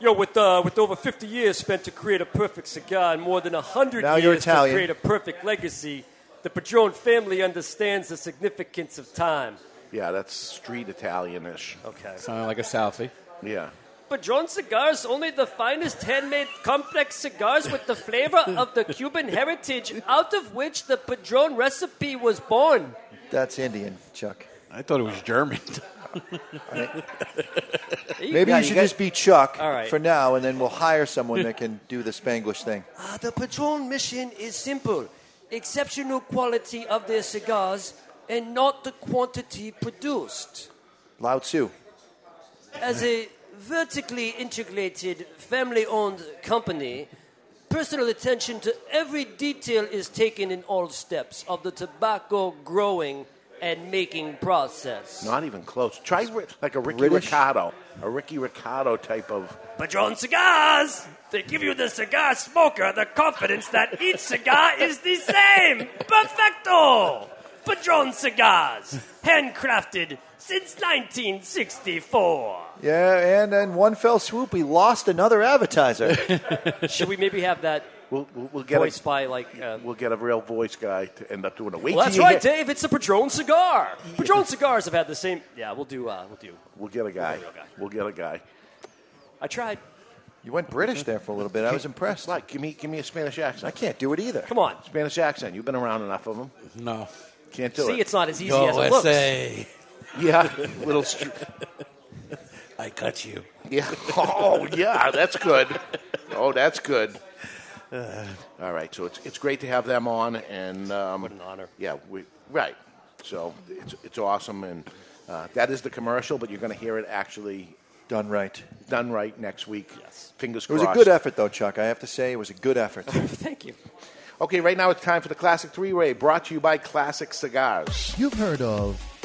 Yo, with uh, with over 50 years spent to create a perfect cigar and more than 100
Now
years
you're Italian.
to create a perfect legacy, the Padron family understands the significance of time.
yeah, that's street Italian-ish.
Okay.
Uh,
Sounded like a selfie.
Yeah.
Padron cigars, only the finest handmade complex cigars with the flavor of the Cuban heritage, out of which the Padron recipe was born.
That's Indian, Chuck.
I thought it was German.
Maybe you should just be Chuck
All right.
for now, and then we'll hire someone that can do the Spanglish thing.
Uh, the Patron mission is simple exceptional quality of their cigars and not the quantity produced.
Lao Tzu.
As a vertically integrated, family owned company, personal attention to every detail is taken in all steps of the tobacco growing and making process.
Not even close. Try ri- like a Ricky
British?
Ricardo, a Ricky Ricardo type of.
Padron cigars! They give you the cigar smoker the confidence that each cigar is the same! Perfecto! Padron cigars! Handcrafted since 1964.
Yeah, and in one fell swoop, we lost another advertiser.
Should we maybe have that
we'll, we'll, get a-
voiced by like. Uh,
We'll get a real voice guy to end up doing a. Wait till
well, that's
you
right,
hear-
Dave. It's a Padron cigar. Padron cigars have had the same. Yeah, we'll do. Uh, we'll do.
We'll get a guy. We'll get a guy.
I tried.
You went British there for a little bit. I was impressed.
Like, give me, give me a Spanish accent. I
can't do it either.
Come on,
Spanish accent. You've been around enough of them.
No,
can't do it.
See, it's not as easy as it looks. USA.
Yeah, little. Str-
I cut you.
yeah. Oh, yeah. That's good. Oh, that's good. All right. So it's it's great to have them on, and um, what an honor. Yeah. We right. So it's it's awesome, and uh, that is the commercial, but you're going to hear it actually
Done right.
done right next week. Yes. Fingers
It was
crossed.
a good effort, though, Chuck. I have to say, it was a good effort.
Thank you.
Okay, right now it's time for the Classic Three Way, brought to you by Classic Cigars.
You've heard of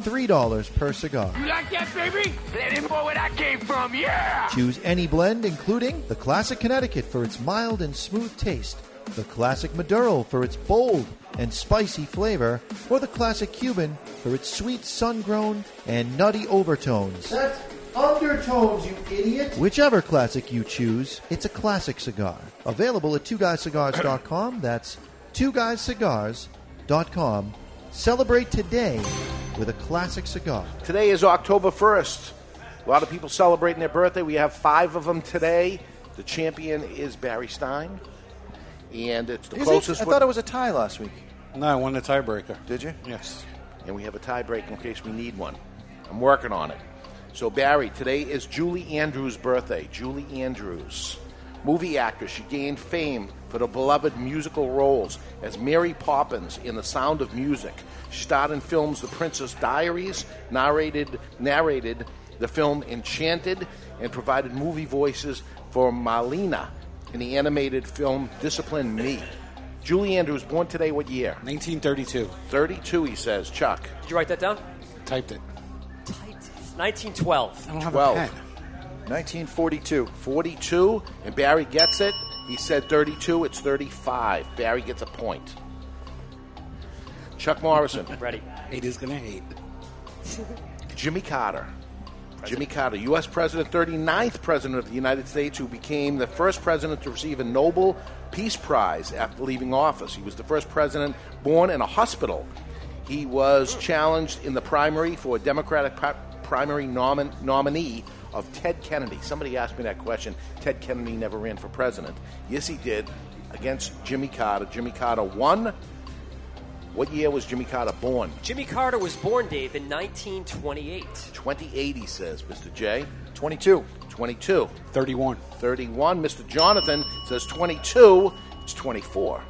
$3 per cigar.
You like that, baby? Let him know where I came from, yeah!
Choose any blend, including the Classic Connecticut for its mild and smooth taste, the Classic Maduro for its bold and spicy flavor, or the Classic Cuban for its sweet, sun grown, and nutty overtones. That's undertones, you idiot! Whichever classic you choose, it's a classic cigar. Available at twoguyscigars.com. That's twoguyscigars.com. Celebrate today with a classic cigar.
Today is October 1st. A lot of people celebrating their birthday. We have five of them today. The champion is Barry Stein. And it's the
Is it?
closest
I
one-
thought it was a tie last week.
No, I won the tiebreaker.
Did you?
Yes.
And we have a tiebreak in case we need one. I'm working on it. So, Barry, today is Julie Andrews' birthday. Julie Andrews, movie actress. She gained fame for the beloved musical roles as Mary Poppins in The Sound of Music. She starred in films The Princess Diaries, narrated, narrated the film Enchanted, and provided movie voices for Marlena in the animated film Discipline Me. Julie Andrews, born today, what year?
1932.
32, he says. Chuck.
Did you write that down?
Typed it.
1912.
12. 1942. 42, and Barry gets it. He said 32, it's 35. Barry gets a point. Chuck Morrison.
Ready.
Hate is going to hate.
Jimmy Carter. Jimmy Carter, U.S. President, 39th President of the United States, who became the first president to receive a Nobel Peace Prize after leaving office. He was the first president born in a hospital. He was challenged in the primary for a Democratic pri- primary nomin- nominee of Ted Kennedy. Somebody asked me that question. Ted Kennedy never ran for president. Yes, he did against Jimmy Carter. Jimmy Carter won. What year was Jimmy Carter born?
Jimmy Carter was born, Dave, in 1928.
28, he says, Mr. J. 22. 22.
31.
31. Mr. Jonathan says 22. It's 24.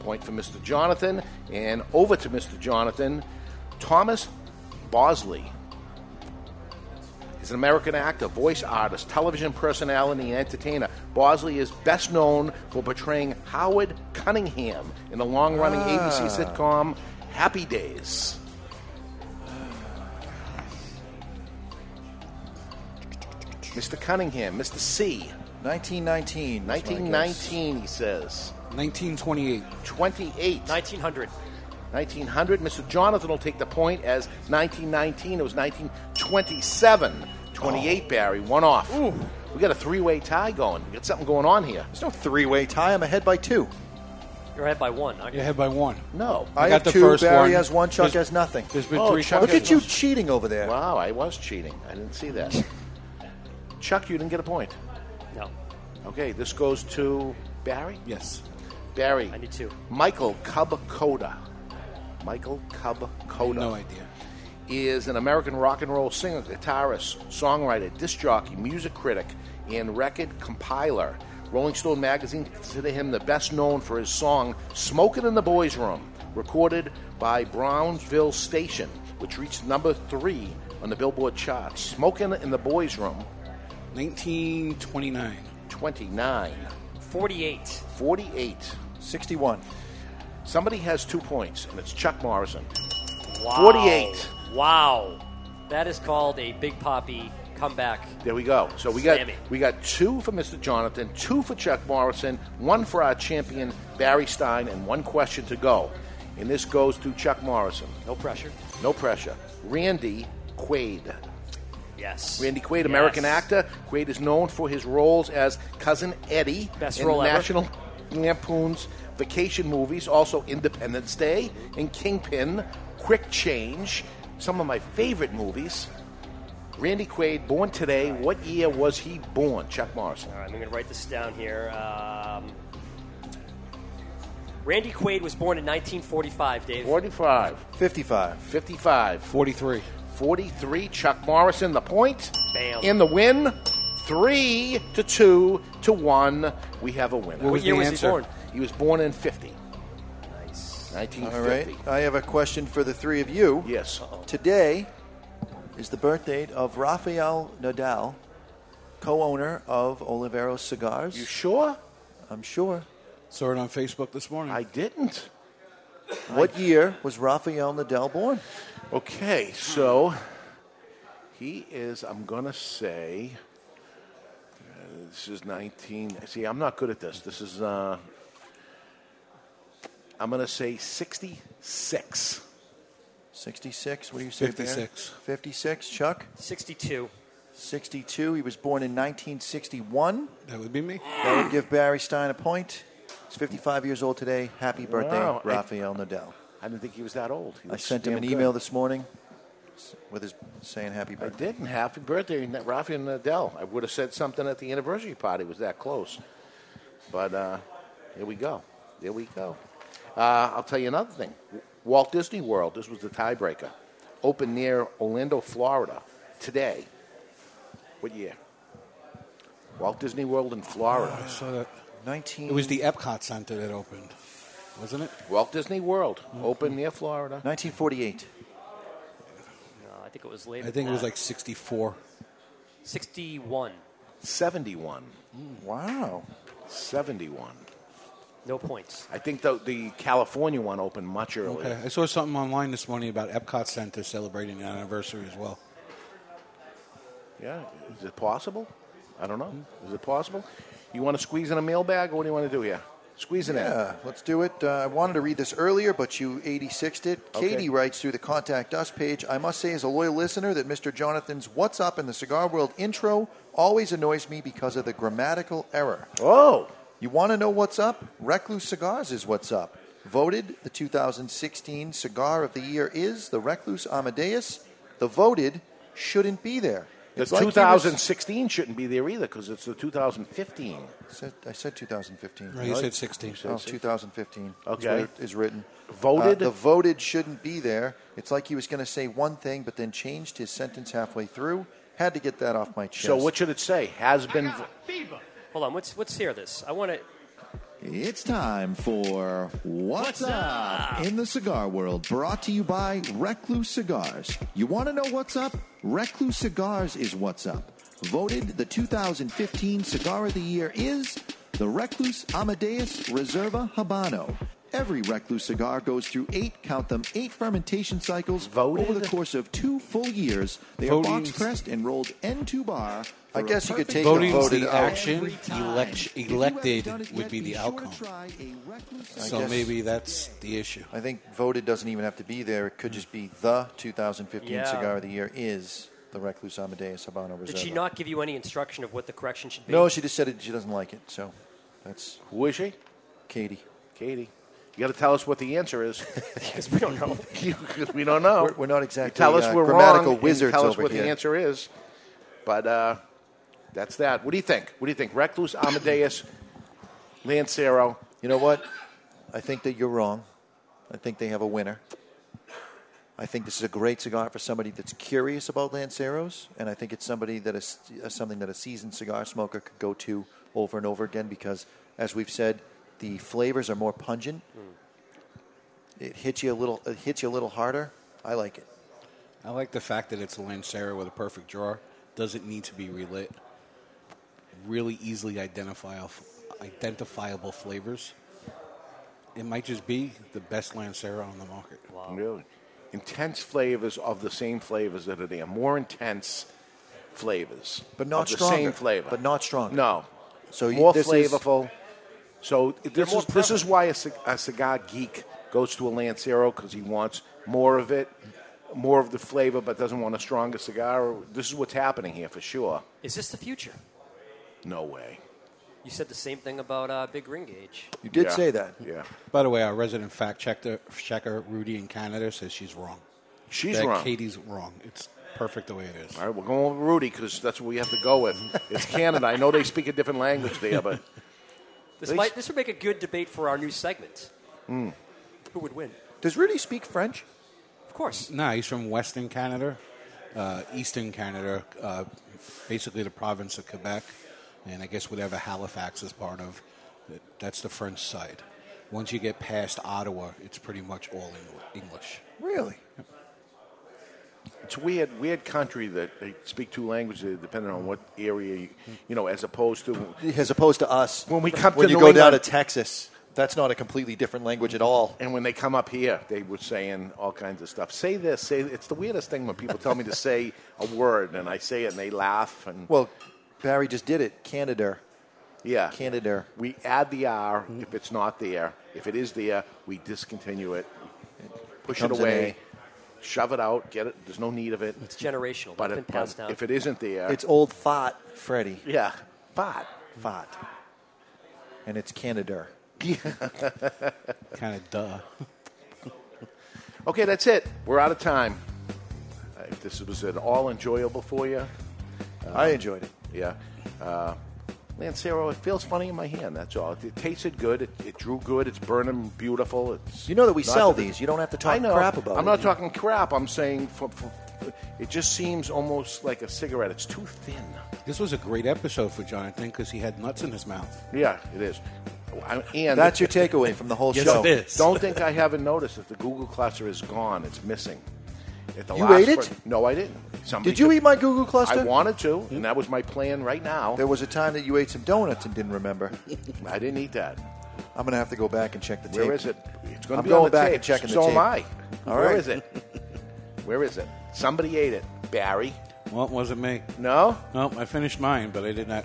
Point for Mr. Jonathan. And over to Mr. Jonathan. Thomas Bosley is an American actor, voice artist, television personality, and entertainer. Bosley is best known for portraying Howard Cunningham in the long running
Ah.
ABC sitcom Happy Days. Mr. Cunningham, Mr. C. 1919. 1919, he says.
1928.
28.
1900.
1900. Mr. Jonathan will take the point as 1919. It was 1927. 28,
Oh.
Barry. One off. We got a three way tie going. We got something going on here. There's
no three way tie. I'm ahead by two.
You're ahead by one. Aren't you?
You're ahead by one.
No.
I,
I
have
got the
two.
first
Barry
one.
has one. Chuck
There's-
has nothing.
there's been Oh, three Chuck
Look
has
at you
one.
cheating over there.
Wow, I was cheating. I didn't see that. Chuck, you didn't get a point.
No.
Okay, this goes to Barry?
Yes.
Barry.
I need two.
Michael Cub Coda. Michael Cub Coda.
No idea.
Is an American rock and roll singer, guitarist, songwriter, disc jockey, music critic, and record compiler. Rolling Stone magazine considered him the best known for his song Smokin' in the Boys Room, recorded by Brownsville Station, which reached number three on the Billboard charts. Smokin' in the Boys Room.
1929.
29.
48.
48.
61.
Somebody has two points, and it's Chuck Morrison.
Wow.
48.
Wow. That is called a Big Poppy comeback.
There we go. So we got
Slammy.
we got two for Mr. Jonathan, two for Chuck Morrison, one for our champion Barry Stein, and one question to go. And this goes to Chuck Morrison.
No pressure.
No pressure. Randy Quaid.
Yes.
Randy Quaid,
Yes.
American actor. Quaid is known for his roles as Cousin Eddie
Best
in
role ever.
National Lampoon's vacation movies, also Independence Day and Kingpin, Quick Change, some of my favorite movies. Randy Quaid, born today. What year was he born? Chuck Morrison.
All right, I'm going to write this down here. Um, Randy Quaid was born in 1945, Dave.
45.
55.
55.
43.
43. Chuck Morrison, the point.
Bam.
In the win. Three to two to one. We have a winner.
What was What year the was he answer? born?
He was born in 50. Nice.
All
1950.
right. I have a question for the three of you.
Yes.
Today is the birthday of Rafael Nadal, co owner of Oliveros Cigars. You
sure?
I'm sure.
Saw it on Facebook this morning.
I didn't.
What year was Rafael Nadal born?
Okay, so he is, I'm going to say, uh, this is 19. See, I'm not good at this. This is, uh, I'm going to say 66.
66. What do you say? Barry?
56.
56. Chuck?
62.
62. He was born in 1961.
That would be me.
That would give Barry Stein a point. He's 55 years old today. Happy birthday,
Wow. I-
Rafael Nadal.
I didn't think he was that old. He
I
was
sent him
damn
an
good.
email this morning with his saying happy
I
birthday.
didn't. Happy birthday, Na- Rafael Nadal. I would have said something at the anniversary party. It was that close. But uh, here we go. There we go. Uh, I'll tell you another thing. Walt Disney World, this was the tiebreaker, opened near Orlando, Florida today. What year? Walt Disney World in Florida.
I saw that.
19.
It was the Epcot Center that opened, wasn't it?
Walt Disney World, opened near Florida.
1948.
No, Uh, I think it was later.
I think it
than
was
that.
like 64.
61.
71.
Wow.
71.
No points.
I think the, the California one opened much earlier.
Okay. I saw something online this morning about Epcot Center celebrating an anniversary as well.
Yeah, is it possible? I don't know.
Hmm.
Is it possible? You want to squeeze in a mailbag, or what do you want to do here? Squeeze it
Yeah, let's do it. Uh, I wanted to read this earlier, but you 86'd it.
Okay.
Katie writes through the Contact Us page I must say, as a loyal listener, that Mr. Jonathan's What's Up in the Cigar World intro always annoys me because of the grammatical error.
Oh!
You want to know what's up? Recluse Cigars is what's up. Voted the 2016 Cigar of the Year is the Recluse Amadeus. The voted shouldn't be there.
The
It's like you were-
2016 shouldn't be there either because it's the 2015.
said- I said 2015.
No, you said 16.
Oh, it's 2015. That's
Okay.
what it is written.
Voted?
Uh, the voted shouldn't be there. It's like he was going to say one thing, but then changed his sentence halfway through. Had to get that off my chest.
So what should it say? Has been. vo-
Hold on. Let's let's hear this. I want to.
It's time for
What's, up? in the cigar world, brought to you by Recluse Cigars.
You want to know what's up? Recluse Cigars is what's up. Voted the 2015 Cigar of the Year is the Recluse Amadeus Reserva Habano. Every Recluse cigar goes through eight, count them, eight fermentation cycles over the course of two full years. They
Voting's-
are box pressed and rolled N2 bar.
I guess you could take
voting
the voted
the
out.
action.
Every time.
Elect,
If you haven't done
elected
it
would
yet,
be
be
the
sure
outcome. So
guess-
maybe that's the issue.
I think voted doesn't even have to be there. It could just be the 2015
Yeah.
Cigar of the Year is the Recluse Amadeus Habano Reserva.
Did she not give you any instruction of what the correction should be?
No, she just said it, she doesn't like it. So that's
who is she?
Katie.
Katie, you got to tell us what the answer is. Because
we don't know.
we don't know.
We're, we're not exactly
tell us
uh,
we're
grammatical
wrong.
wizards
and tell us
over
what
here.
the answer is. But uh, that's that. What do you think? What do you think? Recluse Amadeus Lancero.
You know what? I think that you're wrong. I think they have a winner. I think this is a great cigar for somebody that's curious about Lanceros, and I think it's somebody that is uh, something that a seasoned cigar smoker could go to over and over again because, as we've said, the flavors are more pungent.
Hmm.
It hits you a little. It hits you a little harder. I like it.
I like the fact that it's a Lancero with a perfect drawer. Doesn't need to be relit. Really easily identifiable, identifiable flavors. It might just be the best Lancero on the market.
Really? Intense flavors of the same flavors that are there. More intense flavors.
But not
of the
stronger,
same flavor.
but not stronger.
No.
So you-
more
this is-
flavorful. so this
more
is, this is why a, cig- a cigar geek goes to a Lancero because he wants more of it, more of the flavor, but doesn't want a stronger cigar. This is what's happening here for sure.
Is this the future?
No way.
You said the same thing about uh, Big Ring Gauge.
You did say that.
Yeah.
By the way, our resident fact checker, checker Rudy in Canada says she's wrong.
She's
That
wrong.
Katie's wrong. It's perfect the way it is.
All right, we're going with Rudy because that's what we have to go with. It's Canada. I know they speak a different language there, but
This
They-
might this would make a good debate for our new segment.
Mm.
Who would win?
Does Rudy speak French?
Of course.
No, he's from Western Canada, uh, Eastern Canada, uh, basically the province of Quebec, and I guess whatever Halifax is part of. that- That's the French side. Once you get past Ottawa, it's pretty much all Eng- English.
Really?
it's weird, weird country that they speak two languages depending on what area, you, you know, as opposed to
As opposed to us,
when we come
when
to
you
New
go down to
England-
Texas, that's not a completely different language at all.
And when they come up here, they were saying all kinds of stuff. Say this, say it's the weirdest thing when people tell me to say a word and I say it and they laugh and
Well, Barry just did it. Canada.
yeah,
Canada.
we add the R if it's not there. If it is there, we discontinue it, push it
Becomes an
away, shove it out, get it. There's no need of it. It's
generational.
But,
It's
it-
been passed
but
down.
if it isn't there,
It's old fart, Freddy.
yeah, fat,
fat, and it's Canada.
kind of duh.
Okay, that's it. We're out of time. Uh, If this was at all enjoyable for you, Uh,
I enjoyed it.
Yeah. Uh, Lancero, it feels funny in my hand. That's all. It, it tasted good. It, it drew good. It's burning beautiful. It's
You know that we
not
sell
that it-
these. You don't have to talk
I know.
crap about
I'm
it.
not talking crap. I'm saying for, for, it just seems almost like a cigarette. It's too thin.
This was a great episode for Jonathan because he had nuts in his mouth.
Yeah, it is. I- and
That's your takeaway from the whole
Yes,
show.
it is. Don't think I haven't noticed that the Google cluster is gone. It's missing. At the
You
last
ate it?
part- no, I didn't. Somebody
Did you
took-
eat my Google cluster?
I wanted to, and that was my plan right now.
There was a time that you ate some donuts and didn't remember.
I didn't eat that.
I'm gonna have to go back and check the tape.
Where is it? It's going to
I'm
be
going
on the
back
tape.
and checking the
so
tape.
am I.
All
Where
right.
is it? Where is it? Somebody ate it. Barry.
Well, it wasn't me.
No?
No, I finished mine, but I did not.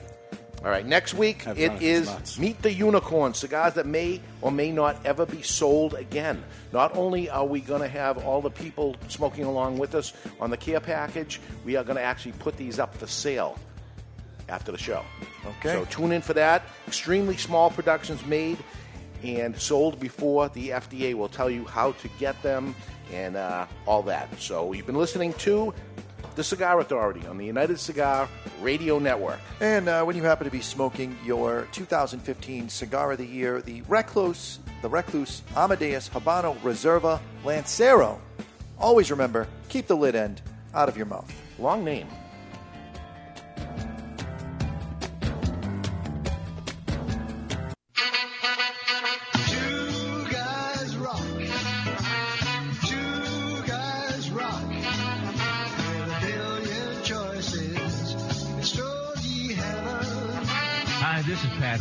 All right, next week
Have
it
Jonathan's
is
nuts.
Meet the Unicorn, cigars that may or may not ever be sold again. Not only are we going to have all the people smoking along with us on the care package, we are going to actually put these up for sale after the show.
Okay.
So tune in for that. Extremely small productions made and sold before the FDA will tell you how to get them and uh, all that. So you've been listening to the Cigar Authority on the United Cigar Radio Network.
And uh, when you happen to be smoking your 2015 cigar of the year, the Recluse, the Recluse Amadeus Habano Reserva Lancero. Always remember, keep the lid end out of your mouth.
Long name.
Hi, this is Pat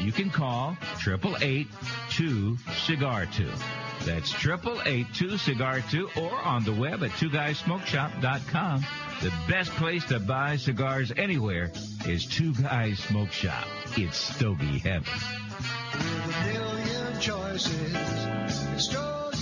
You can call 888-2-CIGAR-2. That's 888-2-CIGAR-2 or on the web at two twoguysmokeshop.com. The best place to buy cigars anywhere is Two Guys Smoke Shop. It's Stogie Heaven.
Choices. It's Stogie